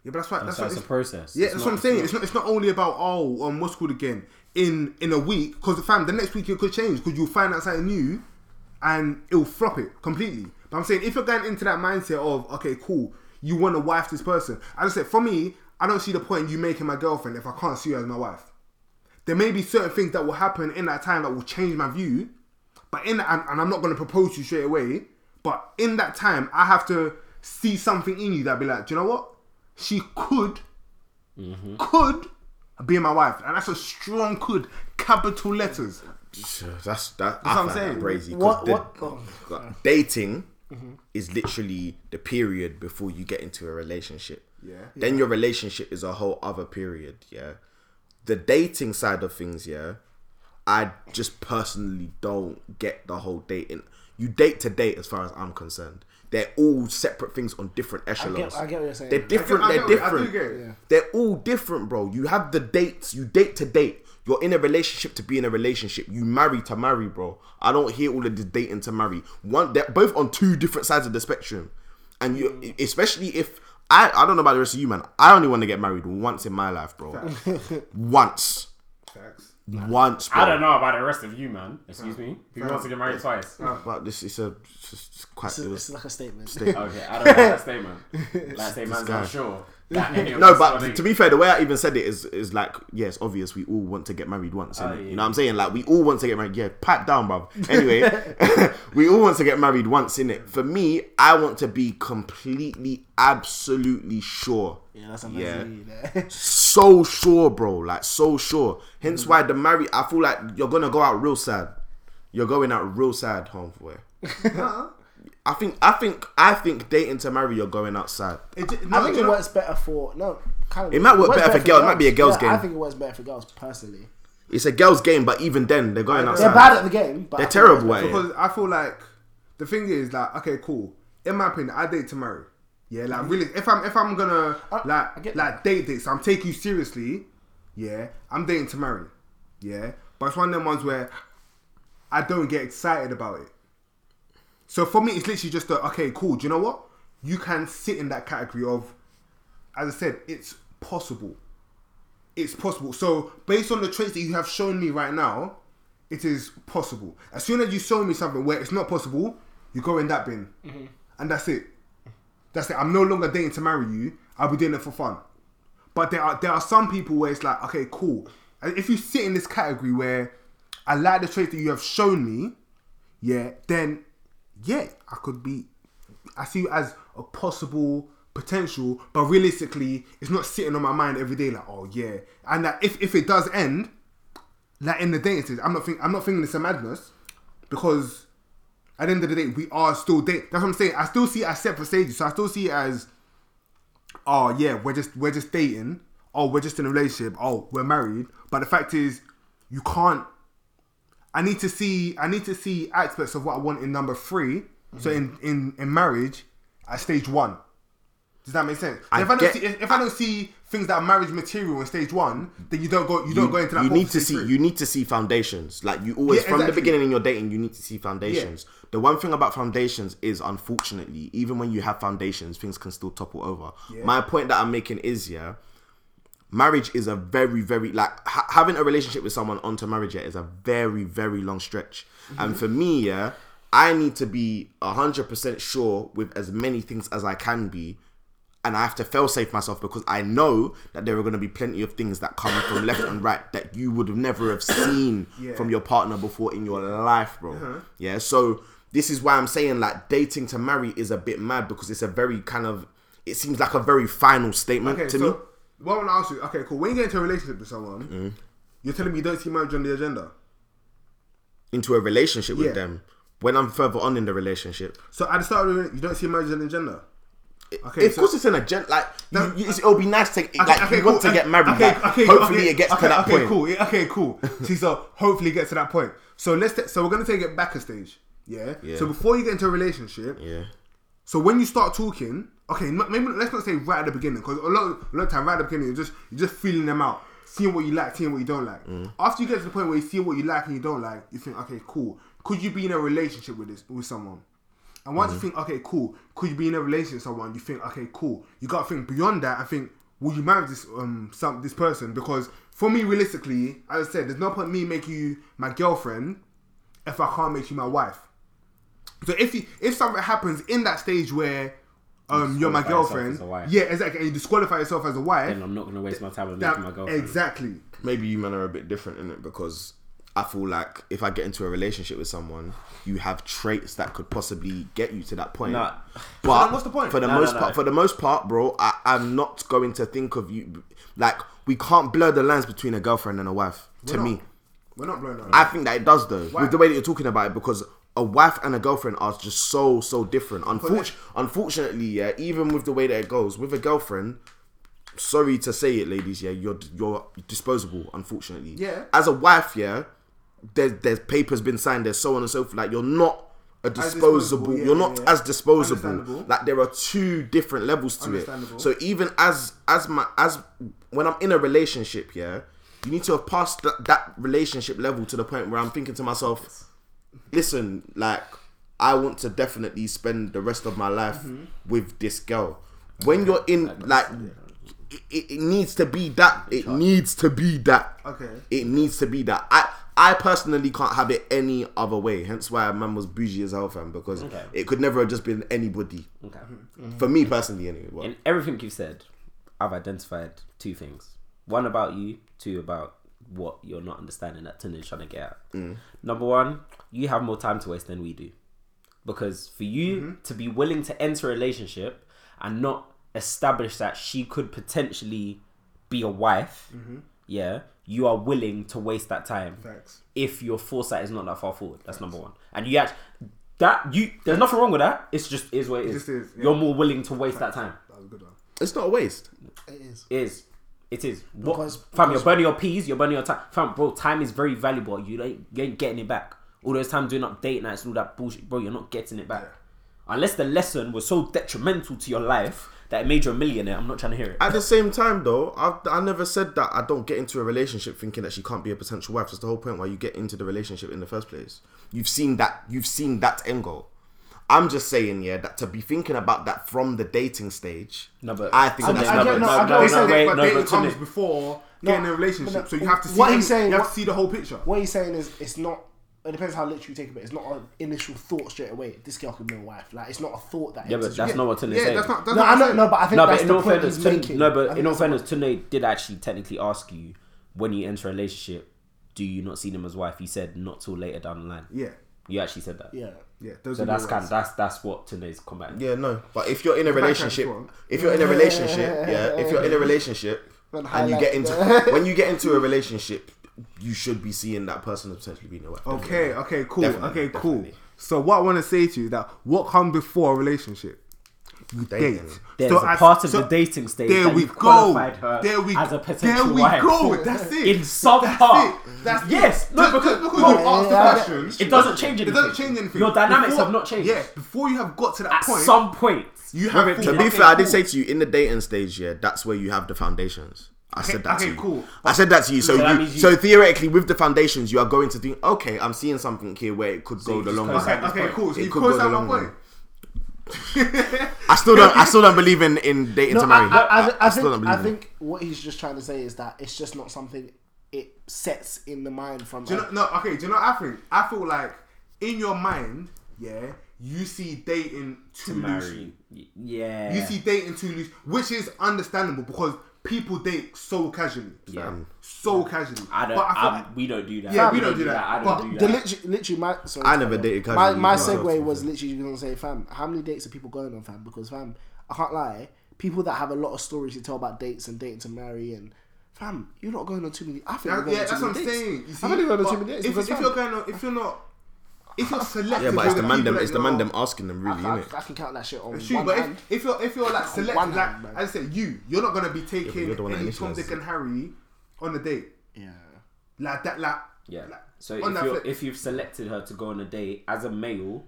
[SPEAKER 3] Yeah, but that's why. That's,
[SPEAKER 5] So
[SPEAKER 3] why
[SPEAKER 5] it's a
[SPEAKER 3] it's-
[SPEAKER 5] process.
[SPEAKER 3] Yeah,
[SPEAKER 5] It's
[SPEAKER 3] that's
[SPEAKER 5] not-
[SPEAKER 3] what I'm saying. It's not. It's not only about oh, um, what's it called again in in a week because fam, the next week it could change because you'll find out something new, and it'll flop it completely. But I'm saying if you're going into that mindset of okay, cool, you want to wife this person. As I said, for me, I don't see the point in you making my girlfriend if I can't see you as my wife. There may be certain things that will happen in that time that will change my view, but in and, and I'm not going to propose to you straight away. But in that time, I have to see something in you that be like, do you know what? She could could be my wife, and that's a strong could, capital letters.
[SPEAKER 4] That's that. I
[SPEAKER 3] what I'm
[SPEAKER 4] find that
[SPEAKER 3] saying.
[SPEAKER 4] crazy. 'cause
[SPEAKER 2] What-
[SPEAKER 4] the-
[SPEAKER 2] what- oh,
[SPEAKER 4] like, dating is literally the period before you get into a relationship.
[SPEAKER 3] Yeah.
[SPEAKER 4] Then your relationship is a whole other period. Yeah. The dating side of things, yeah. I just personally don't get the whole dating. You date to date, as far as I'm concerned. They're all separate things on different
[SPEAKER 2] I
[SPEAKER 4] echelons.
[SPEAKER 2] get, I get what you're saying.
[SPEAKER 4] They're different.
[SPEAKER 3] I
[SPEAKER 4] They're
[SPEAKER 3] get what- I do
[SPEAKER 4] different.
[SPEAKER 3] get it. Yeah.
[SPEAKER 4] They're all different, bro. You have the dates. You date to date. You're in a relationship to be in a relationship. You marry to marry, bro. I don't hear all of this dating to marry. One, they're both on two different sides of the spectrum, and you,
[SPEAKER 3] Mm.
[SPEAKER 4] especially if I, I don't know about the rest of you, man. I only want to get married once in my life, bro. once,
[SPEAKER 3] Facts.
[SPEAKER 4] once. Bro.
[SPEAKER 5] I don't know about the rest of you, man. Excuse me. Who wants to get married twice?
[SPEAKER 4] But this is a it's just- it's quite.
[SPEAKER 2] It's,
[SPEAKER 4] it
[SPEAKER 2] a-
[SPEAKER 4] was-
[SPEAKER 2] it's like a statement.
[SPEAKER 5] Okay, I don't know that statement. That statement's
[SPEAKER 4] guy.
[SPEAKER 5] not sure. That any of
[SPEAKER 4] No,
[SPEAKER 5] us
[SPEAKER 4] but
[SPEAKER 5] are
[SPEAKER 4] to
[SPEAKER 5] doing.
[SPEAKER 4] be fair, the way I even said it is is like, yeah, it's obvious. We all want to get married once,
[SPEAKER 2] Oh,
[SPEAKER 4] innit? you know what I'm saying? Like, we all want to get married. Yeah, pat down, bruv. Anyway, we all want to get married once, in it. For me, I want to be completely, absolutely sure.
[SPEAKER 2] yeah, that's a
[SPEAKER 4] Yeah.
[SPEAKER 2] nice yeah.
[SPEAKER 4] So sure, bro. Like, so sure. Hence why the marry. I feel like you're gonna go out real sad. You're going out real sad, homeboy. I think, I think, I think dating to marry, you're going out sad.
[SPEAKER 3] It, ju- no,
[SPEAKER 2] I think
[SPEAKER 3] you
[SPEAKER 2] it
[SPEAKER 3] know-
[SPEAKER 2] works better for no. Kind of,
[SPEAKER 4] It might work
[SPEAKER 2] works
[SPEAKER 4] better for girls. It might be a girls'
[SPEAKER 2] yeah, I
[SPEAKER 4] game.
[SPEAKER 2] think it works better for girls personally.
[SPEAKER 4] It's a girls' game, but even then, they're going out.
[SPEAKER 2] They're
[SPEAKER 4] sad.
[SPEAKER 2] bad at the game, but
[SPEAKER 4] They're
[SPEAKER 2] I think it works
[SPEAKER 4] terrible at it.
[SPEAKER 3] Because I feel like the thing is like okay, cool. In my opinion, I date tomorrow. Yeah, like really. If I'm if I'm gonna
[SPEAKER 2] Oh, I
[SPEAKER 3] like
[SPEAKER 2] get
[SPEAKER 3] like date dates, I'm take you seriously. Yeah, I'm dating tomorrow. Yeah, but it's one of them ones where I don't get excited about it. So for me, it's literally just a okay, cool. Do you know what? You can sit in that category of, as I said, it's possible. It's possible. So based on the traits that you have shown me right now, it is possible. As soon as you show me something where it's not possible, you go in that bin, and that's it. That's it. I'm no longer dating to marry you. I'll be doing it for fun. But there are there are some people where it's like, okay, cool. And if you sit in this category where I like the traits that you have shown me, yeah, then yeah, I could be. I see you as a possible potential, but realistically, it's not sitting on my mind every day. Like, oh yeah, and that if if it does end, like in the day, it is. I'm not think I'm not thinking it's a madness because at the end of the day, we are still dating. That's what I'm saying. I still see it as separate stages. So I still see it as, oh yeah, we're just we're just dating. Oh, we're just in a relationship. Oh, we're married. But the fact is, you can't. I need to see. I need to see aspects of what I want in number 3 So in in in marriage, at stage one. Does that make sense?
[SPEAKER 4] I
[SPEAKER 3] if I don't
[SPEAKER 4] get-
[SPEAKER 3] see if, if I don't see things that are marriage material in stage one, then you don't go. You, don't go into that.
[SPEAKER 4] you
[SPEAKER 3] whole
[SPEAKER 4] need to
[SPEAKER 3] stage
[SPEAKER 4] see
[SPEAKER 3] three.
[SPEAKER 4] you need to see foundations like you always
[SPEAKER 3] Yeah,
[SPEAKER 4] from the
[SPEAKER 3] exactly.
[SPEAKER 4] beginning in your dating you need to see foundations the one thing about foundations is unfortunately even when you have foundations things can still topple over my point that i'm making is yeah marriage is a very very like ha- having a relationship with someone onto marriage yet is a very very long stretch and for me yeah i need to be 100% sure with as many things as i can be and I have to fail safe myself because I know that there are going to be plenty of things that come from left and right that you would have never have seen from your partner before in your life, bro.
[SPEAKER 3] Uh-huh.
[SPEAKER 4] Yeah, so this is why I'm saying like dating to marry is a bit mad because it's a very kind of it seems like a very final statement
[SPEAKER 3] Okay,
[SPEAKER 4] to
[SPEAKER 3] so
[SPEAKER 4] me. Mm-hmm.
[SPEAKER 3] what I want to ask you, okay, cool. When you get into a relationship with someone, you're telling me you don't see marriage on the agenda.
[SPEAKER 4] Into a relationship with
[SPEAKER 3] Yeah.
[SPEAKER 4] them when I'm further on in the relationship,
[SPEAKER 3] So at the start of the you don't see marriage on the agenda. Okay,
[SPEAKER 4] of
[SPEAKER 3] so-
[SPEAKER 4] course it's an agenda. Like
[SPEAKER 3] No,
[SPEAKER 4] you, you- it's, it'll be nice to
[SPEAKER 3] Okay,
[SPEAKER 4] like
[SPEAKER 3] okay,
[SPEAKER 4] you want
[SPEAKER 3] cool,
[SPEAKER 4] to get married.
[SPEAKER 3] okay,
[SPEAKER 4] like,
[SPEAKER 3] okay,
[SPEAKER 4] hopefully
[SPEAKER 3] okay,
[SPEAKER 4] it gets
[SPEAKER 3] okay,
[SPEAKER 4] to that
[SPEAKER 3] okay,
[SPEAKER 4] point.
[SPEAKER 3] Cool. yeah, okay, cool. See, so hopefully it gets to that point. So let's ta- so we're gonna take it back a stage. Yeah?
[SPEAKER 4] Yeah.
[SPEAKER 3] So before you get into a relationship,
[SPEAKER 4] Yeah.
[SPEAKER 3] so when you start talking, okay, not, maybe let's not say right at the beginning because a lot, of, a lot of time right at the beginning you're just you're just feeling them out, seeing what you like, seeing what you don't like. After you get to the point where you see what you like and you don't like, you think, okay, cool. Could you be in a relationship with this with someone? And once you
[SPEAKER 5] Mm-hmm.
[SPEAKER 3] think, okay, cool, could you be in a relationship with someone? You think, okay, cool. You gotta think beyond that and think, will you marry this um some this person? Because for me, realistically, as I said, there's no point me making you my girlfriend if I can't make you my wife. So if you, if something happens in that stage where um you are my
[SPEAKER 5] disqualify yourself
[SPEAKER 3] girlfriend,
[SPEAKER 5] as a wife.
[SPEAKER 3] yeah, exactly, and you disqualify yourself as a wife,
[SPEAKER 5] Then I'm not gonna waste my time with
[SPEAKER 3] that-
[SPEAKER 5] making my girlfriend.
[SPEAKER 3] exactly.
[SPEAKER 4] maybe you men are a bit different in it because I feel like if I get into a relationship with someone, you have traits that could possibly get you to that point.
[SPEAKER 5] Nah.
[SPEAKER 4] But
[SPEAKER 3] then what's the point?
[SPEAKER 4] For the
[SPEAKER 5] No, no,
[SPEAKER 4] most
[SPEAKER 5] no.
[SPEAKER 4] part, for the most part, bro, I, I'm not going to think of you like we can't blur the lines between a girlfriend and a wife. to
[SPEAKER 3] not.
[SPEAKER 4] me,
[SPEAKER 3] We're not blowing up.
[SPEAKER 4] I think that it does though with the way that you're talking about it because a wife and a girlfriend are just so so different. Unfortunately, unfortunately, yeah, even with the way that it goes with a girlfriend. Sorry to say it, ladies. Yeah, you're you're disposable. Unfortunately,
[SPEAKER 3] Yeah.
[SPEAKER 4] As a wife, yeah, there's there's papers been signed. There's so on and so forth. Like you're not a disposable.
[SPEAKER 3] disposable, yeah,
[SPEAKER 4] You're
[SPEAKER 3] yeah,
[SPEAKER 4] not
[SPEAKER 3] yeah.
[SPEAKER 4] as disposable.
[SPEAKER 3] Understandable.
[SPEAKER 4] Like there are two different levels to it.
[SPEAKER 3] Understandable.
[SPEAKER 4] So even as as my as when I'm in a relationship, yeah, you need to have passed that, that relationship level to the point where I'm thinking to myself, listen, like I want to definitely spend the rest of my life with this girl. When you're in Mm-hmm. like it, it needs to be that. It needs to be that.
[SPEAKER 3] Okay.
[SPEAKER 4] It needs to be that. I I personally can't have it any other way. Hence why man was bougie as hell, fam, because it could never have just been anybody.
[SPEAKER 5] Okay.
[SPEAKER 4] For me personally, anyway. Well,
[SPEAKER 5] In everything you've said, I've identified two things. One about you, two about what you're not understanding that Tinder's trying to get at.
[SPEAKER 3] Mm.
[SPEAKER 5] Number one, you have more time to waste than we do. Because for you
[SPEAKER 3] Mm-hmm.
[SPEAKER 5] to be willing to enter a relationship and not establish that she could potentially be a wife,
[SPEAKER 3] Mm-hmm.
[SPEAKER 5] yeah, you are willing to waste that time
[SPEAKER 3] Facts.
[SPEAKER 5] if your foresight is not that far forward. That's number one. And you act that you there's nothing wrong with that. It's just is what it is.
[SPEAKER 3] just is, yeah.
[SPEAKER 5] You're more willing to waste that time.
[SPEAKER 3] That was a good one.
[SPEAKER 4] it's not a waste.
[SPEAKER 2] It is.
[SPEAKER 5] It is. It is. What,
[SPEAKER 2] Because-
[SPEAKER 5] fam, you're burning your peas, you're burning your time. Fam, bro, time is very valuable. You ain't, you ain't getting it back. All those time doing up date nights and all that bullshit, bro, you're not getting it back. Unless the lesson was so detrimental to your life that it made you a millionaire, I'm not trying to hear it.
[SPEAKER 4] At the same time, though, I I never said that I don't get into a relationship thinking that she can't be a potential wife. That's the whole point why you get into the relationship in the first place. You've seen that. You've seen that end goal. I'm just saying, yeah, that to be thinking about that from the dating stage.
[SPEAKER 5] No, but-
[SPEAKER 4] I think
[SPEAKER 5] I-
[SPEAKER 4] that's
[SPEAKER 5] I
[SPEAKER 4] not.
[SPEAKER 5] get-
[SPEAKER 4] no,
[SPEAKER 5] no,
[SPEAKER 2] I
[SPEAKER 5] no,
[SPEAKER 3] They
[SPEAKER 2] get-
[SPEAKER 5] no,
[SPEAKER 3] said that,
[SPEAKER 5] wait, no,
[SPEAKER 3] but dating
[SPEAKER 5] but
[SPEAKER 3] comes
[SPEAKER 5] Tony,
[SPEAKER 3] before getting in a
[SPEAKER 2] but
[SPEAKER 3] relationship,
[SPEAKER 2] no,
[SPEAKER 3] so you have to see.
[SPEAKER 2] what
[SPEAKER 3] every-
[SPEAKER 2] he's saying-
[SPEAKER 3] You have
[SPEAKER 2] what-
[SPEAKER 3] to see the whole picture.
[SPEAKER 2] What he's saying is, it's not. It depends how literally you take it, but it's not an initial thought straight away. This girl could be a wife. Like it's not a thought that.
[SPEAKER 5] Yeah, but
[SPEAKER 2] enters
[SPEAKER 5] that's
[SPEAKER 2] your-
[SPEAKER 5] not what Tony
[SPEAKER 3] Yeah,
[SPEAKER 5] said.
[SPEAKER 3] that's not. That's
[SPEAKER 2] no,
[SPEAKER 3] not
[SPEAKER 2] I know,
[SPEAKER 3] saying.
[SPEAKER 2] no, but I think
[SPEAKER 5] no,
[SPEAKER 2] that's
[SPEAKER 5] but in
[SPEAKER 2] the
[SPEAKER 5] all
[SPEAKER 2] point he's
[SPEAKER 5] fairness, Tun-
[SPEAKER 2] making.
[SPEAKER 5] no,
[SPEAKER 2] I
[SPEAKER 5] but in
[SPEAKER 2] think
[SPEAKER 5] all
[SPEAKER 2] that's the
[SPEAKER 5] fairness, Tunde did actually technically ask you when you enter a relationship, do you not see them as wife? You said not till later down the line.
[SPEAKER 3] Yeah,
[SPEAKER 5] You actually said that.
[SPEAKER 2] point-
[SPEAKER 3] yeah. Those
[SPEAKER 5] So
[SPEAKER 3] are
[SPEAKER 5] that's
[SPEAKER 3] your
[SPEAKER 5] kind
[SPEAKER 3] words.
[SPEAKER 5] of, that's that's what Tunde's combat.
[SPEAKER 4] Yeah, no. But if you're in a relationship,
[SPEAKER 3] wrong.
[SPEAKER 4] if you're in a relationship, yeah, if you're in a relationship
[SPEAKER 2] Don't
[SPEAKER 4] and you
[SPEAKER 2] highlight
[SPEAKER 4] get into
[SPEAKER 2] that.
[SPEAKER 4] when you get into a relationship, you should be seeing that person as potentially being a wife.
[SPEAKER 3] Okay, okay, cool.
[SPEAKER 4] Definitely,
[SPEAKER 3] okay, cool.
[SPEAKER 4] definitely.
[SPEAKER 3] So what I want to say to you is that what comes before a relationship? You date.
[SPEAKER 4] Dating.
[SPEAKER 5] There's
[SPEAKER 3] So
[SPEAKER 5] a
[SPEAKER 3] as-
[SPEAKER 5] part of
[SPEAKER 3] so
[SPEAKER 5] the dating stage
[SPEAKER 3] There
[SPEAKER 5] that
[SPEAKER 3] we
[SPEAKER 5] you've
[SPEAKER 3] go.
[SPEAKER 5] qualified her
[SPEAKER 3] There we
[SPEAKER 5] as a potential
[SPEAKER 3] There we
[SPEAKER 5] wife.
[SPEAKER 3] go. That's it.
[SPEAKER 5] In some
[SPEAKER 3] That's
[SPEAKER 5] part.
[SPEAKER 3] it. That's
[SPEAKER 5] Yes.
[SPEAKER 3] It.
[SPEAKER 5] No,
[SPEAKER 3] Just-
[SPEAKER 5] because-
[SPEAKER 3] just because
[SPEAKER 5] no.
[SPEAKER 3] you asked the
[SPEAKER 2] Yeah, I
[SPEAKER 3] question,
[SPEAKER 5] It doesn't change
[SPEAKER 3] It
[SPEAKER 5] anything.
[SPEAKER 3] doesn't change anything.
[SPEAKER 5] Your dynamics
[SPEAKER 3] Before-
[SPEAKER 5] have not changed.
[SPEAKER 3] Yeah. Before you have got to that
[SPEAKER 5] At
[SPEAKER 3] point,
[SPEAKER 5] some point,
[SPEAKER 3] you have
[SPEAKER 5] whether it
[SPEAKER 3] to
[SPEAKER 4] To be
[SPEAKER 3] Okay,
[SPEAKER 4] fair, I did
[SPEAKER 3] cool.
[SPEAKER 4] say to you in the dating stage, yeah, that's where you have the foundations. I said that
[SPEAKER 3] okay,
[SPEAKER 4] to you.
[SPEAKER 3] cool.
[SPEAKER 4] I said that to you. So,
[SPEAKER 5] that
[SPEAKER 4] you,
[SPEAKER 5] means you-
[SPEAKER 4] so theoretically, with the foundations, you are going to think, okay, I'm seeing something here where it could go the
[SPEAKER 5] just
[SPEAKER 4] long way.
[SPEAKER 5] close
[SPEAKER 3] Okay, okay, cool. So
[SPEAKER 4] It
[SPEAKER 3] you
[SPEAKER 4] could
[SPEAKER 3] close
[SPEAKER 4] go the
[SPEAKER 3] out my
[SPEAKER 4] long
[SPEAKER 3] point.
[SPEAKER 4] way. I still don't. I still don't believe in in dating to
[SPEAKER 2] No, I,
[SPEAKER 4] marry.
[SPEAKER 2] I, I, I
[SPEAKER 4] still don't
[SPEAKER 2] think,
[SPEAKER 4] believe
[SPEAKER 2] I
[SPEAKER 4] in
[SPEAKER 2] think what he's just trying to say is that it's just not something it sets in the mind from.
[SPEAKER 3] Do you know, no, okay. Do you know what I think? I feel like in your mind, yeah, you see dating too loosely.
[SPEAKER 5] marry. Yeah.
[SPEAKER 3] You see dating too loose, which is understandable because people date so casually.
[SPEAKER 5] Yeah.
[SPEAKER 3] So casually.
[SPEAKER 5] I don't.
[SPEAKER 3] But I feel
[SPEAKER 5] I'm-
[SPEAKER 3] like-
[SPEAKER 5] we don't do that.
[SPEAKER 3] Yeah, we don't do that.
[SPEAKER 5] I
[SPEAKER 3] But
[SPEAKER 5] don't do
[SPEAKER 2] the
[SPEAKER 5] that.
[SPEAKER 2] literally, literally, my sorry,
[SPEAKER 4] I never
[SPEAKER 2] Kanye.
[SPEAKER 4] dated
[SPEAKER 2] My,
[SPEAKER 4] casually
[SPEAKER 2] my
[SPEAKER 4] myself,
[SPEAKER 2] segue was
[SPEAKER 4] so-
[SPEAKER 2] literally going to say, fam, how many dates are people going on, fam? Because fam, I can't lie, people that have a lot of stories to tell about dates and dating to marry and. Fam, you're not going on too many. I think
[SPEAKER 3] Yeah,
[SPEAKER 2] you're going
[SPEAKER 3] yeah,
[SPEAKER 2] on too
[SPEAKER 3] that's what
[SPEAKER 2] many
[SPEAKER 3] I'm
[SPEAKER 2] dates.
[SPEAKER 3] saying. You see,
[SPEAKER 2] I'm only going on
[SPEAKER 3] But
[SPEAKER 2] too many dates.
[SPEAKER 3] If,
[SPEAKER 2] because,
[SPEAKER 3] if
[SPEAKER 2] fam,
[SPEAKER 3] you're going on, if you're not, if you're selective,
[SPEAKER 4] Yeah, but it's
[SPEAKER 3] with
[SPEAKER 4] the
[SPEAKER 3] people
[SPEAKER 4] mandem.
[SPEAKER 3] that
[SPEAKER 4] It's
[SPEAKER 3] you
[SPEAKER 4] the
[SPEAKER 3] know-
[SPEAKER 4] mandem asking them, really,
[SPEAKER 2] I,
[SPEAKER 4] innit?
[SPEAKER 2] I, I can count that shit on
[SPEAKER 3] It's true,
[SPEAKER 2] one
[SPEAKER 3] but
[SPEAKER 2] hand.
[SPEAKER 3] if, if you're if you're like selective,
[SPEAKER 2] one
[SPEAKER 3] like
[SPEAKER 2] hand, man.
[SPEAKER 3] as I said, you you're not gonna be taking
[SPEAKER 4] you're the one that
[SPEAKER 3] any Tom,
[SPEAKER 4] initiates
[SPEAKER 3] Dick,
[SPEAKER 4] it.
[SPEAKER 3] and Harry on a date
[SPEAKER 2] yeah.
[SPEAKER 3] like that, like
[SPEAKER 5] Yeah.
[SPEAKER 3] like,
[SPEAKER 5] So
[SPEAKER 3] on
[SPEAKER 5] if,
[SPEAKER 3] that
[SPEAKER 5] you're,
[SPEAKER 3] flip-
[SPEAKER 5] if you've selected her to go on a date as a male,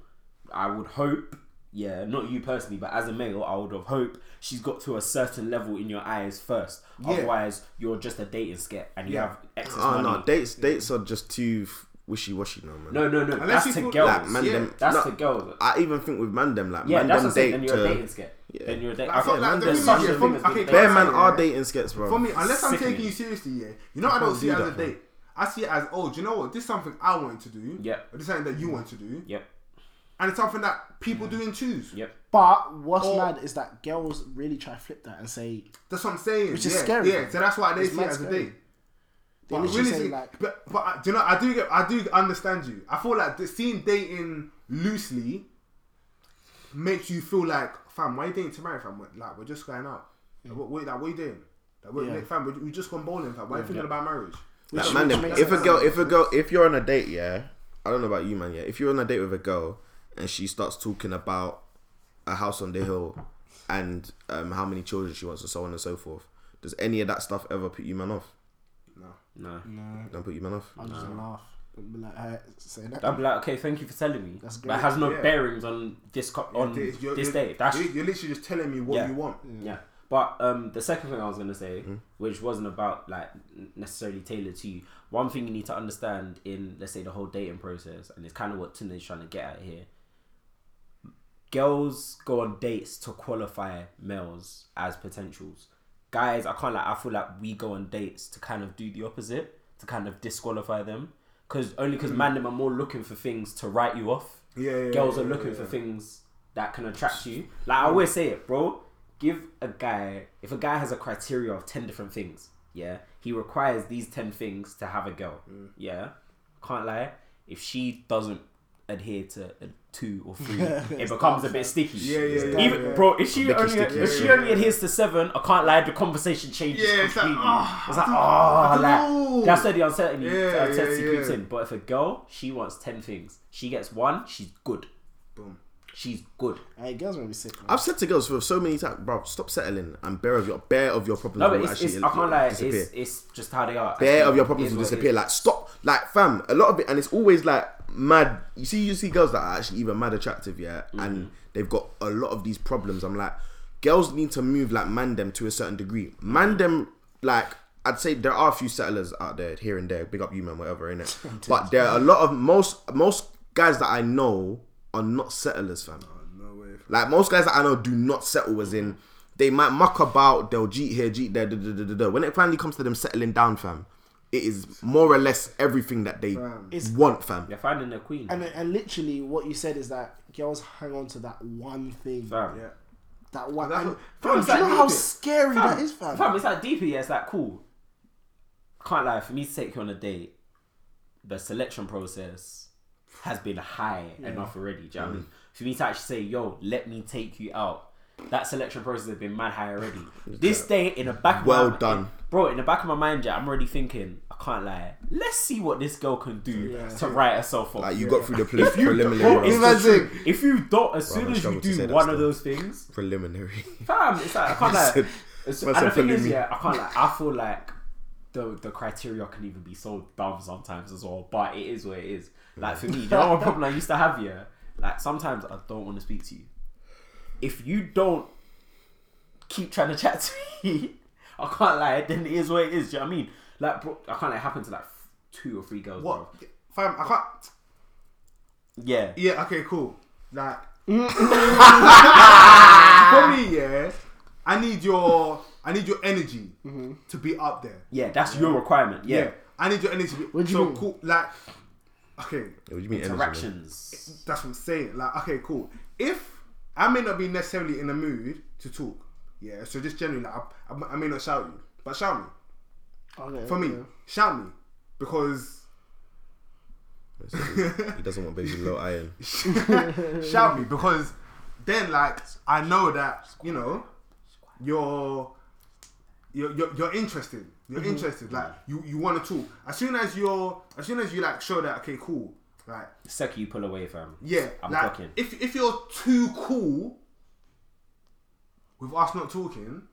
[SPEAKER 5] I would hope, yeah, not you personally, but as a male, I would have hoped she's got to a certain level in your eyes first. Otherwise, you're just a dating skit and you
[SPEAKER 3] Yeah.
[SPEAKER 5] have excess
[SPEAKER 4] Oh
[SPEAKER 5] money.
[SPEAKER 4] no, dates dates are just too wishy washy now, man.
[SPEAKER 5] no, no, no.
[SPEAKER 3] Unless you
[SPEAKER 5] that's to
[SPEAKER 3] thought-
[SPEAKER 5] girls.
[SPEAKER 4] like man,
[SPEAKER 3] yeah,
[SPEAKER 4] them,
[SPEAKER 5] that's
[SPEAKER 4] no,
[SPEAKER 5] to girls.
[SPEAKER 4] I even think with man them like
[SPEAKER 5] yeah,
[SPEAKER 4] man
[SPEAKER 5] that's what
[SPEAKER 4] them
[SPEAKER 5] I'm saying.
[SPEAKER 4] date
[SPEAKER 5] Then you're a dating
[SPEAKER 4] to
[SPEAKER 5] skit.
[SPEAKER 4] Yeah.
[SPEAKER 5] Then you're a dating.
[SPEAKER 3] Like,
[SPEAKER 5] Okay,
[SPEAKER 3] like,
[SPEAKER 5] man,
[SPEAKER 3] the
[SPEAKER 5] there's
[SPEAKER 3] thing
[SPEAKER 5] such
[SPEAKER 3] is, yeah,
[SPEAKER 5] a
[SPEAKER 3] from-
[SPEAKER 5] thing as being
[SPEAKER 3] okay,
[SPEAKER 5] dating
[SPEAKER 4] bare
[SPEAKER 3] Yeah.
[SPEAKER 4] man
[SPEAKER 5] skit.
[SPEAKER 4] are dating skits, bro.
[SPEAKER 3] For me, unless I'm
[SPEAKER 5] Sickening.
[SPEAKER 3] taking you seriously, yeah, you know, I don't see it as a date. I see it as, oh, do you know what? This is something I want to do.
[SPEAKER 5] Yep. Mm.
[SPEAKER 3] Or this is something that you want to do.
[SPEAKER 5] Yep. Mm.
[SPEAKER 3] And it's something that people do and choose.
[SPEAKER 5] Yep.
[SPEAKER 2] But what's mad is that girls really try to flip that and say
[SPEAKER 3] That's what I'm saying.
[SPEAKER 2] Which is
[SPEAKER 3] yeah,
[SPEAKER 2] scary.
[SPEAKER 3] Yeah, so that's why they
[SPEAKER 2] It's
[SPEAKER 3] see it
[SPEAKER 2] mad
[SPEAKER 3] as a
[SPEAKER 2] scary.
[SPEAKER 3] date.
[SPEAKER 2] they
[SPEAKER 3] But
[SPEAKER 2] literally
[SPEAKER 3] really,
[SPEAKER 2] say
[SPEAKER 3] see-
[SPEAKER 2] like
[SPEAKER 3] but, but I- do you know? I do get, I do understand you. I feel like the, seeing dating loosely makes you feel like, fam, why you dating tomorrow, fam? We're- Like we're just going out.
[SPEAKER 5] Mm.
[SPEAKER 3] Like, what, what, like, what you doing? Like, we're,
[SPEAKER 2] Yeah.
[SPEAKER 3] fam, we, we just gone bowling, fam. Why you thinking about marriage?
[SPEAKER 4] Like, man, them-
[SPEAKER 2] makes
[SPEAKER 4] if a
[SPEAKER 2] sense.
[SPEAKER 4] girl, if a girl, if you're on a date, yeah, I don't know about you, man. Yeah, if you're on a date with a girl and she starts talking about a house on the hill and um, how many children she wants and so on and so forth, does any of that stuff ever put you man off?
[SPEAKER 5] No.
[SPEAKER 2] Mm.
[SPEAKER 4] Don't put you man off.
[SPEAKER 2] I'm just gonna laugh. and be like, alright, say that.
[SPEAKER 5] I'd be like, okay, thank you for telling me.
[SPEAKER 2] That's
[SPEAKER 5] That
[SPEAKER 2] great.
[SPEAKER 5] has no
[SPEAKER 3] Yeah.
[SPEAKER 5] bearings on this co- on
[SPEAKER 3] It's- you're-
[SPEAKER 5] this
[SPEAKER 3] you're-
[SPEAKER 5] day. That's
[SPEAKER 3] you're, you're literally just telling me what
[SPEAKER 5] Yeah.
[SPEAKER 3] you want.
[SPEAKER 5] yeah. But um, the second thing I was gonna say,
[SPEAKER 3] Mm.
[SPEAKER 5] which wasn't about like n- necessarily tailored to you, one thing you need to understand in let's say the whole dating process, and it's kind of what Tina's trying to get at here. Girls go on dates to qualify males as potentials. Guys, I can't like. I feel like we go on dates to kind of do the opposite, to kind of disqualify them, because only because man them are more looking for things to write you off.
[SPEAKER 3] Mm. Yeah, yeah,
[SPEAKER 5] girls
[SPEAKER 3] yeah,
[SPEAKER 5] are
[SPEAKER 3] yeah,
[SPEAKER 5] looking
[SPEAKER 3] yeah.
[SPEAKER 5] for things that can attract you. Like I always say it, bro. Give a guy if a guy has a criteria of ten different things, yeah, he requires these ten things to have a girl.
[SPEAKER 3] Mm.
[SPEAKER 5] Yeah, can't lie. If she doesn't adhere to a two or three, it becomes a bit sticky.
[SPEAKER 3] Yeah, yeah, yeah,
[SPEAKER 5] Even
[SPEAKER 3] yeah.
[SPEAKER 5] bro, if she
[SPEAKER 4] Sticky,
[SPEAKER 5] only
[SPEAKER 4] sticky.
[SPEAKER 5] if
[SPEAKER 3] Yeah,
[SPEAKER 5] she
[SPEAKER 3] yeah,
[SPEAKER 5] only adheres to seven, I can't lie. The conversation changes
[SPEAKER 3] Yeah, it's like,
[SPEAKER 5] completely.
[SPEAKER 3] ah,
[SPEAKER 5] It's like,
[SPEAKER 3] I
[SPEAKER 5] oh,
[SPEAKER 3] don't know.
[SPEAKER 5] like that's where the uncertainty, uh,
[SPEAKER 3] Yeah, yeah,
[SPEAKER 5] uncertainty creeps
[SPEAKER 3] yeah.
[SPEAKER 5] in. But if a girl, she wants ten things. She gets one, she's good.
[SPEAKER 3] Boom.
[SPEAKER 5] She's good.
[SPEAKER 2] Hey, girls gonna be sick. Man.
[SPEAKER 4] I've said to girls for so many times, bro, stop settling and bear of your bear of your problems
[SPEAKER 5] No, but
[SPEAKER 4] will
[SPEAKER 5] it's,
[SPEAKER 4] actually
[SPEAKER 5] it's, I can't lie. It's,
[SPEAKER 4] disappear.
[SPEAKER 5] it's just how they are.
[SPEAKER 4] bear
[SPEAKER 5] Actually,
[SPEAKER 4] of your
[SPEAKER 5] it
[SPEAKER 4] problems
[SPEAKER 5] is
[SPEAKER 4] will
[SPEAKER 5] what it
[SPEAKER 4] disappear.
[SPEAKER 5] is.
[SPEAKER 4] Like stop, like fam. A lot of it, and it's always like mad. You see, you see girls that are actually even mad attractive, yeah,
[SPEAKER 5] Mm.
[SPEAKER 4] and they've got a lot of these problems. I'm like, girls need to move like man them to a certain degree. Man them like. I'd say there are a few settlers out there here and there, big up you man, whatever, innit? But there are a lot of most most guys that I know are not settlers, fam.
[SPEAKER 3] No way.
[SPEAKER 4] Like most guys that I know do not settle as in they might muck about, they'll cheat here, cheat there, da, da, da, da, da. when it finally comes to them settling down, fam, it is more or less everything that they want, fam.
[SPEAKER 5] They're finding their queen.
[SPEAKER 2] And and literally, what you said is that girls hang on to that one thing.
[SPEAKER 5] fam.
[SPEAKER 3] Yeah.
[SPEAKER 2] That one.
[SPEAKER 3] That's
[SPEAKER 2] And,
[SPEAKER 3] what-
[SPEAKER 2] fam,
[SPEAKER 5] It's
[SPEAKER 2] do you
[SPEAKER 5] like
[SPEAKER 2] know how
[SPEAKER 5] deep it.
[SPEAKER 2] scary that is, fam?
[SPEAKER 5] Fam, it's like deeper. Yeah, it's like cool. Can't lie. For me to take you on a date, the selection process has been high enough already. Do you know what
[SPEAKER 4] Mm.
[SPEAKER 5] I mean? For me to actually say, "Yo, let me take you out," that selection process has been mad high already. this day in the back. of
[SPEAKER 4] Well
[SPEAKER 5] my,
[SPEAKER 4] done.
[SPEAKER 5] bro. In the back of my mind, yeah, I'm already thinking. I can't lie. Let's see what this girl can do to write herself off.
[SPEAKER 4] Like you got through the pre- preliminary.
[SPEAKER 5] Bro, it's
[SPEAKER 4] round.
[SPEAKER 5] the
[SPEAKER 2] Imagine.
[SPEAKER 5] truth. If you don't, as
[SPEAKER 4] I
[SPEAKER 5] soon as you
[SPEAKER 4] struggled to say
[SPEAKER 5] do
[SPEAKER 4] that
[SPEAKER 5] one of
[SPEAKER 4] still.
[SPEAKER 5] those things,
[SPEAKER 4] preliminary.
[SPEAKER 5] fam, it's like I can't
[SPEAKER 4] That's
[SPEAKER 5] like.
[SPEAKER 4] a-
[SPEAKER 5] It's, and
[SPEAKER 4] that's
[SPEAKER 5] the
[SPEAKER 4] a
[SPEAKER 5] thing is,
[SPEAKER 4] preliminary.
[SPEAKER 5] yeah, I can't like. I feel like the the criteria can even be so dumb sometimes as well. But it is what it is. Like for me, you know what problem I used to have yeah. Like sometimes I don't want to speak to you. If you don't keep trying to chat to me, I can't lie. Then it is what it is. Do you know what I mean? Like, bro, I can't. It happened to like two or three girls.
[SPEAKER 3] What?
[SPEAKER 5] bro.
[SPEAKER 3] Fam, I can't.
[SPEAKER 5] Yeah.
[SPEAKER 3] Yeah, okay, cool. Like, for me, yeah, I need your, I need your energy to be up there.
[SPEAKER 5] Mm-hmm. Yeah, that's your requirement.
[SPEAKER 3] Yeah.
[SPEAKER 5] yeah.
[SPEAKER 3] I need your energy to be
[SPEAKER 2] do you
[SPEAKER 3] so
[SPEAKER 2] mean?
[SPEAKER 3] cool. Like, okay,
[SPEAKER 4] what do you mean energy, man?
[SPEAKER 5] interactions.
[SPEAKER 3] that's what I'm saying. Like, okay, cool. If I may not be necessarily in the mood to talk, yeah. So just generally, like, I, I, I may not shout you, but shout me
[SPEAKER 2] Okay,
[SPEAKER 3] for me.
[SPEAKER 2] okay.
[SPEAKER 3] Shout me because
[SPEAKER 4] He doesn't want baby low iron.
[SPEAKER 3] shout me because then like I know that you know you're you're you're, you're interested. You're interested. Like you you want to talk. As soon as you're as soon as you like show that okay cool like
[SPEAKER 5] The second you pull away, fam.
[SPEAKER 3] yeah
[SPEAKER 5] I'm
[SPEAKER 3] like
[SPEAKER 5] fucking.
[SPEAKER 3] if if you're too cool with us not talking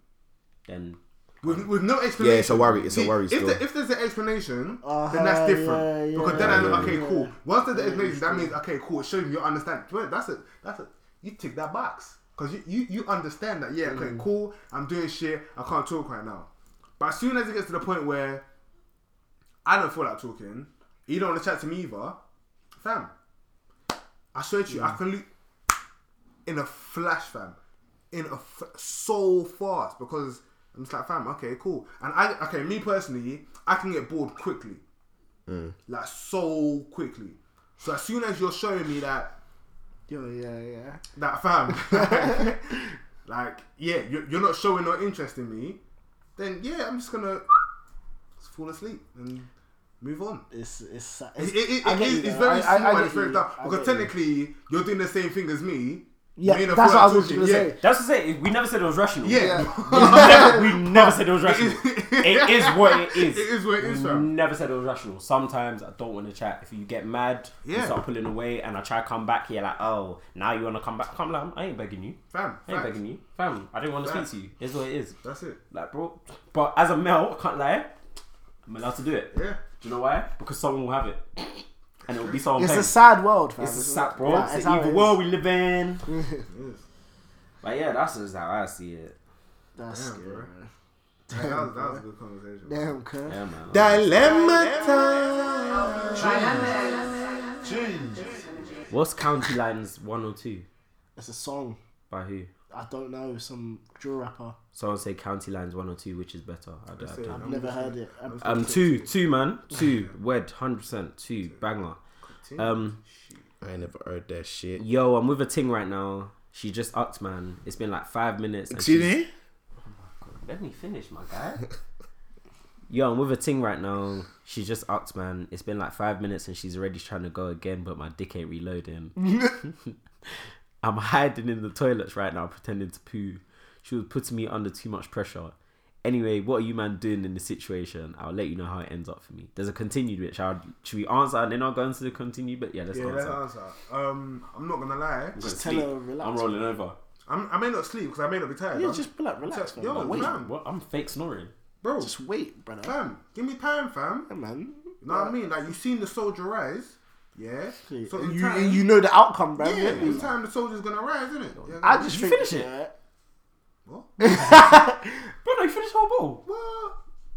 [SPEAKER 5] Then
[SPEAKER 3] with, with no explanation.
[SPEAKER 4] Yeah, it's a worry- it's a
[SPEAKER 3] See,
[SPEAKER 4] worry
[SPEAKER 3] If,
[SPEAKER 4] still.
[SPEAKER 3] there- if there's an explanation,
[SPEAKER 2] Uh-huh,
[SPEAKER 3] then that's different.
[SPEAKER 2] yeah,
[SPEAKER 3] because then
[SPEAKER 2] yeah,
[SPEAKER 3] I know,
[SPEAKER 4] yeah,
[SPEAKER 3] okay,
[SPEAKER 2] yeah.
[SPEAKER 3] cool. Once there's an explanation, that means okay, cool. It shows me you understand. Well, that's it. That's it. You tick that box because you, you you understand that. Yeah,
[SPEAKER 2] Mm.
[SPEAKER 3] okay, cool. I'm doing shit. I can't talk right now. But as soon as it gets to the point where I don't feel like talking, you don't want to chat to me either, fam. I swear to you,
[SPEAKER 2] Mm.
[SPEAKER 3] I can look in a flash, fam. In a f- so fast because I'm just like, fam, okay, cool. And I, okay, me personally, I can get bored quickly,
[SPEAKER 2] Mm.
[SPEAKER 3] like so quickly. So as soon as you're showing me that,
[SPEAKER 2] Yo, yeah, yeah.
[SPEAKER 3] that fam, like, yeah, you're, you're not showing no interest in me, then yeah, I'm just gonna just fall asleep and move on.
[SPEAKER 2] It's it's sa-
[SPEAKER 3] It,
[SPEAKER 2] it's,
[SPEAKER 3] it, it,
[SPEAKER 2] I
[SPEAKER 3] it
[SPEAKER 2] get
[SPEAKER 3] is,
[SPEAKER 2] you,
[SPEAKER 3] it's
[SPEAKER 2] though.
[SPEAKER 3] very
[SPEAKER 2] I-
[SPEAKER 3] small
[SPEAKER 2] I- I
[SPEAKER 3] and
[SPEAKER 2] get
[SPEAKER 3] it's very
[SPEAKER 2] you.
[SPEAKER 3] dark
[SPEAKER 2] I
[SPEAKER 3] because
[SPEAKER 2] get you.
[SPEAKER 3] technically you're doing the same thing as me.
[SPEAKER 2] Yeah,
[SPEAKER 3] You're in a
[SPEAKER 2] that's what I
[SPEAKER 3] flat
[SPEAKER 2] was
[SPEAKER 3] talking,
[SPEAKER 2] gonna
[SPEAKER 3] yeah.
[SPEAKER 2] say.
[SPEAKER 5] that's to say we never said it was rational.
[SPEAKER 3] Yeah.
[SPEAKER 5] We never, we never said it was rational. It is what it is.
[SPEAKER 3] It is what it is,
[SPEAKER 5] We
[SPEAKER 3] fam.
[SPEAKER 5] Never said it was rational. Sometimes I don't want to chat. If you get mad, you
[SPEAKER 3] Yeah.
[SPEAKER 5] start pulling away, and I try to come back here like, oh, now you want to come back? Come like, I ain't begging you.
[SPEAKER 3] Fam,
[SPEAKER 5] I ain't
[SPEAKER 3] facts.
[SPEAKER 5] begging you, fam. I didn't want to speak
[SPEAKER 3] Facts.
[SPEAKER 5] to you. It's what it is.
[SPEAKER 3] That's it.
[SPEAKER 5] Like, bro. But as a male, I can't lie. I'm allowed to do it.
[SPEAKER 3] Yeah.
[SPEAKER 5] Do you know why? Because someone will have it. and it will be so
[SPEAKER 2] It's
[SPEAKER 5] unfair.
[SPEAKER 2] a sad world, fam.
[SPEAKER 5] It's a sad bro.
[SPEAKER 2] Nah,
[SPEAKER 5] it's
[SPEAKER 2] it's
[SPEAKER 5] the
[SPEAKER 2] how
[SPEAKER 5] evil
[SPEAKER 2] it is.
[SPEAKER 5] world we live in. But yeah, that's just how I see it.
[SPEAKER 2] That's
[SPEAKER 3] Damn,
[SPEAKER 2] scary,
[SPEAKER 3] bro.
[SPEAKER 2] man.
[SPEAKER 3] That was, that was a good conversation.
[SPEAKER 2] Damn, cuz.
[SPEAKER 5] Yeah, man.
[SPEAKER 4] Dilemma time.
[SPEAKER 5] What's County Lines 102?
[SPEAKER 2] It's a song.
[SPEAKER 5] By who?
[SPEAKER 2] I don't know. Some drill rapper.
[SPEAKER 5] Someone say County Lines 102, which is better. I don't, I don't.
[SPEAKER 2] I've never heard it. Um,
[SPEAKER 5] Um, two, two, man, two, wed, hundred percent, two, banger. Um,
[SPEAKER 4] I ain't never heard that shit.
[SPEAKER 5] yo, I'm with a ting right now. She just upped, man. It's been like five minutes. and
[SPEAKER 4] Excuse
[SPEAKER 5] she's-
[SPEAKER 4] me?
[SPEAKER 5] Let me finish, my guy. Yo, I'm with a ting right now. She just upped, man. It's been like five minutes and she's already trying to go again, but my dick ain't reloading. I'm hiding in the toilets right now, pretending to poo. She was putting me under too much pressure. Anyway, what are you man doing in this situation? I'll let you know how it ends up for me. There's a continued bit. Shall should we answer and then I'll go into the continued bit? Yeah, let's
[SPEAKER 3] Yeah, that's
[SPEAKER 5] answer.
[SPEAKER 3] the answer. Um, I'm not gonna lie.
[SPEAKER 5] I'm gonna
[SPEAKER 2] tell
[SPEAKER 5] sleep.
[SPEAKER 2] her, relax.
[SPEAKER 5] I'm rolling over.
[SPEAKER 3] I'm, I may not sleep because I may not be tired.
[SPEAKER 2] yeah,
[SPEAKER 3] I'm-
[SPEAKER 2] just be like, relax, man.
[SPEAKER 3] Yo,
[SPEAKER 2] Like, wait,
[SPEAKER 3] fam,
[SPEAKER 5] What? I'm fake snoring.
[SPEAKER 3] bro,
[SPEAKER 2] just wait, brother.
[SPEAKER 3] fam, give me time, fam.
[SPEAKER 2] Yeah, man.
[SPEAKER 3] You know what I mean? Like you've seen the soldier rise, yeah. So
[SPEAKER 2] You,
[SPEAKER 3] in time,
[SPEAKER 2] and you know the outcome, bro.
[SPEAKER 3] yeah,
[SPEAKER 2] literally.
[SPEAKER 3] in time the soldier's gonna rise, isn't it? Yeah,
[SPEAKER 2] I just
[SPEAKER 5] you
[SPEAKER 2] think,
[SPEAKER 5] finish it?
[SPEAKER 2] yeah,
[SPEAKER 3] what?
[SPEAKER 5] Bro, no, you finished the whole ball.
[SPEAKER 3] What?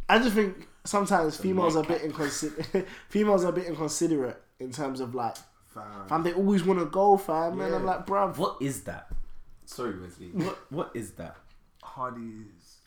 [SPEAKER 2] I just think sometimes females are a bit inconsiderate. females are a bit inconsiderate in terms of like,
[SPEAKER 3] Fam.
[SPEAKER 2] fam, they always want to go, fam, and
[SPEAKER 3] Yeah.
[SPEAKER 2] I'm like, bruv.
[SPEAKER 5] What is that? Sorry, Wesley. What? What is that?
[SPEAKER 3] Hardy's.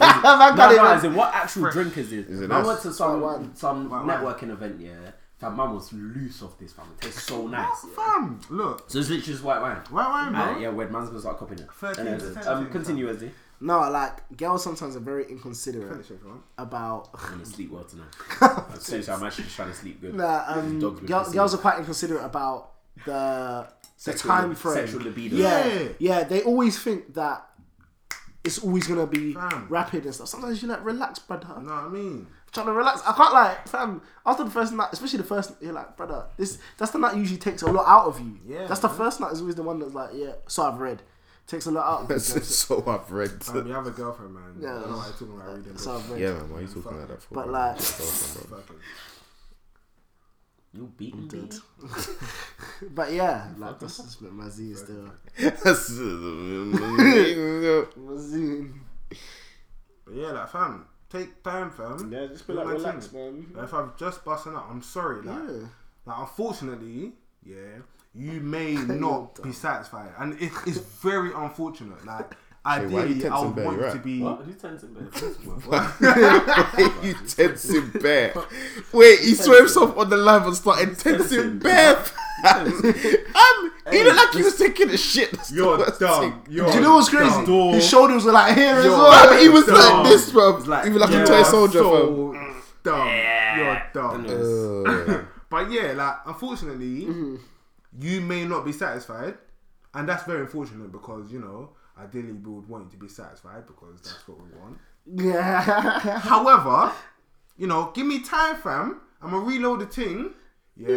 [SPEAKER 2] I
[SPEAKER 5] No,
[SPEAKER 2] got it,
[SPEAKER 5] no,
[SPEAKER 2] man.
[SPEAKER 5] as in what actual drink is this?
[SPEAKER 4] it
[SPEAKER 5] I
[SPEAKER 4] nice?
[SPEAKER 5] went to some
[SPEAKER 2] White wine.
[SPEAKER 5] some
[SPEAKER 3] White wine.
[SPEAKER 5] networking event, yeah. Fam, mum was loose off this, fam. It tastes so nice.
[SPEAKER 3] Fam, look,
[SPEAKER 5] So it's literally just white wine.
[SPEAKER 3] White wine, bro.
[SPEAKER 5] Alright, yeah, where man's gonna start copying it.
[SPEAKER 3] 13%,
[SPEAKER 5] Anyways, um, continue, Wesley.
[SPEAKER 2] No, like girls sometimes are very inconsiderate
[SPEAKER 3] finish it, fam.
[SPEAKER 2] about.
[SPEAKER 5] I'm gonna sleep well tonight. Seriously, I'm actually trying to sleep good.
[SPEAKER 2] Nah, um,
[SPEAKER 5] Dogs with
[SPEAKER 2] girl-
[SPEAKER 5] disease.
[SPEAKER 2] girls are quite inconsiderate about the the
[SPEAKER 5] Sexual-
[SPEAKER 2] time frame.
[SPEAKER 5] sexual libido.
[SPEAKER 2] Yeah, yeah. They always think that it's always gonna be
[SPEAKER 3] Fam.
[SPEAKER 2] rapid and stuff. Sometimes you like relax, brother.
[SPEAKER 3] You know what I mean?
[SPEAKER 2] Trying to relax. I can't like, fam. After the first night, especially the first, you're like, brother. This that's the night usually takes a lot out of you.
[SPEAKER 3] Yeah,
[SPEAKER 2] That's the
[SPEAKER 3] man.
[SPEAKER 2] first night is always the one that's like, yeah. So I've read, takes a lot out of you.
[SPEAKER 4] That's so I've read.
[SPEAKER 3] Fam, you have a girlfriend, man.
[SPEAKER 2] Yeah.
[SPEAKER 3] I don't know why you're talking about reading.
[SPEAKER 2] So I've read.
[SPEAKER 4] Yeah, man, why are you talking like that for?
[SPEAKER 2] But
[SPEAKER 4] bro?
[SPEAKER 2] like-
[SPEAKER 4] Fucking bro.
[SPEAKER 3] Fucking-
[SPEAKER 5] You beaten dude.
[SPEAKER 2] But yeah, like this is my Z is still. My Z.
[SPEAKER 3] But yeah, like fam, take time, fam.
[SPEAKER 2] Yeah, just be
[SPEAKER 3] Do
[SPEAKER 2] like,
[SPEAKER 3] my thing.
[SPEAKER 2] relax, man.
[SPEAKER 3] Like, if I'm just busting up, I'm sorry. Like,
[SPEAKER 2] Yeah.
[SPEAKER 3] like unfortunately, yeah, you may not be satisfied, and it, it's very unfortunate. Like,
[SPEAKER 4] why you
[SPEAKER 3] ideally, I
[SPEAKER 4] texting
[SPEAKER 3] would
[SPEAKER 4] Bell,
[SPEAKER 3] want
[SPEAKER 4] you
[SPEAKER 3] you to
[SPEAKER 4] right?
[SPEAKER 3] be.
[SPEAKER 5] What? Who turns in bed?
[SPEAKER 4] Why you tensing bear? Wait, he threw himself on the live and started tensing bear. Um, he looked like he was taking a shit. That's the
[SPEAKER 3] You're
[SPEAKER 4] worst
[SPEAKER 3] dumb.
[SPEAKER 4] thing.
[SPEAKER 3] You're
[SPEAKER 2] Do you know what's crazy?
[SPEAKER 3] Dumb.
[SPEAKER 2] His shoulders were like here as
[SPEAKER 3] Yo.
[SPEAKER 2] well.
[SPEAKER 4] Fam, he was
[SPEAKER 3] Dumb.
[SPEAKER 4] like this, bro.
[SPEAKER 5] It's like-
[SPEAKER 4] he was like
[SPEAKER 5] yeah,
[SPEAKER 4] a
[SPEAKER 3] You
[SPEAKER 4] toy
[SPEAKER 3] are
[SPEAKER 4] soldier, fam.
[SPEAKER 3] so Dumb. You're dumb.
[SPEAKER 4] Uh,
[SPEAKER 3] But yeah, like unfortunately,
[SPEAKER 2] Mm-hmm.
[SPEAKER 3] you may not be satisfied, and that's very unfortunate because you know ideally we would want you to be satisfied because that's what we want.
[SPEAKER 2] Yeah.
[SPEAKER 3] However, you know, give me time, fam. I'm gonna reload the thing. Yeah.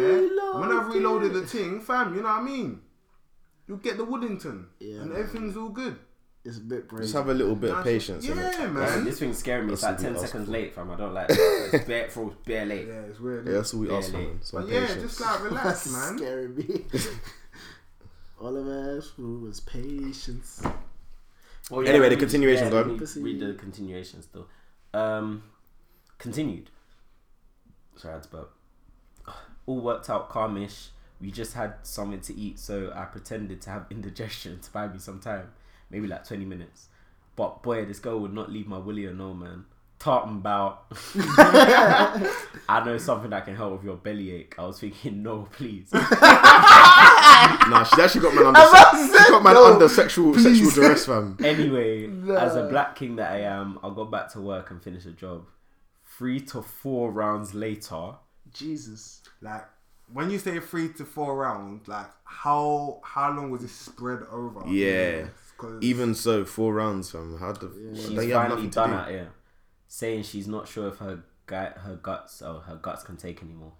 [SPEAKER 3] when I've reloaded the thing, fam, you know what I mean. You get the Woodington,
[SPEAKER 2] Yeah,
[SPEAKER 3] and
[SPEAKER 2] man.
[SPEAKER 3] everything's all good.
[SPEAKER 2] It's a bit brave.
[SPEAKER 4] Just have a little bit of
[SPEAKER 3] That's-
[SPEAKER 4] patience. innit?
[SPEAKER 3] Yeah,
[SPEAKER 5] Listen,
[SPEAKER 3] man.
[SPEAKER 5] This thing's scaring me. It's like
[SPEAKER 4] That's what
[SPEAKER 5] ten
[SPEAKER 4] we asked
[SPEAKER 5] seconds
[SPEAKER 4] for.
[SPEAKER 5] late, fam. I don't like it. It's bare, for bare late.
[SPEAKER 3] Yeah, it's weird.
[SPEAKER 4] Yeah,
[SPEAKER 3] innit?
[SPEAKER 4] that's all we asked for. man. Some
[SPEAKER 3] But yeah,
[SPEAKER 4] patience.
[SPEAKER 3] just like relax,
[SPEAKER 2] That's
[SPEAKER 3] man.
[SPEAKER 2] scary me. All of us who was patience.
[SPEAKER 5] Well,
[SPEAKER 4] Anyway, the
[SPEAKER 5] read-
[SPEAKER 4] continuation, go
[SPEAKER 5] let
[SPEAKER 4] on.
[SPEAKER 5] me Read the continuation still. Um, continued. Sorry, I had to burp. All worked out calmish. We just had something to eat, so I pretended to have indigestion to buy me some time, maybe like twenty minutes. But boy, this girl would not leave my willy alone, man. Tartan about. I know something that can help with your bellyache. I was thinking, no, please.
[SPEAKER 4] Nah, she's actually got man under. se- she got man under sexual sexual duress, fam.
[SPEAKER 5] anyway, as a black king that I am, I'll go back to work and finish the job. Three to four rounds later,
[SPEAKER 2] Jesus.
[SPEAKER 3] Like when you say three to four rounds, like how how long was it spread over?
[SPEAKER 4] Yeah.
[SPEAKER 3] 'Cause-
[SPEAKER 4] Even so, four rounds, fam. How the
[SPEAKER 5] she's
[SPEAKER 4] they have
[SPEAKER 5] finally
[SPEAKER 4] nothing
[SPEAKER 5] done
[SPEAKER 4] to
[SPEAKER 5] out here, saying she's not sure if her gut, her guts, or her guts can take anymore.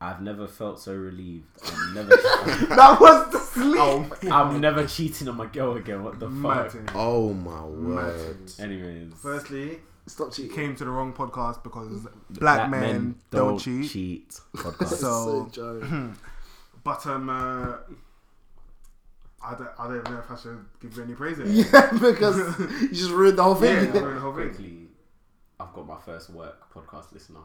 [SPEAKER 5] I've never felt so relieved. I'm never,
[SPEAKER 2] That was the sleep.
[SPEAKER 3] Oh.
[SPEAKER 5] I'm never cheating on my girl again. What the fuck?
[SPEAKER 3] Martin.
[SPEAKER 4] do. Oh my word!
[SPEAKER 5] Anyways,
[SPEAKER 3] Firstly,
[SPEAKER 2] Stop cheating.
[SPEAKER 3] came to the wrong podcast because black, men, don't, cheat.
[SPEAKER 5] Podcast.
[SPEAKER 3] So,
[SPEAKER 2] so joke.
[SPEAKER 3] but um, uh, I don't, I don't know if I should give you any praise. in it.
[SPEAKER 2] yeah, because you just ruined the whole
[SPEAKER 3] yeah,
[SPEAKER 2] thing.
[SPEAKER 3] I ruined the whole thing.
[SPEAKER 5] Quickly, I've got my first work podcast listener.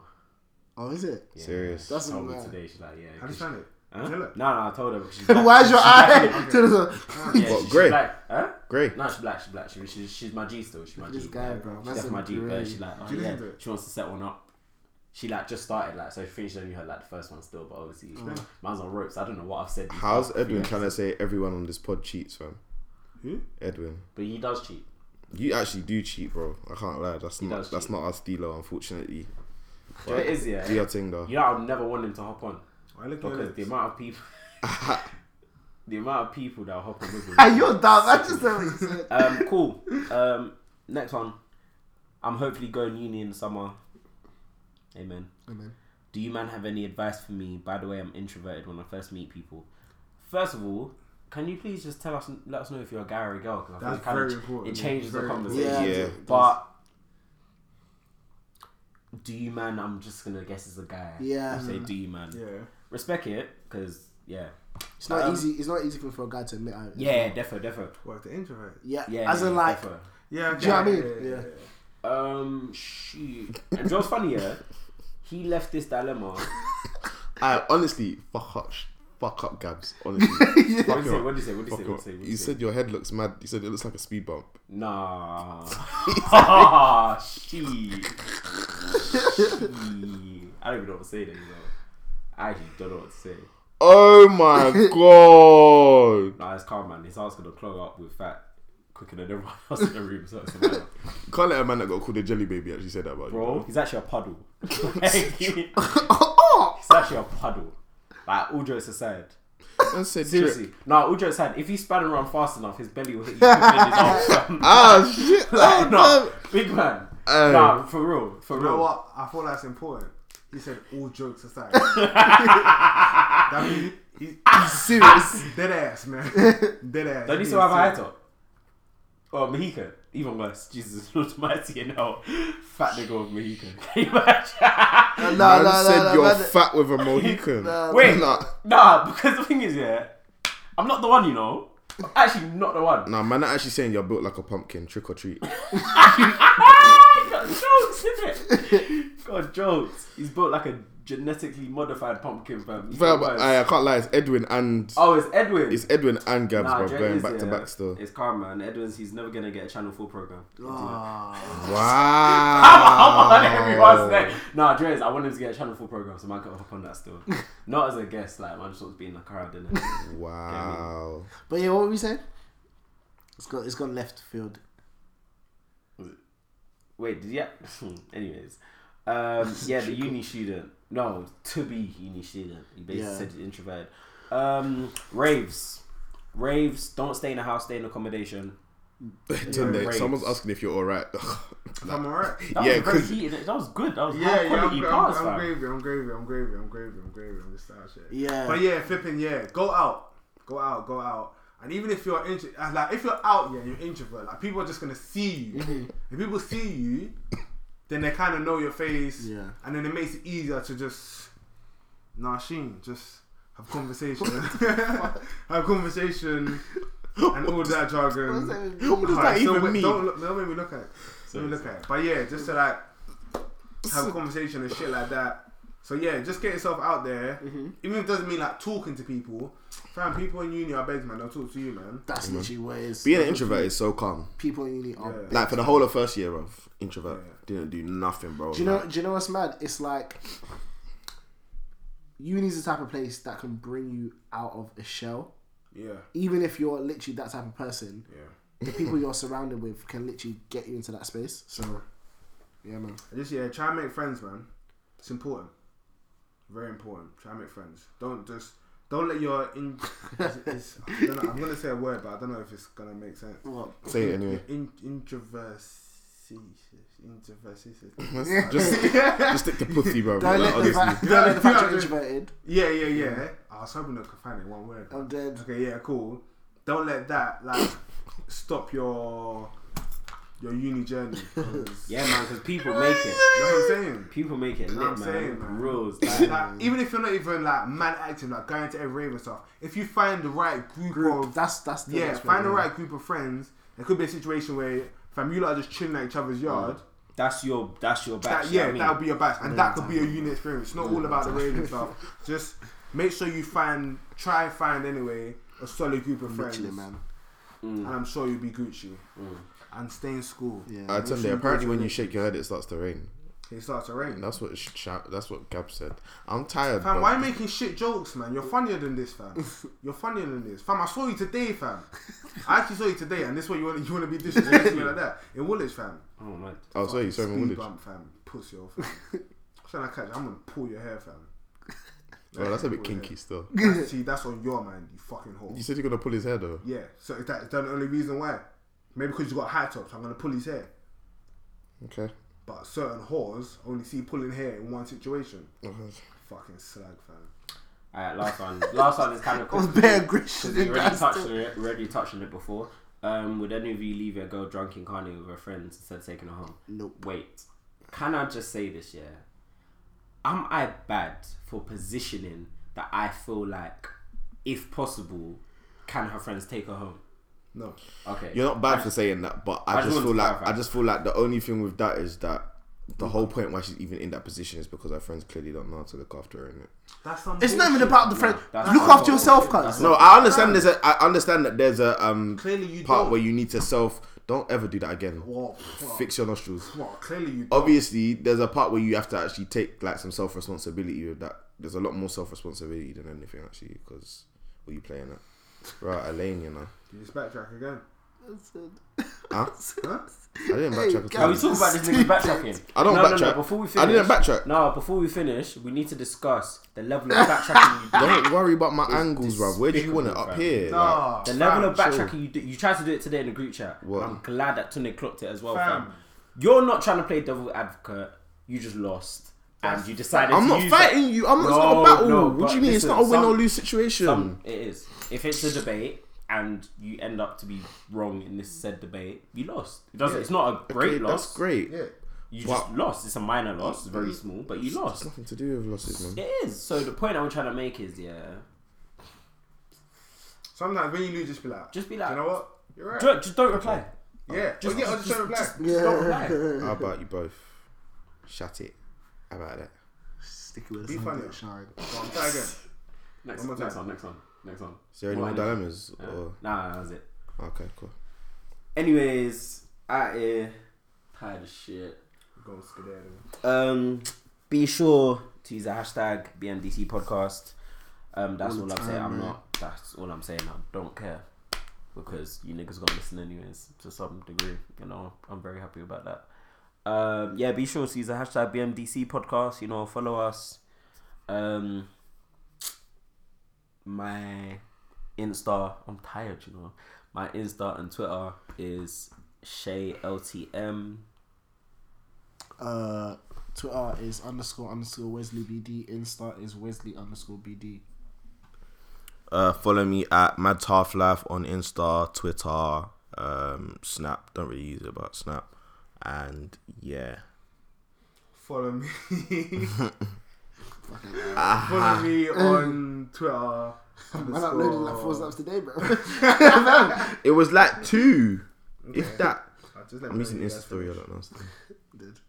[SPEAKER 2] Oh, is it?
[SPEAKER 5] Yeah.
[SPEAKER 4] Serious.
[SPEAKER 5] That's
[SPEAKER 2] That's
[SPEAKER 5] told me
[SPEAKER 2] mad.
[SPEAKER 5] today. She's like, yeah.
[SPEAKER 3] How do you find it?
[SPEAKER 5] Huh?
[SPEAKER 3] Tell
[SPEAKER 5] No,
[SPEAKER 3] it.
[SPEAKER 5] no, I told her. because She's black.
[SPEAKER 2] Why is your
[SPEAKER 5] She's black.
[SPEAKER 2] eye to the
[SPEAKER 5] Yeah,
[SPEAKER 4] What,
[SPEAKER 5] she-
[SPEAKER 4] grey?
[SPEAKER 5] She's black. Huh?
[SPEAKER 4] Grey.
[SPEAKER 5] No, she's black. She's black. She, she's, she's my G still. She's my
[SPEAKER 2] This
[SPEAKER 5] G.
[SPEAKER 2] guy, bro.
[SPEAKER 5] She's
[SPEAKER 2] That's
[SPEAKER 5] definitely my G. But
[SPEAKER 2] great.
[SPEAKER 5] she's like, oh,
[SPEAKER 3] Do you
[SPEAKER 5] yeah.
[SPEAKER 3] listen to it?
[SPEAKER 5] She wants to set one up. She like just started like so. Finished only heard like the first one still, but obviously mine's on ropes. I don't know what I've said. these
[SPEAKER 4] How's
[SPEAKER 5] last
[SPEAKER 4] Edwin
[SPEAKER 5] few
[SPEAKER 4] trying to
[SPEAKER 5] episodes.
[SPEAKER 4] say everyone on this pod cheats, man?
[SPEAKER 3] Who?
[SPEAKER 4] Edwin,
[SPEAKER 5] But he does cheat.
[SPEAKER 4] you actually do cheat, bro. I can't lie. That's not
[SPEAKER 5] does
[SPEAKER 4] that's
[SPEAKER 5] cheat.
[SPEAKER 4] not our stilo, unfortunately.
[SPEAKER 5] But it is yeah.
[SPEAKER 4] Do your thing though.
[SPEAKER 5] You know, I would never want him to hop on
[SPEAKER 3] Why look at
[SPEAKER 5] because the
[SPEAKER 3] it?
[SPEAKER 5] amount of people, the amount of people that hop on with him.
[SPEAKER 2] And you're dumb. I just don't what you said.
[SPEAKER 5] Um, cool. Um, next one. I'm hopefully going uni in the summer. Amen.
[SPEAKER 2] Amen.
[SPEAKER 5] Do you man have any advice for me? By the way, I'm introverted when I first meet people. First of all, can you please just tell us, let us know if you're a guy or a girl? 'Cause I
[SPEAKER 3] That's
[SPEAKER 5] it kinda
[SPEAKER 3] very
[SPEAKER 5] ch-
[SPEAKER 3] important.
[SPEAKER 5] It changes
[SPEAKER 3] Very
[SPEAKER 5] the
[SPEAKER 3] important.
[SPEAKER 5] conversation.
[SPEAKER 2] Yeah.
[SPEAKER 4] Yeah.
[SPEAKER 5] But do you man? I'm just gonna guess it's a guy.
[SPEAKER 2] Yeah.
[SPEAKER 5] Say do you man?
[SPEAKER 3] Mm-hmm. Yeah.
[SPEAKER 5] Respect it, cause yeah,
[SPEAKER 2] It's not
[SPEAKER 5] Um,
[SPEAKER 2] easy. It's not easy for a guy to admit. I,
[SPEAKER 5] Yeah, defo, defo.
[SPEAKER 3] What, the introvert?
[SPEAKER 2] Yeah.
[SPEAKER 5] Yeah,
[SPEAKER 2] As
[SPEAKER 5] yeah,
[SPEAKER 2] in like.
[SPEAKER 5] defo.
[SPEAKER 3] Yeah.
[SPEAKER 2] Do you know what I mean?
[SPEAKER 3] yeah,
[SPEAKER 2] Yeah.
[SPEAKER 3] yeah.
[SPEAKER 5] Um, shoot. And Joe's funny, yeah. He left this dilemma.
[SPEAKER 4] I honestly fuck up, fuck up, Gabs. Honestly,
[SPEAKER 5] What
[SPEAKER 4] Fuck
[SPEAKER 5] did
[SPEAKER 4] you
[SPEAKER 5] you say?
[SPEAKER 4] up.
[SPEAKER 5] What did you say? What did you
[SPEAKER 4] Fuck you
[SPEAKER 5] say? What
[SPEAKER 4] up.
[SPEAKER 5] did you say? What did
[SPEAKER 4] You said your head looks mad. You said it looks like a speed bump.
[SPEAKER 5] nah. Ah, she. She. I don't even know what to say anymore. I actually don't know what to say.
[SPEAKER 4] Oh my god!
[SPEAKER 5] Nah, it's calm, man. His house gonna clog up with fat quicker than everyone else in the room. So it's fine.
[SPEAKER 4] Can't let a man that got called a jelly baby actually say that about
[SPEAKER 5] bro,
[SPEAKER 4] you.
[SPEAKER 5] he's actually a puddle. he's
[SPEAKER 2] Oh,
[SPEAKER 5] actually a puddle. Like all jokes aside.
[SPEAKER 4] Bro. I said
[SPEAKER 5] Seriously, no, all jokes aside, if he span around fast enough, his belly will hit you quicker than his arm.
[SPEAKER 4] Ah shit!
[SPEAKER 5] Like,
[SPEAKER 4] Oh,
[SPEAKER 5] no, big man.
[SPEAKER 4] Oh.
[SPEAKER 5] Nah, for real, for
[SPEAKER 3] You know
[SPEAKER 5] real.
[SPEAKER 3] what? I thought that's important. He said all jokes aside. that means he,
[SPEAKER 2] he's serious.
[SPEAKER 3] dead ass, man. Dead ass.
[SPEAKER 5] Don't you still have a high top? Oh, Mohican. Even worse. Jesus Lord mighty and hell. Fat nigga with Mohican. Can you imagine?
[SPEAKER 2] no, no,
[SPEAKER 4] man
[SPEAKER 2] no,
[SPEAKER 4] said
[SPEAKER 2] no,
[SPEAKER 4] you're
[SPEAKER 2] man.
[SPEAKER 4] fat with a Mohican.
[SPEAKER 2] Nah,
[SPEAKER 5] Wait.
[SPEAKER 4] nah,
[SPEAKER 5] nah, because the thing is, yeah, I'm not the one, you know. I'm actually not the one.
[SPEAKER 4] nah, man, not actually saying you're built like a pumpkin. Trick or treat.
[SPEAKER 5] Ah, got jokes, innit? Got jokes. He's built like a genetically modified pumpkin, fam. He's
[SPEAKER 4] Fam,
[SPEAKER 5] got
[SPEAKER 4] I, I
[SPEAKER 5] worse.
[SPEAKER 4] can't lie. It's Edwin and
[SPEAKER 5] Oh, it's Edwin.
[SPEAKER 4] it's Edwin and Gabs,
[SPEAKER 5] Nah,
[SPEAKER 4] bro.
[SPEAKER 5] Jay
[SPEAKER 4] Going
[SPEAKER 5] is,
[SPEAKER 4] back to
[SPEAKER 5] yeah.
[SPEAKER 4] back still.
[SPEAKER 5] It's calm, man. Edwards, he's never gonna get a Channel Four program.
[SPEAKER 2] Ah.
[SPEAKER 4] Wow.
[SPEAKER 5] on,
[SPEAKER 3] Oh.
[SPEAKER 5] everyone's there. Nah, Dre is. I want him to get a Channel Four program, so man, got up on that still. Not as a guest, like man, just wants to be in the crowd. Didn't
[SPEAKER 4] Wow.
[SPEAKER 2] But yeah, what were we saying? It's gone. It's gone left field.
[SPEAKER 5] Wait, did yeah? Anyways, um, yeah, the uni student. No, to be uni student. You basically
[SPEAKER 2] Yeah.
[SPEAKER 5] said you're introverted. Um, raves, raves. Don't stay in the house. Stay in accommodation.
[SPEAKER 4] Tunde,
[SPEAKER 5] Great.
[SPEAKER 4] someone's asking if you're alright.
[SPEAKER 3] I'm alright.
[SPEAKER 5] That
[SPEAKER 4] Yeah,
[SPEAKER 5] was very
[SPEAKER 4] 'cause-
[SPEAKER 5] heated. That was good. That was
[SPEAKER 3] Yeah,
[SPEAKER 5] high
[SPEAKER 3] yeah,
[SPEAKER 5] quality
[SPEAKER 3] I'm,
[SPEAKER 5] bars,
[SPEAKER 3] I'm, I'm
[SPEAKER 5] fam.
[SPEAKER 3] gravy, I'm gravy, I'm gravy, I'm gravy, I'm gravy, I'm just that shit.
[SPEAKER 2] Yeah.
[SPEAKER 3] But yeah, flipping, yeah. Go out. Go out, go out. And even if you're intro- uh, like if you're out, yeah, you're introvert. Like people are just gonna see
[SPEAKER 2] Mhm.
[SPEAKER 3] you. if people see you, then they kind of know your face.
[SPEAKER 2] Yeah.
[SPEAKER 3] And then it makes it easier to just, nah, Sheen, just have conversation, have conversation, and all that jargon.
[SPEAKER 4] What does
[SPEAKER 3] Alright,
[SPEAKER 4] that
[SPEAKER 3] so
[SPEAKER 4] even
[SPEAKER 3] wait,
[SPEAKER 4] mean?
[SPEAKER 3] Don't, look, don't make me look at it. Don't make me look at it. But yeah, just to like have a conversation and shit like that. So yeah, just get yourself out there.
[SPEAKER 4] Mm-hmm.
[SPEAKER 3] Even if it doesn't mean like talking to people. Fam, people in uni are begging man, they'll talk to you, man.
[SPEAKER 2] That's literally what it is.
[SPEAKER 4] Being an introvert is so calm.
[SPEAKER 2] People in uni are.
[SPEAKER 4] Like for the whole of first year of introvert, didn't do nothing, bro.
[SPEAKER 2] Do you know?
[SPEAKER 4] Like,
[SPEAKER 2] Do you know what's mad? It's like uni's the type of place that can bring you out of a shell.
[SPEAKER 3] Yeah.
[SPEAKER 2] Even if you're literally that type of person,
[SPEAKER 3] Yeah.
[SPEAKER 2] the people you're surrounded with can literally get you into that space. So, yeah, man.
[SPEAKER 3] And just yeah, try and make friends, man. It's important. Very important. Try and make friends. Don't just don't let your in it's, it's, I don't know, I'm gonna say a word, but I don't know if it's gonna make sense.
[SPEAKER 2] Well,
[SPEAKER 4] say it anyway.
[SPEAKER 3] In, introversi introversi
[SPEAKER 4] just, just stick to pussy, bro.
[SPEAKER 2] don't,
[SPEAKER 4] Like,
[SPEAKER 2] let the
[SPEAKER 4] honestly.
[SPEAKER 2] fact, don't let the fact
[SPEAKER 3] Yeah,
[SPEAKER 2] you're
[SPEAKER 3] yeah.
[SPEAKER 2] introverted.
[SPEAKER 3] Yeah, yeah, yeah. I was hoping I could find it in one word.
[SPEAKER 2] I'm dead.
[SPEAKER 3] Okay, yeah, cool. Don't let that like stop your your uni journey. 'cause-
[SPEAKER 5] Yeah, man, because people make it.
[SPEAKER 3] You know what I'm saying?
[SPEAKER 5] People make it lit,
[SPEAKER 3] know
[SPEAKER 5] man.
[SPEAKER 3] what I'm saying, man?
[SPEAKER 5] Rules.
[SPEAKER 3] Like, even if you're not even like mad active, like going to every rave and stuff, if you find the right group, of
[SPEAKER 2] That's that's the
[SPEAKER 3] yeah,
[SPEAKER 2] best way,
[SPEAKER 3] find the
[SPEAKER 2] yeah.
[SPEAKER 3] right group of friends, there could be a situation where fam you lot are just chilling at each other's
[SPEAKER 2] Mm.
[SPEAKER 3] yard.
[SPEAKER 5] that's your that's your
[SPEAKER 3] That,
[SPEAKER 5] batch.
[SPEAKER 3] yeah,
[SPEAKER 5] you know what I
[SPEAKER 3] that'll
[SPEAKER 5] mean?
[SPEAKER 3] be your best, and that could be a uni experience. It's not all about the rave and stuff. Just make sure you find, try and find anyway a solid group of friends,
[SPEAKER 2] Literally, man.
[SPEAKER 4] Mm.
[SPEAKER 3] and I'm sure you'll be Gucci. And stay in school.
[SPEAKER 2] Yeah.
[SPEAKER 4] I Mm. tell you,
[SPEAKER 3] you
[SPEAKER 4] apparently when you shake your head, it starts to rain.
[SPEAKER 3] It starts to rain.
[SPEAKER 4] That's what sh- shout. That's what Gab said. I'm tired.
[SPEAKER 3] Fam,
[SPEAKER 4] bro.
[SPEAKER 3] why are you making shit jokes, man? You're funnier than this, fam. You're funnier than this, fam. I saw you today, fam. I actually saw you today, and this way you want you want to be disrespectful like that in Woolwich, fam.
[SPEAKER 5] Oh man.
[SPEAKER 4] Oh, sorry, sorry,
[SPEAKER 3] Speed
[SPEAKER 4] my Woolwich.
[SPEAKER 3] bump, fam. Pussy off. Fam. Shall I catch? you? I'm gonna pull your hair, fam.
[SPEAKER 4] Oh, that's a bit kinky still.
[SPEAKER 3] That's- See, that's on your man, you fucking whore.
[SPEAKER 4] You said you're gonna pull his hair though.
[SPEAKER 3] Yeah. So is that is that the only reason why? Maybe because you got high tops. I'm gonna pull his hair.
[SPEAKER 4] Okay.
[SPEAKER 3] But certain whores only see pulling hair in one situation.
[SPEAKER 5] Uh-huh.
[SPEAKER 3] Fucking slag, fam.
[SPEAKER 5] Alright, last one. Last one is kind of quick.
[SPEAKER 2] Bear
[SPEAKER 5] Because
[SPEAKER 2] Grylls.
[SPEAKER 5] we already touched on it, we already touched on it before. Um, would any of you leave your girl drunk in carnival with her friends instead of taking her home?
[SPEAKER 2] Nope.
[SPEAKER 5] Wait, can I just say this? Yeah, am I bad for positioning that I feel like, if possible, can her friends take her home?
[SPEAKER 3] No.
[SPEAKER 5] Okay,
[SPEAKER 4] You're not bad for saying that, but I,
[SPEAKER 5] I just
[SPEAKER 4] just
[SPEAKER 5] wanted
[SPEAKER 4] feel
[SPEAKER 5] to
[SPEAKER 4] like
[SPEAKER 5] clarify.
[SPEAKER 4] I just feel like the only thing with that is that the whole point why she's even in that position is because her friends clearly don't know how to look after her. Innit?
[SPEAKER 3] That's some
[SPEAKER 2] It's not even
[SPEAKER 3] bullshit.
[SPEAKER 2] about the friend.
[SPEAKER 5] that's
[SPEAKER 2] Look
[SPEAKER 5] not
[SPEAKER 2] after
[SPEAKER 5] cool.
[SPEAKER 2] yourself,
[SPEAKER 5] That's
[SPEAKER 2] cuz.
[SPEAKER 4] No, I understand. There's a. I understand that there's a um
[SPEAKER 3] Clearly you
[SPEAKER 4] part
[SPEAKER 3] don't.
[SPEAKER 4] where you need to self. Don't ever do that again.
[SPEAKER 3] Well, well,
[SPEAKER 4] Fix your nostrils.
[SPEAKER 3] well, Oh, clearly you
[SPEAKER 5] Oh.
[SPEAKER 4] Obviously, there's a part where you have to actually take like some self responsibility with that. There's a lot more self responsibility than anything actually because what you playing at? Right, Elaine, you know.
[SPEAKER 3] You just backtrack again.
[SPEAKER 4] Huh?
[SPEAKER 3] Huh?
[SPEAKER 4] I didn't backtrack at
[SPEAKER 5] Can we
[SPEAKER 4] all.
[SPEAKER 5] talk about this nigga backtracking?
[SPEAKER 4] I don't
[SPEAKER 5] no, No,
[SPEAKER 4] backtrack.
[SPEAKER 5] no, before we
[SPEAKER 4] I
[SPEAKER 5] finish,
[SPEAKER 4] didn't backtrack.
[SPEAKER 5] No, before we finish, we need to discuss the level of backtracking you do.
[SPEAKER 4] Don't worry about my angles, bruv. Where do you want it?
[SPEAKER 5] Ah, despicable,
[SPEAKER 4] Up
[SPEAKER 5] bruv.
[SPEAKER 4] here? like-
[SPEAKER 3] Nah,
[SPEAKER 5] The level of
[SPEAKER 4] chill.
[SPEAKER 5] backtracking you do, you tried to do it today in the group chat.
[SPEAKER 4] What?
[SPEAKER 5] I'm glad that Tunde clocked it as well, fam.
[SPEAKER 3] Fam.
[SPEAKER 5] You're not trying to play devil advocate. You just lost, and you decided.
[SPEAKER 4] I'm
[SPEAKER 5] to
[SPEAKER 4] not
[SPEAKER 5] use
[SPEAKER 4] fighting
[SPEAKER 5] that.
[SPEAKER 4] you. I'm not, it's
[SPEAKER 5] No,
[SPEAKER 4] not a battle.
[SPEAKER 5] no,
[SPEAKER 4] what do
[SPEAKER 5] but
[SPEAKER 4] you mean? it's not a
[SPEAKER 5] listen,
[SPEAKER 4] win or
[SPEAKER 5] some-
[SPEAKER 4] lose situation.
[SPEAKER 5] some- it is. If it's a debate and you end up to be wrong in this said debate, you lost. It doesn't. It's not a great
[SPEAKER 4] Okay,
[SPEAKER 5] loss.
[SPEAKER 4] That's great. Mm.
[SPEAKER 3] yeah.
[SPEAKER 5] You
[SPEAKER 4] Well-
[SPEAKER 5] just lost. It's a minor loss, it's very small, but you lost.
[SPEAKER 4] Nothing to do with losses, man.
[SPEAKER 5] It is. So the point I'm trying to make is, yeah,
[SPEAKER 3] Sometimes when you lose, just be like,
[SPEAKER 5] Just be like-
[SPEAKER 3] you know what? You're right.
[SPEAKER 5] Ju- just don't reply.
[SPEAKER 3] yeah. Just,
[SPEAKER 5] Just-
[SPEAKER 3] oh, yeah, I'll just,
[SPEAKER 5] just-
[SPEAKER 3] don't reply.
[SPEAKER 5] Don't reply.
[SPEAKER 4] How about you both? Shut it. How about that?
[SPEAKER 2] Stick with
[SPEAKER 3] Be funny. Go on, try again.
[SPEAKER 5] Next,
[SPEAKER 3] One more
[SPEAKER 5] next
[SPEAKER 3] time.
[SPEAKER 5] one. Next one. Next one.
[SPEAKER 4] Is there any more
[SPEAKER 5] Well,
[SPEAKER 4] dilemmas? Or...
[SPEAKER 5] Nah, that was it.
[SPEAKER 4] Okay, cool.
[SPEAKER 5] Anyways, out here, tired of shit.
[SPEAKER 3] Go skedaddle.
[SPEAKER 5] Um, be sure to use the hashtag BMDC podcast. Um, that's all, I'm saying. I'm not. That's all I'm saying. I don't care because you niggas gonna listen anyways to some degree. You know, I'm very happy about that. Um, yeah, be sure to use the hashtag BMDC podcast. You know, follow us. Um, my Insta. I'm tired. You know, my Insta and Twitter is Shay LTM.
[SPEAKER 2] Uh, Twitter is underscore underscore Wesley BD. Insta is Wesley underscore BD.
[SPEAKER 4] Uh, follow me at Mad Half Life on Insta, Twitter, um, Snap. Don't really use it, but Snap. And yeah.
[SPEAKER 3] Follow me. Follow me on Twitter.
[SPEAKER 2] Man, I uploaded like four
[SPEAKER 3] underscore-
[SPEAKER 2] snaps today, bro.
[SPEAKER 4] It was like two. If that.
[SPEAKER 3] I just let
[SPEAKER 4] I'm
[SPEAKER 3] me
[SPEAKER 4] using
[SPEAKER 3] know you
[SPEAKER 4] Insta
[SPEAKER 3] guys
[SPEAKER 4] story a
[SPEAKER 3] finish.
[SPEAKER 4] lot now. still.
[SPEAKER 2] Dude,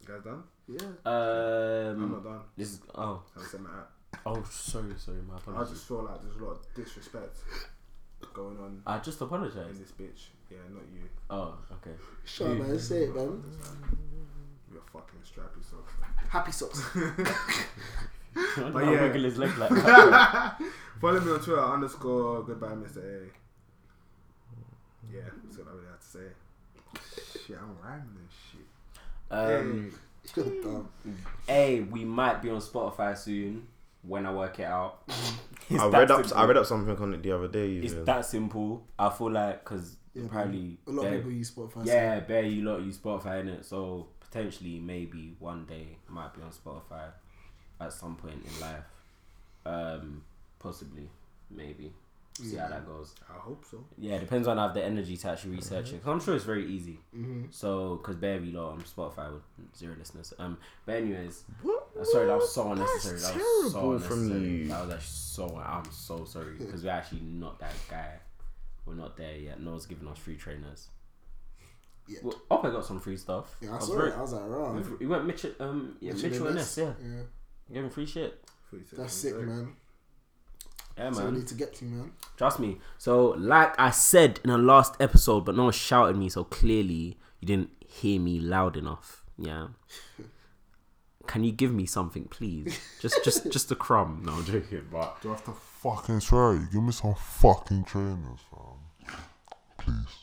[SPEAKER 3] You guys done?
[SPEAKER 2] yeah.
[SPEAKER 5] Um,
[SPEAKER 3] I'm not done.
[SPEAKER 5] This is oh
[SPEAKER 3] I'll send that out.
[SPEAKER 5] oh sorry sorry my
[SPEAKER 3] I
[SPEAKER 5] apologies.
[SPEAKER 3] just feel like there's a lot of disrespect going on
[SPEAKER 5] I just
[SPEAKER 3] in
[SPEAKER 5] apologized.
[SPEAKER 3] this bitch. Yeah, not you.
[SPEAKER 5] Oh okay.
[SPEAKER 2] Shut up, man. Say it, man.
[SPEAKER 3] You're fucking strappy so.
[SPEAKER 2] Happy socks.
[SPEAKER 5] Why
[SPEAKER 3] yeah.
[SPEAKER 5] wiggle his leg like that?
[SPEAKER 3] Follow me on Twitter underscore goodbye Mr. A. Yeah, that's what I really had to say. Shit, I'm rhyming this shit.
[SPEAKER 5] um,
[SPEAKER 2] You're dumb.
[SPEAKER 5] hey, we might be on Spotify soon when I work it out. It's
[SPEAKER 4] I
[SPEAKER 5] that
[SPEAKER 4] read up.
[SPEAKER 5] simple.
[SPEAKER 4] I read up something on it the other day.
[SPEAKER 5] It's
[SPEAKER 4] even.
[SPEAKER 5] that simple. I feel like because apparently
[SPEAKER 2] a lot of
[SPEAKER 5] there-
[SPEAKER 2] people use Spotify.
[SPEAKER 5] yeah, bare you lot use Spotify in it, so potentially maybe one day might be on Spotify at some point in life. Um, possibly, maybe. See how that goes.
[SPEAKER 3] I hope so.
[SPEAKER 5] Yeah, it depends on I have the energy to actually research
[SPEAKER 2] Mm-hmm.
[SPEAKER 5] it. 'Cause I'm sure it's very easy. So, because barely low on Spotify with zero listeners. Um, but anyways, uh, sorry that was so unnecessary. That was so
[SPEAKER 4] terrible from
[SPEAKER 5] unnecessary.
[SPEAKER 4] you.
[SPEAKER 5] That was actually so. I'm so sorry because we're actually not that guy. We're not there yet. No one's giving us free trainers.
[SPEAKER 2] Yeah.
[SPEAKER 5] Well, Opa got some free stuff.
[SPEAKER 2] Yeah, I
[SPEAKER 5] was
[SPEAKER 2] saw
[SPEAKER 5] very-
[SPEAKER 2] it. I was like, right.
[SPEAKER 5] We went Mitchell, um, yeah,
[SPEAKER 2] Mitchell
[SPEAKER 5] Mitchell and
[SPEAKER 2] Ness.
[SPEAKER 5] Ness, yeah.
[SPEAKER 2] Yeah,
[SPEAKER 5] Giving free shit.
[SPEAKER 2] that's sick, man.
[SPEAKER 5] Yeah,
[SPEAKER 2] So we
[SPEAKER 5] man.
[SPEAKER 2] need to get to, man.
[SPEAKER 5] Trust me. So, like I said in the last episode, but no one shouted me, so clearly you didn't hear me loud enough. Yeah. Can you give me something, please? Just, just, just a crumb. No, I'm joking. But
[SPEAKER 1] Do I have to fucking swear at you? Give me some fucking trainers, fam. Please.